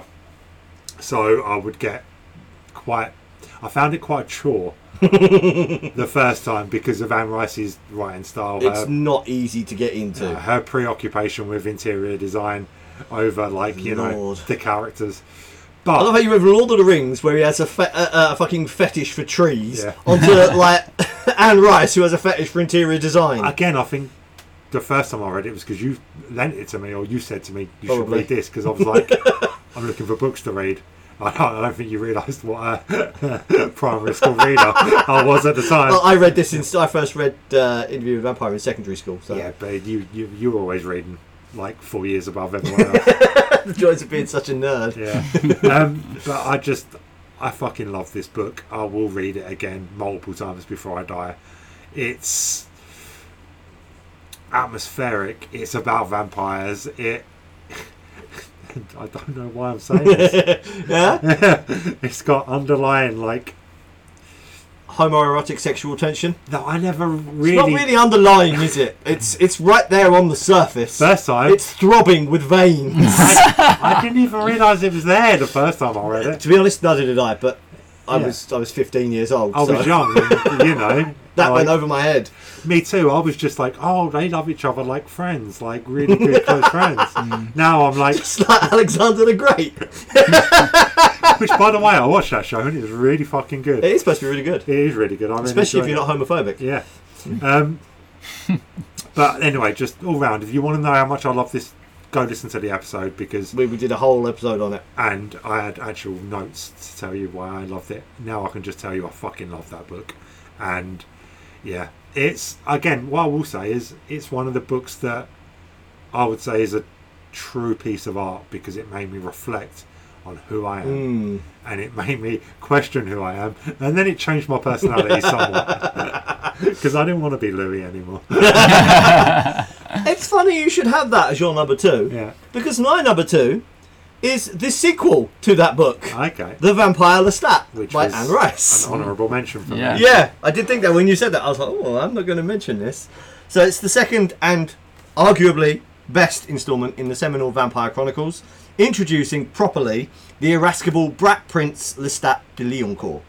Speaker 2: so I would get quite. I found it quite
Speaker 1: [LAUGHS]
Speaker 2: a chore the first time because of Anne Rice's writing style.
Speaker 1: it's
Speaker 2: her,
Speaker 1: not easy to get into.
Speaker 2: her preoccupation with interior design over like you know
Speaker 1: Lord.
Speaker 2: the characters.
Speaker 1: I love
Speaker 2: But
Speaker 1: how you went from Lord of the Rings, where he has a, fe- a, a fucking fetish for trees,
Speaker 2: Yeah. [LAUGHS]
Speaker 1: onto like [LAUGHS] Anne Rice, who has a fetish for interior design.
Speaker 2: again, I think. The first time I read it was because you lent it to me, or you said to me, "You should
Speaker 1: Probably.
Speaker 2: read this," because I
Speaker 1: [LAUGHS]
Speaker 2: was like, I'm looking for books to read. [LAUGHS] I don't, I don't think you realised what a [LAUGHS] primary school reader I was at the time.
Speaker 1: Well, I read this in. I first read uh, Interview with a Vampire in secondary school. So
Speaker 2: yeah, but you, you you were always reading like four years above everyone else.
Speaker 1: the [LAUGHS] joys of being such a nerd. [LAUGHS]
Speaker 2: yeah, um, but I just I fucking love this book. I will read it again multiple times before I die. It's atmospheric. It's about vampires. It. [LAUGHS] I don't know why I'm
Speaker 1: [LAUGHS]
Speaker 2: saying this.
Speaker 1: Yeah?
Speaker 2: it's got underlying like
Speaker 1: Homoerotic sexual tension.
Speaker 2: no. I never
Speaker 1: It's not really underlying, is it? It's it's right there on the surface.
Speaker 2: First time,
Speaker 1: It's throbbing with
Speaker 2: [LAUGHS]
Speaker 1: veins.
Speaker 2: I, I didn't even realise it was there the first time I
Speaker 1: [LAUGHS]
Speaker 2: read it.
Speaker 1: to be honest, neither did I. But I
Speaker 2: Yeah.
Speaker 1: was I was 15 years old.
Speaker 2: I
Speaker 1: so
Speaker 2: was young, and, you know.
Speaker 1: That
Speaker 2: like,
Speaker 1: went over my head. [LAUGHS]
Speaker 2: Me too. I was just like, oh, they love each other like friends, like really good close friends. Now I'm like,
Speaker 1: It's like Alexander the Great.
Speaker 2: which by the way, I watched that show and it was really fucking good.
Speaker 1: It is supposed to be really good,
Speaker 2: it is really good. I really
Speaker 1: especially if
Speaker 2: enjoyed
Speaker 1: you're
Speaker 2: it.
Speaker 1: not homophobic.
Speaker 2: Yeah. Um, But anyway, just all round. If you want to know how much I love this, go listen to the episode because
Speaker 1: We, we did a whole episode on it.
Speaker 2: and I had actual notes to tell you why I loved it. Now I can just tell you I fucking love that book. And yeah, it's again what I will say is it's one of the books that I would say is a true piece of art because it made me reflect on who I am
Speaker 1: Mm.
Speaker 2: and it made me question who I am and then it changed my personality somewhat
Speaker 1: [LAUGHS]
Speaker 2: because I didn't want to be Louis anymore.
Speaker 1: [LAUGHS]
Speaker 2: [LAUGHS]
Speaker 1: It's funny you should have that as your number two.
Speaker 2: yeah.
Speaker 1: Because my number two is the sequel to that book,
Speaker 2: Okay.
Speaker 1: The Vampire Lestat
Speaker 2: Which
Speaker 1: by
Speaker 2: was
Speaker 1: Anne Rice. [LAUGHS]
Speaker 2: An honourable mention for
Speaker 3: Yeah.
Speaker 2: me.
Speaker 1: Yeah, I did think that when you said that, I was like, oh, I'm not going to mention this. So it's the second and arguably best instalment in the seminal Vampire Chronicles, introducing properly the irascible brat prince Lestat de Liancourt.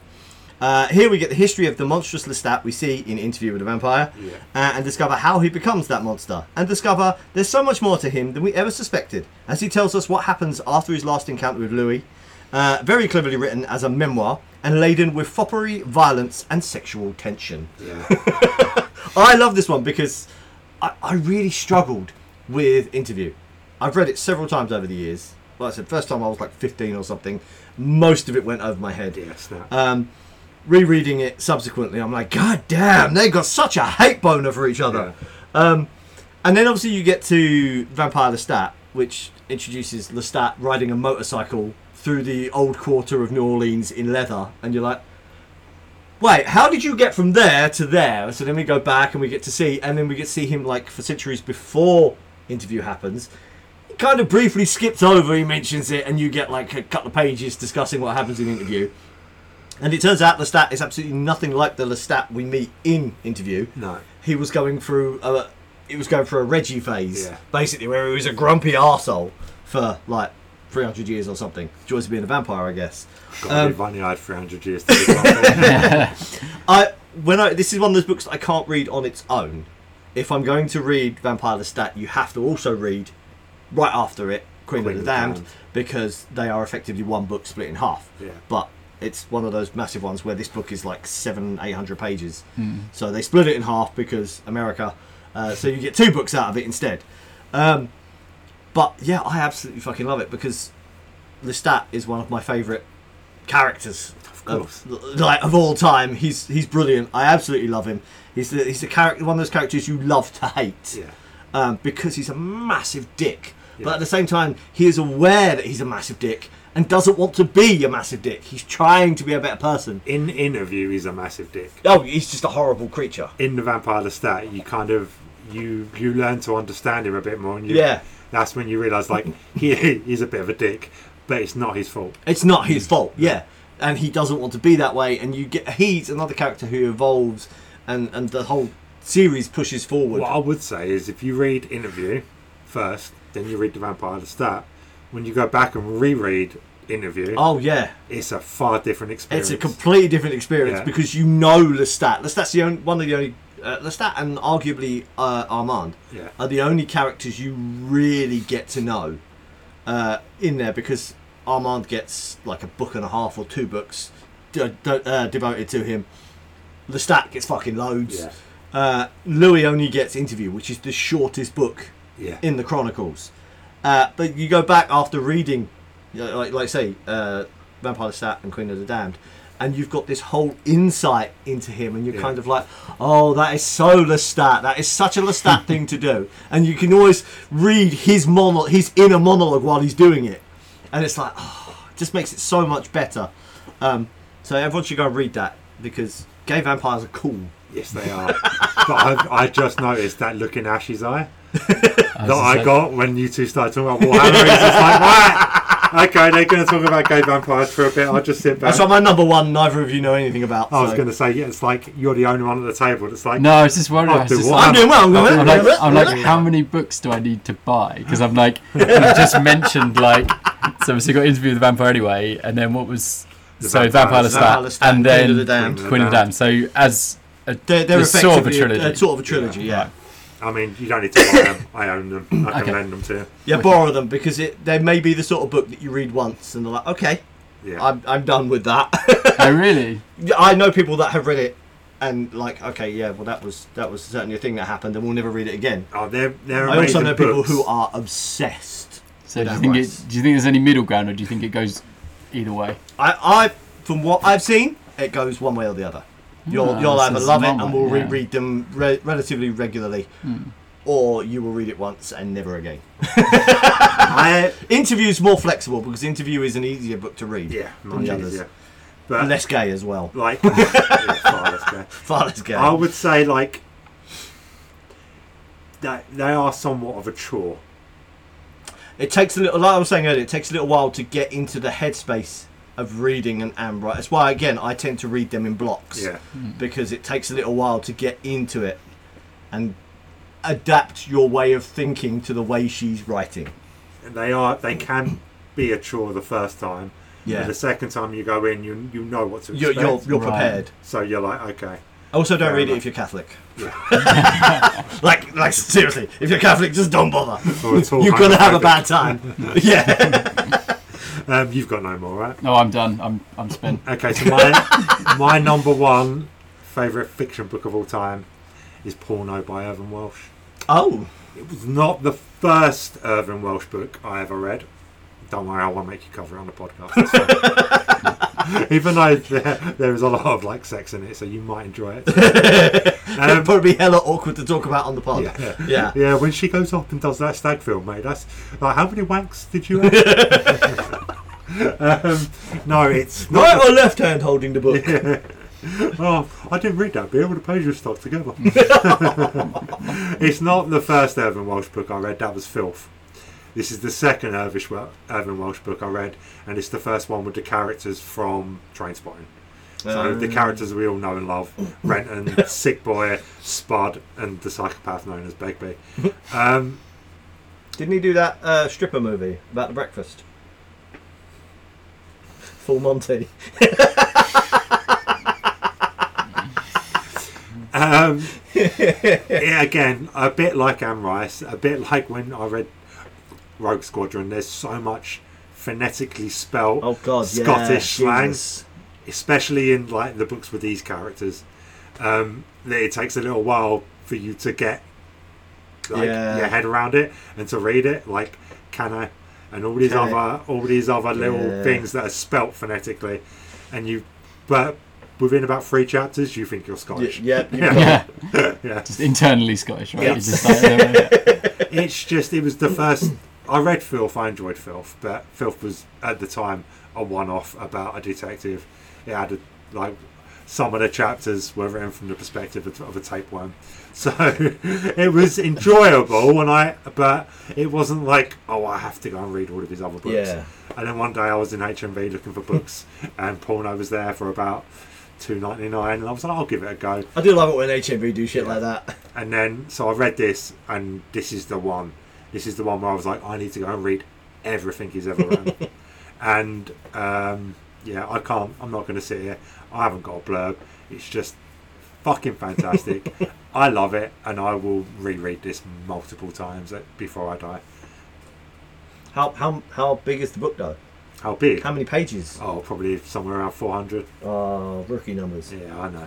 Speaker 1: Uh, here we get the history of the monstrous Lestat we see in Interview with a Vampire,
Speaker 2: Yeah.
Speaker 1: uh, and discover how he becomes that monster, and discover there's so much more to him than we ever suspected, as he tells us what happens after his last encounter with Louis. Uh, very cleverly written as a memoir and laden with foppery, violence, and sexual tension.
Speaker 2: Yeah.
Speaker 1: I love this one because I, I really struggled with interview. I've read it several times over the years. Like I said, first time I was like 15 or something. Most of it went over my head.
Speaker 2: Yeah, snap.
Speaker 1: Um, rereading it subsequently, I'm like, God damn, they got such a hate boner for each other. Um, and then obviously you get to Vampire Lestat, which introduces Lestat riding a motorcycle through the old quarter of New Orleans in leather, and you're like, Wait, how did you get from there to there? So then we go back and we get to see, and then we get to see him like for centuries before interview happens. He kind of briefly skips over, he mentions it, and you get like a couple of pages discussing what happens in interview. And it turns out Lestat is absolutely nothing like the Lestat we meet in interview.
Speaker 2: No.
Speaker 1: He was going through a, he was going through a Reggie phase,
Speaker 2: Yeah.
Speaker 1: basically, where he was a grumpy arsehole for like 300 years or something. Joys of being a vampire, I guess.
Speaker 2: God,
Speaker 1: Um,
Speaker 2: if only I had 300 years
Speaker 1: [LAUGHS]
Speaker 2: to live.
Speaker 1: I when I this is one of those books that I can't read on its own. If I'm going to read Vampire the Stat, you have to also read right after it Queen, of the Damned, because they are effectively one book split in half.
Speaker 2: Yeah.
Speaker 1: But it's one of those massive ones where this book is like seven, eight hundred pages. So they split it in half because America. Uh, so you get two books out of it instead. Um, but yeah, I absolutely fucking love it because Lestat is one of my favourite characters of,
Speaker 2: course.
Speaker 1: like of all time. He's he's brilliant. I absolutely love him. He's the, he's a character one of those characters you love to hate
Speaker 2: yeah.
Speaker 1: um, because he's a massive dick. But
Speaker 2: Yeah.
Speaker 1: at the same time, he is aware that he's a massive dick and doesn't want to be a massive dick. He's trying to be a better person.
Speaker 2: In interview, he's a massive dick.
Speaker 1: Oh, he's just a horrible creature.
Speaker 2: In the Vampire Lestat, you kind of you you learn to understand him a bit more, and you,
Speaker 1: Yeah.
Speaker 2: that's when you realise like [LAUGHS] he he's a bit of a dick, but it's not his fault.
Speaker 1: It's not his fault, yeah. And he doesn't want to be that way. And you get he's another character who evolves, and and the whole series pushes forward.
Speaker 2: What I would say is if you read interview first, then you read the Vampire Lestat. When you go back and reread interview,
Speaker 1: Oh yeah,
Speaker 2: it's a far different experience.
Speaker 1: it's a completely different experience
Speaker 2: Yeah.
Speaker 1: because you know Lestat. Lestat's the only one of the only uh, Lestat and arguably uh, Armand
Speaker 2: Yeah.
Speaker 1: are the only characters you really get to know uh, in there because Armand gets like a book and a half or two books d- d- uh, devoted to him. Lestat gets fucking loads.
Speaker 2: Yeah.
Speaker 1: Uh, Louis only gets interview, which is the shortest book
Speaker 2: yeah.
Speaker 1: in the Chronicles. Uh, but you go back after reading, you know, like, like say, uh, Vampire Lestat and Queen of the Damned, and you've got this whole insight into him, and you're
Speaker 2: Yeah.
Speaker 1: kind of like, oh, that is so Lestat. That is such a
Speaker 2: [LAUGHS]
Speaker 1: Lestat thing to do. And you can always read his mono- his inner monologue while he's doing it. And it's like, oh, it just makes it so much better. Um, so everyone should go and read that because gay vampires are cool.
Speaker 2: Yes, they are. [LAUGHS] but I, I just noticed that look in Ash's eye that
Speaker 3: was
Speaker 2: I
Speaker 3: Oh, just
Speaker 2: got when you two started talking about Warhammer. it's just like, right, okay, they're going to talk about gay vampires for a bit. I'll just sit back.
Speaker 1: That's why my number one. Neither of you know anything about.
Speaker 2: I was
Speaker 1: so-
Speaker 2: going to say, yeah, it's like you're the only one at the table. It's like,
Speaker 3: No, I was just wondering.
Speaker 2: I'll
Speaker 3: I was
Speaker 2: do
Speaker 3: just
Speaker 2: what?
Speaker 3: like-
Speaker 1: I'm doing well. I'm, going,
Speaker 3: I'm like, I'm like, how many books do I need to buy? Because I'm like, you just [LAUGHS] mentioned like, so obviously you got interview with the vampire anyway, and then what was
Speaker 2: The
Speaker 3: so
Speaker 2: Vampire
Speaker 3: vampire
Speaker 1: Lestat,
Speaker 3: Lestat, and
Speaker 1: Queen
Speaker 3: then
Speaker 1: of the Damned.
Speaker 3: Queen of the Damned. So as a,
Speaker 1: They're, they're
Speaker 3: the sort of a
Speaker 1: effectively a-
Speaker 3: trilogy.
Speaker 1: a sort of a trilogy, yeah.
Speaker 2: I mean, you don't need to buy them. I own them. I can
Speaker 3: Okay.
Speaker 2: lend them to you.
Speaker 1: Yeah, borrow them because it they may be the sort of book that you read once and they're like, okay,
Speaker 2: Yeah.
Speaker 1: I'm, I'm done with that. [LAUGHS]
Speaker 3: Oh really?
Speaker 1: Yeah, I know people that have read it and like, okay, yeah, well, that was that was certainly a thing that happened, and we'll never read it again.
Speaker 2: Oh, they're, they're
Speaker 1: I also
Speaker 2: amazing
Speaker 1: know people
Speaker 2: books.
Speaker 1: who are obsessed.
Speaker 3: So do you
Speaker 1: that
Speaker 3: think
Speaker 1: works.
Speaker 3: it, do you think there's any middle ground, or do you think it goes either way?
Speaker 1: I, I, from what I've seen, it goes one way or the other. You'll
Speaker 3: Ah,
Speaker 1: you'll
Speaker 3: so
Speaker 1: either
Speaker 3: it's
Speaker 1: love it
Speaker 3: not
Speaker 1: and
Speaker 3: one,
Speaker 1: will
Speaker 3: yeah. Hmm.
Speaker 1: reread them re- relatively regularly, or you will read it once and never again.
Speaker 2: I,
Speaker 1: Interview's more flexible because interview is an easier book to read.
Speaker 2: yeah,
Speaker 1: than
Speaker 2: mine
Speaker 1: the
Speaker 2: is,
Speaker 1: others.
Speaker 2: yeah. But
Speaker 1: Less gay as well. [LAUGHS]
Speaker 2: like, [LAUGHS] yeah, far less gay.
Speaker 1: Far less gay.
Speaker 2: I would say like that they are somewhat of a chore.
Speaker 1: it takes a little like I was saying earlier, it takes a little while to get into the headspace of reading and, and write. That's why again I tend to read them in blocks.
Speaker 2: Yeah,
Speaker 1: Because it takes a little while to get into it and adapt your way of thinking to the way she's writing.
Speaker 2: and they are they can be a chore the first time.
Speaker 1: Yeah.
Speaker 2: And the second time you go in, you you know what to
Speaker 1: You're
Speaker 2: expect.
Speaker 1: you're, you're
Speaker 3: Right.
Speaker 1: prepared.
Speaker 2: so you're like, okay,
Speaker 1: Also don't
Speaker 2: Fair
Speaker 1: read it
Speaker 2: enough.
Speaker 1: if you're Catholic. [LAUGHS] like like seriously, if you're Catholic just don't bother.
Speaker 2: Or it's all
Speaker 1: [LAUGHS] You're gonna have a
Speaker 2: homophobic.
Speaker 1: bad time. [LAUGHS] yeah.
Speaker 2: Um, you've got no more, right?
Speaker 3: No, I'm done. I'm I'm spent.
Speaker 2: Okay, so
Speaker 1: [LAUGHS]
Speaker 2: my my number one favorite fiction book of all time is Porno by Irvin Welsh.
Speaker 1: Oh.
Speaker 2: It was not the first Irvin Welsh book I ever read. Don't worry, I won't make you cover it on the podcast. That's
Speaker 1: [LAUGHS]
Speaker 2: fine. Even though there, there is a lot of like sex in it, so you might enjoy it.
Speaker 1: [LAUGHS] It'd
Speaker 2: Um,
Speaker 1: probably be hella awkward to talk about on the pod.
Speaker 2: [LAUGHS] yeah.
Speaker 1: Yeah.
Speaker 2: yeah, when she goes up and does that stag film, mate, that's like how many wanks did you? Have? um, no, it's not.
Speaker 1: Right or left hand holding the book.
Speaker 2: Oh, I didn't read that. Beer with the pages stuck together. it's not the first Irvin Welsh book I read. That was filth. This is the second Irvish Wel- Irvin Welsh book I read, and it's the first one with the characters from Trainspotting. So the characters we all know and love: Renton, Sick Boy, Spud, and the psychopath known as Begbie. Um,
Speaker 1: Didn't he do that uh, stripper movie about the breakfast? Full Monty.
Speaker 2: Um, [LAUGHS] yeah, again, a bit like Anne Rice, a bit like when I read Rogue Squadron. There's so much phonetically spelt
Speaker 1: Oh God, yeah,
Speaker 2: Scottish slang,
Speaker 1: Jesus.
Speaker 2: especially in like the books with these characters. Um, that it takes a little while for you to get like
Speaker 1: Yeah.
Speaker 2: your head around it and to read it. Like, can I? And all these
Speaker 1: Can I?
Speaker 2: other all these other little
Speaker 1: Yeah.
Speaker 2: things that are spelt phonetically, and you, but within about three chapters, you think you're Scottish.
Speaker 1: Yeah, [LAUGHS] yeah, you-
Speaker 3: Yeah, [LAUGHS]
Speaker 2: yeah.
Speaker 3: just internally Scottish, right?
Speaker 2: Yeah.
Speaker 3: It's just [LAUGHS] like, uh,
Speaker 2: it's just it was the first I read Filth, I enjoyed Filth, but Filth was at the time a one off about a detective. It had a, like some of the chapters were written from the perspective of, of a tapeworm. So [LAUGHS] it was enjoyable when I but it wasn't like, oh I have to go and read all of his other books.
Speaker 1: Yeah.
Speaker 2: And then one day I was in HMV looking for books and porno was there for about two ninety nine and I was like, I'll give it a go.
Speaker 1: I do love it when HMV do shit like that.
Speaker 2: And then, so I read this, and this is the one. This is the one where I was like, I need to go and read everything he's
Speaker 3: [LAUGHS]
Speaker 2: ever written. and um, yeah, I can't. I'm not going to sit here. I haven't got a blurb. It's just
Speaker 3: [LAUGHS]
Speaker 2: fucking fantastic. I love it, and I will reread this multiple times uh, before I die.
Speaker 1: How how how big is the book though?
Speaker 2: How big?
Speaker 1: How many pages?
Speaker 2: Oh, probably somewhere around 400.
Speaker 1: Oh, rookie numbers.
Speaker 2: Yeah,
Speaker 3: [LAUGHS]
Speaker 2: I know.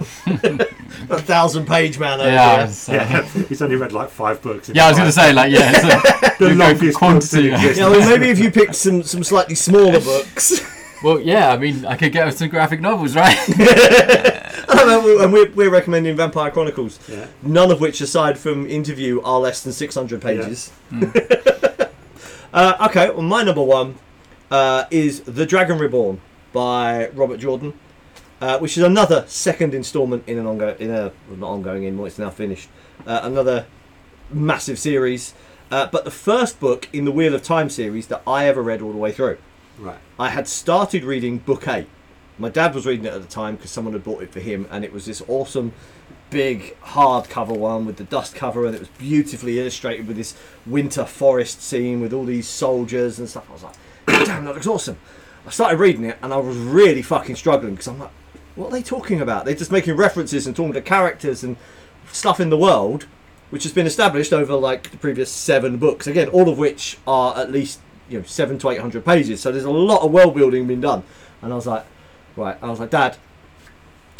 Speaker 1: A thousand page man. Over
Speaker 3: yeah,
Speaker 1: here.
Speaker 3: it's, uh, yeah.
Speaker 2: yeah, [LAUGHS] he's only read like five books. in
Speaker 3: I was gonna
Speaker 2: his
Speaker 3: say like yeah,
Speaker 1: [LAUGHS]
Speaker 3: it's
Speaker 2: The
Speaker 3: a, you go for
Speaker 2: longest book
Speaker 3: quantity.
Speaker 2: that
Speaker 3: like-
Speaker 2: exists.
Speaker 1: Yeah, well, maybe if you picked some some slightly [LAUGHS] smaller books,
Speaker 3: Well, yeah, I mean, I could get some graphic
Speaker 1: [LAUGHS]
Speaker 3: novels, right?
Speaker 1: I don't know, and we're, we're recommending Vampire Chronicles,
Speaker 2: Yeah.
Speaker 1: none of which, aside from Interview, are less than six hundred pages. [LAUGHS] Uh, okay, well, my number one uh, is The Dragon Reborn by Robert Jordan, uh, which is another second instalment in an ongoing, in a well, not ongoing, in what it's now finished, uh, another massive series, uh, but the first book in the Wheel of Time series that I ever read all the way through.
Speaker 2: Right.
Speaker 1: I had started reading Book Eight. My dad was reading it at the time because someone had bought it for him, and it was this awesome, big hardcover one with the dust cover, and it was beautifully illustrated with this winter forest scene with all these soldiers and stuff. I was like, "Damn, that looks awesome!" I started reading it, and I was really fucking struggling because I'm like, "What are they talking about? They're just making references and talking to characters and stuff in the world, which has been established over like the previous seven books. Again, all of which are at least you know seven to eight hundred pages. So there's a lot of world building being done. And I was like, right, I was like, Dad,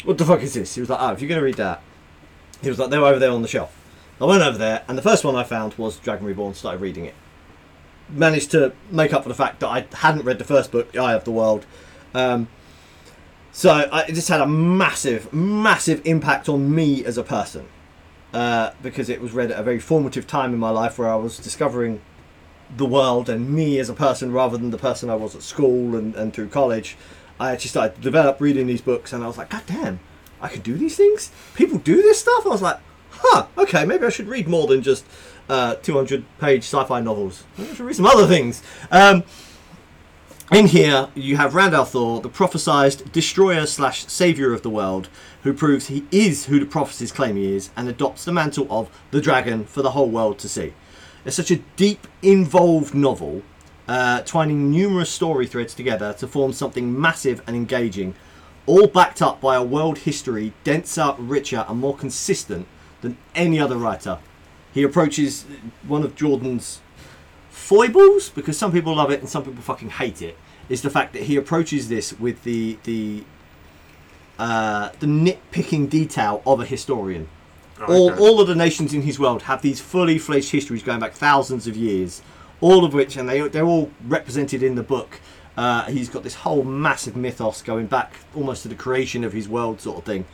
Speaker 1: what the fuck is this? He was like, oh, if you're going to read that, he was like, they're over there on the shelf. I went over there, and the first one I found was Dragon Reborn, started reading it. Managed to make up for the fact that I hadn't read the first book, The Eye of the World. Um, so I, it just had a massive, massive impact on me as a person. Uh, because it was read at a very formative time in my life where I was discovering the world and me as a person rather than the person I was at school and, and through college. I actually started to develop reading these books and I was like, God damn, I could do these things? People do this stuff? I was like, huh, okay, maybe I should read more than just uh, 200 page sci fi novels. Maybe I should read some other things. Um, in here, you have Randall Thor, the prophesized destroyer slash savior of the world, who proves he is who the prophecies claim he is and adopts the mantle of the dragon for the whole world to see. It's such a deep, involved novel, uh, twining numerous story threads together to form something massive and engaging, all backed up by a world history denser, richer, and more consistent than any other writer. He approaches one of Jordan's foibles because some people love it and some people fucking hate it is the fact that he approaches this with the the uh, the nitpicking detail of a historian. all,
Speaker 2: okay.
Speaker 1: all of the nations in his world have these fully fledged histories going back thousands of years, all of which, and they, they're all represented in the book. Uh, he's got this whole massive mythos going back almost to the creation of his world, sort of thing.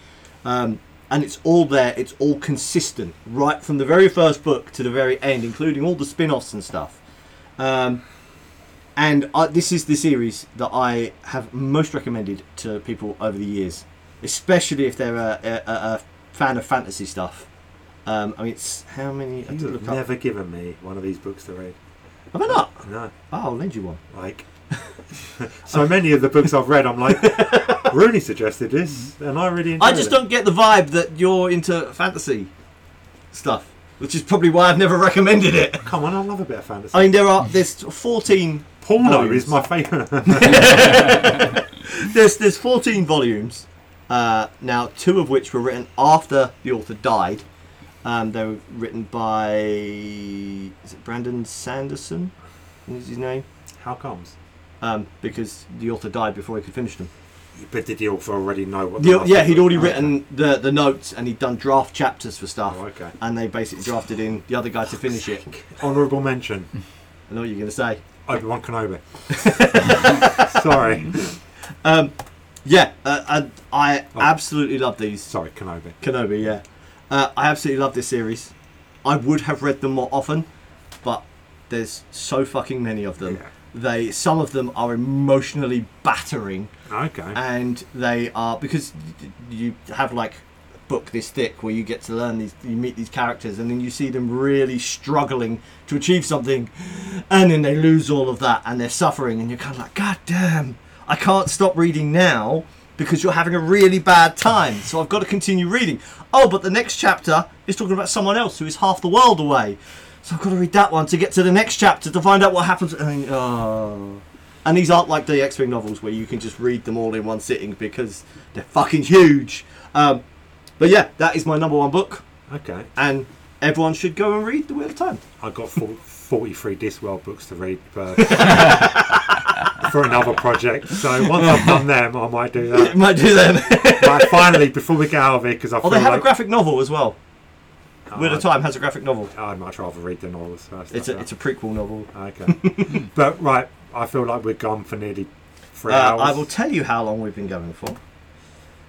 Speaker 1: Um, and it's all there, it's all consistent, right from the very first book to the very end, including all the spin offs and stuff. Um, and I, this is the series that I have most recommended to people over the years, especially if they're a, a, a- a fan of fantasy stuff. Um, I mean, it's how many? I
Speaker 2: You've
Speaker 1: look up.
Speaker 2: never given me one of these books to read.
Speaker 1: Have I not?
Speaker 2: No,
Speaker 1: Oh, I'll lend you one.
Speaker 2: like [LAUGHS] so many of the books I've read,
Speaker 1: [LAUGHS]
Speaker 2: I'm like, Rooney suggested this, and I really.
Speaker 1: I
Speaker 2: enjoyed
Speaker 1: just
Speaker 2: it.
Speaker 1: don't get the vibe that you're into fantasy stuff, which is probably why I've never recommended it.
Speaker 2: Come on, I love a bit of fantasy.
Speaker 1: I Oh, mean, there are there's 14
Speaker 2: Porno
Speaker 1: volumes.
Speaker 2: is my favourite.
Speaker 1: [LAUGHS] there's there's 14 volumes. Uh, now, two of which were written after the author died. Um, they were written by is it Brandon Sanderson? Is his name?
Speaker 2: How comes?
Speaker 1: Um, because the author died before he could finish them. Oh,
Speaker 2: But did the author already know what?
Speaker 1: The,
Speaker 2: last
Speaker 1: yeah, he'd
Speaker 2: book-
Speaker 1: already
Speaker 2: Okay.
Speaker 1: written the, the notes and he'd done draft chapters for stuff.
Speaker 2: Oh, okay.
Speaker 1: And they basically drafted in the other guy to finish it.
Speaker 2: Honourable
Speaker 1: [LAUGHS]
Speaker 2: mention.
Speaker 1: I know what you're going to say.
Speaker 2: Obi Wan Kenobi.
Speaker 1: [LAUGHS]
Speaker 2: Sorry,
Speaker 1: Um, yeah, uh, I, I
Speaker 2: Oh.
Speaker 1: absolutely love these.
Speaker 2: sorry, Kenobi.
Speaker 1: Kenobi, yeah. Uh, I absolutely love this series. I would have read them more often, but there's so fucking many of them.
Speaker 2: Yeah.
Speaker 1: They some of them are emotionally battering,
Speaker 2: Okay.
Speaker 1: and they are because y- you have like a book this thick where you get to learn these, you meet these characters, and then you see them really struggling to achieve something, and then they lose all of that and they're suffering, and you're kind of like, God damn, I can't stop reading now because you're having a really bad time. So I've got to continue reading. Oh, but the next chapter is talking about someone else who is half the world away. So I've got to read that one to get to the next chapter to find out what happens. And, oh. and these aren't like the X Wing novels where you can just read them all in one sitting because they're fucking huge. Um, but yeah, that is my number one book,
Speaker 2: okay.
Speaker 1: and everyone should go and read The Wheel of Time.
Speaker 2: I got four, 43 Discworld books to read
Speaker 1: [LAUGHS]
Speaker 2: but for another project. So once I've done them, I might do
Speaker 1: It
Speaker 2: that.
Speaker 1: might do [LAUGHS] that.
Speaker 2: But finally, before we get out of here, because I
Speaker 1: oh,
Speaker 2: feel
Speaker 1: they have
Speaker 2: like
Speaker 1: a graphic novel as well.
Speaker 2: Oh,
Speaker 1: Wheel of
Speaker 2: I'd-
Speaker 1: Time has a graphic novel.
Speaker 2: I'd much rather read the novels first.
Speaker 1: It's a it's a prequel novel. [LAUGHS]
Speaker 2: okay. but right, I feel like we're gone for nearly three
Speaker 1: Uh,
Speaker 2: hours.
Speaker 1: I will tell you how long we've been going for.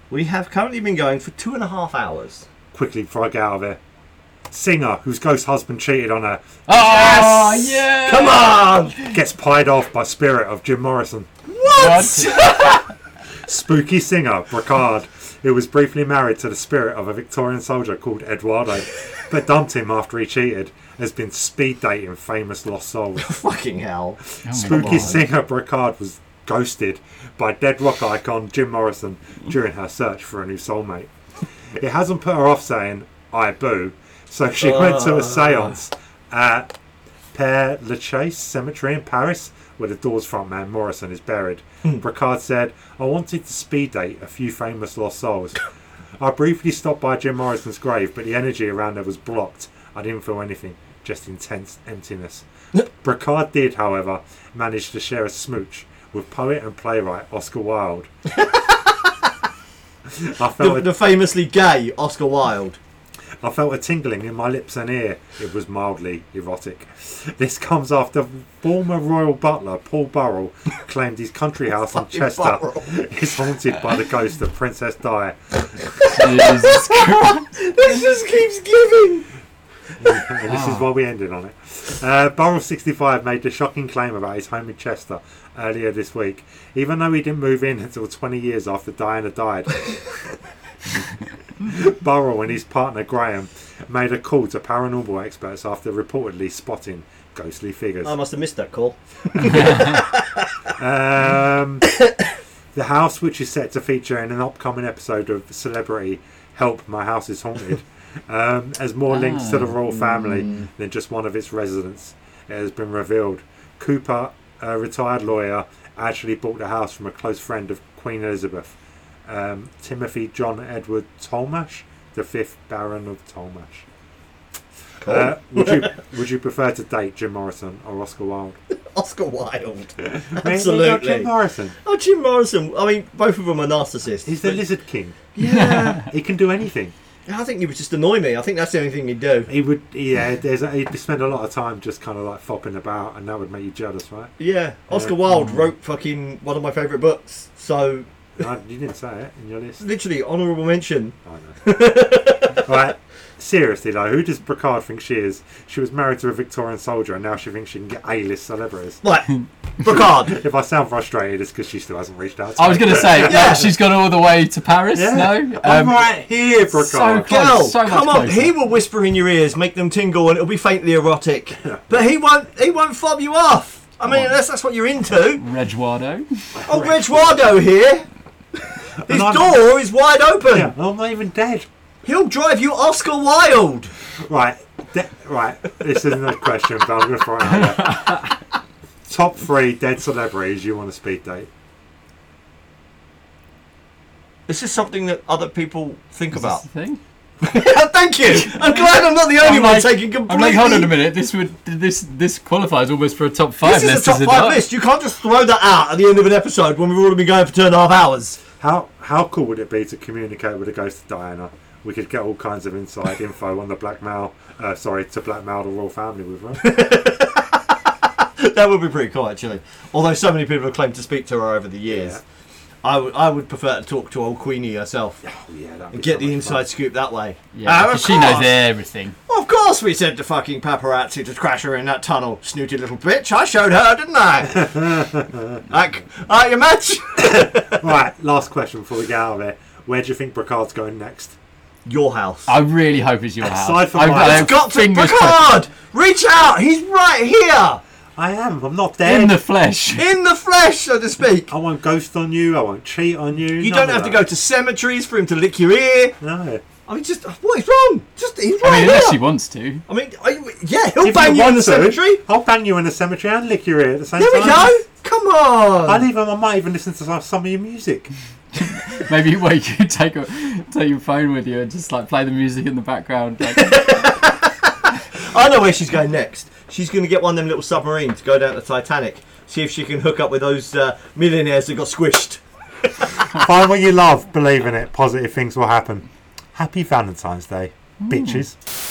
Speaker 1: We have currently been going for two and a half hours. [LAUGHS]
Speaker 2: quickly before I get out of here. Singer, whose ghost husband cheated on her,
Speaker 3: [LAUGHS] Oh yeah!
Speaker 1: Come on!
Speaker 2: gets pied off by spirit of Jim Morrison.
Speaker 3: What?
Speaker 2: Spooky singer Bricard, who was briefly married to the spirit of a Victorian soldier called Eduardo, but dumped him after he cheated, has been speed dating famous lost souls.
Speaker 1: Fucking hell.
Speaker 3: Oh my
Speaker 2: Spooky
Speaker 3: God.
Speaker 2: singer Bricard was ghosted by dead rock icon Jim Morrison during her search for a new soulmate. It hasn't put her off saying, I boo, so she went to a seance at Père Lachaise Cemetery in Paris, where the Doors frontman Morrison is buried.
Speaker 1: Hmm.
Speaker 2: Bricard said, I wanted to speed date a few famous lost souls. I briefly stopped by Jim Morrison's grave, but the energy around her was blocked. I didn't feel anything, just intense
Speaker 1: [LAUGHS]
Speaker 2: emptiness. Bricard did, however, manage
Speaker 1: [LAUGHS]
Speaker 2: to share a smooch with poet and playwright Oscar Wilde. I
Speaker 1: The,
Speaker 2: felt,
Speaker 1: the
Speaker 2: a,
Speaker 1: famously gay Oscar [LAUGHS] Wilde.
Speaker 2: I felt a tingling in my lips and ear. It was mildly erotic. This comes after former royal butler Paul Burrell claimed his country house in
Speaker 1: Fucking
Speaker 2: Chester
Speaker 1: Burrell.
Speaker 2: is haunted by the ghost of Princess Di.
Speaker 3: Jesus
Speaker 1: [LAUGHS]
Speaker 3: Christ.
Speaker 1: This just keeps giving.
Speaker 2: and [LAUGHS] this is why we ended on it. Uh, Burrell65 made the shocking claim about his home in Chester earlier this week, even though he didn't move in until 20 years after Diana died. [LAUGHS] Burrell and his partner Graham made a call to paranormal experts after reportedly spotting ghostly figures.
Speaker 1: I must have missed that call.
Speaker 2: Um, [COUGHS] the house, which is set to feature in an upcoming episode of Celebrity Help My House Is Haunted, um, has more links to the royal family than just one of its residents. It has been revealed. Cooper, a retired lawyer, actually bought the house from a close friend of Queen Elizabeth, um, Timothy John Edward Tolmash, the fifth Baron of Tolmash. Uh, would you would you prefer to date Jim Morrison or
Speaker 1: [LAUGHS]
Speaker 2: Oscar Wilde?
Speaker 1: [LAUGHS] Oscar Wilde.
Speaker 2: Maybe not Jim
Speaker 1: Absolutely.
Speaker 2: Morrison.
Speaker 1: Oh, Jim Morrison. I mean, both of them are narcissists.
Speaker 2: He's the
Speaker 1: but-
Speaker 2: Lizard King. [LAUGHS]
Speaker 1: Yeah.
Speaker 2: He can do anything.
Speaker 1: I think he would just annoy me. I think that's the only thing he'd do.
Speaker 2: He would, yeah. There's, he'd spend a lot of time just kind of like fopping about, and that would make you jealous, right?
Speaker 1: Yeah. Oscar Wilde wrote fucking one of my favourite books. So,
Speaker 2: No, you didn't say it in your
Speaker 1: [LAUGHS]
Speaker 2: list.
Speaker 1: literally, honourable mention.
Speaker 2: I know. right. Seriously though, who does Picard think she is? She was married to a Victorian soldier, and now she thinks she can get A-list celebrities.
Speaker 1: Like,
Speaker 2: [LAUGHS]
Speaker 1: Picard.
Speaker 2: If I sound frustrated, it's because she still hasn't reached out. To
Speaker 3: I was
Speaker 2: me.
Speaker 3: going to
Speaker 2: [LAUGHS]
Speaker 3: say, like,
Speaker 1: [LAUGHS] Yeah.
Speaker 3: she's gone all the way to Paris, no?
Speaker 2: I'm
Speaker 3: Um,
Speaker 2: right here, Picard.
Speaker 3: so close.
Speaker 1: Girl,
Speaker 3: so much
Speaker 1: come on.
Speaker 3: closer.
Speaker 1: He will whisper in your ears, make them tingle, and it'll be faintly [LAUGHS] erotic. But he won't. He won't fob you off. I mean, unless that's what you're into.
Speaker 3: Reguardo.
Speaker 1: Oh, Reg Wardo here. His
Speaker 2: [LAUGHS] And I'm-
Speaker 1: door is wide open.
Speaker 2: Yeah, I'm not even dead.
Speaker 1: He'll drive you Oscar Wilde.
Speaker 2: Right, de- right. This isn't a question, but I'm going to throw it out there.
Speaker 3: [LAUGHS]
Speaker 2: Top three dead celebrities you want to speed date.
Speaker 1: This is something that other people think
Speaker 3: That's
Speaker 1: about.
Speaker 3: the thing.
Speaker 1: [LAUGHS] Thank you. I'm glad I'm not the only
Speaker 3: I'm
Speaker 1: one
Speaker 3: like-
Speaker 1: taking completely.
Speaker 3: I'm like, hold on a minute. This would this this qualifies almost for a top five
Speaker 1: This is a
Speaker 3: list,
Speaker 1: top
Speaker 3: it
Speaker 1: five
Speaker 3: not?
Speaker 1: list. You can't just throw that out at the end of an episode when we've already been going for two and a half hours. [LAUGHS]
Speaker 2: How how cool would it be to communicate with the ghost of Diana? We could get all kinds of inside info on the blackmail. Uh, sorry, to blackmail the royal family with
Speaker 1: [LAUGHS]
Speaker 2: her.
Speaker 1: that would be pretty cool, actually. Although so many people have claimed to speak to her over the years.
Speaker 2: Yeah.
Speaker 1: I would, I would prefer to talk to old Queenie herself
Speaker 2: Oh, yeah, that'd be
Speaker 1: and get
Speaker 2: so
Speaker 1: the
Speaker 2: much
Speaker 1: inside
Speaker 2: fun.
Speaker 1: scoop that way.
Speaker 3: Yeah,
Speaker 1: Uh, of
Speaker 3: because she knows
Speaker 1: course.
Speaker 3: everything.
Speaker 1: Of course, we sent the fucking paparazzi to crash her in that tunnel, snooty little bitch. I showed her, didn't I?
Speaker 2: [LAUGHS]
Speaker 1: like, are you
Speaker 3: [LAUGHS]
Speaker 1: match?
Speaker 2: Right, last question before we get out of here. Where do you think Bricard's going next?
Speaker 1: Your house.
Speaker 3: I really hope it's your house.
Speaker 2: Aside from
Speaker 3: I,
Speaker 2: mine.
Speaker 3: I-
Speaker 2: It's
Speaker 1: got to
Speaker 3: fingers
Speaker 1: Picard.
Speaker 3: crossed.
Speaker 1: Reach out. He's right here
Speaker 2: I am. I'm not dead.
Speaker 3: in the flesh.
Speaker 1: in the flesh, so to speak.
Speaker 2: I won't ghost on you. I won't cheat on you.
Speaker 1: You don't have to go to cemeteries for him to lick your ear.
Speaker 2: No.
Speaker 1: I mean, just what is wrong? Just he's
Speaker 3: I
Speaker 1: right here.
Speaker 3: mean, unless she wants to.
Speaker 1: I mean, are you- yeah, he'll
Speaker 2: If
Speaker 1: bang you, in
Speaker 2: want
Speaker 1: the
Speaker 2: to,
Speaker 1: cemetery.
Speaker 2: I'll bang you in the cemetery and lick your ear at the same
Speaker 1: There we
Speaker 2: time.
Speaker 1: go. Come on.
Speaker 2: I'll even, I might even listen to some, some of your music.
Speaker 3: Maybe where you [LAUGHS] could take a, take your phone with you and just like play the music in the background. Like,
Speaker 1: I know where she's going next. She's going to get one of them little submarines, go down to Titanic, see if she can hook up with those uh, millionaires that got squished.
Speaker 2: [LAUGHS] Find what you love, believe in it, positive things will happen. Happy Valentine's Day, bitches.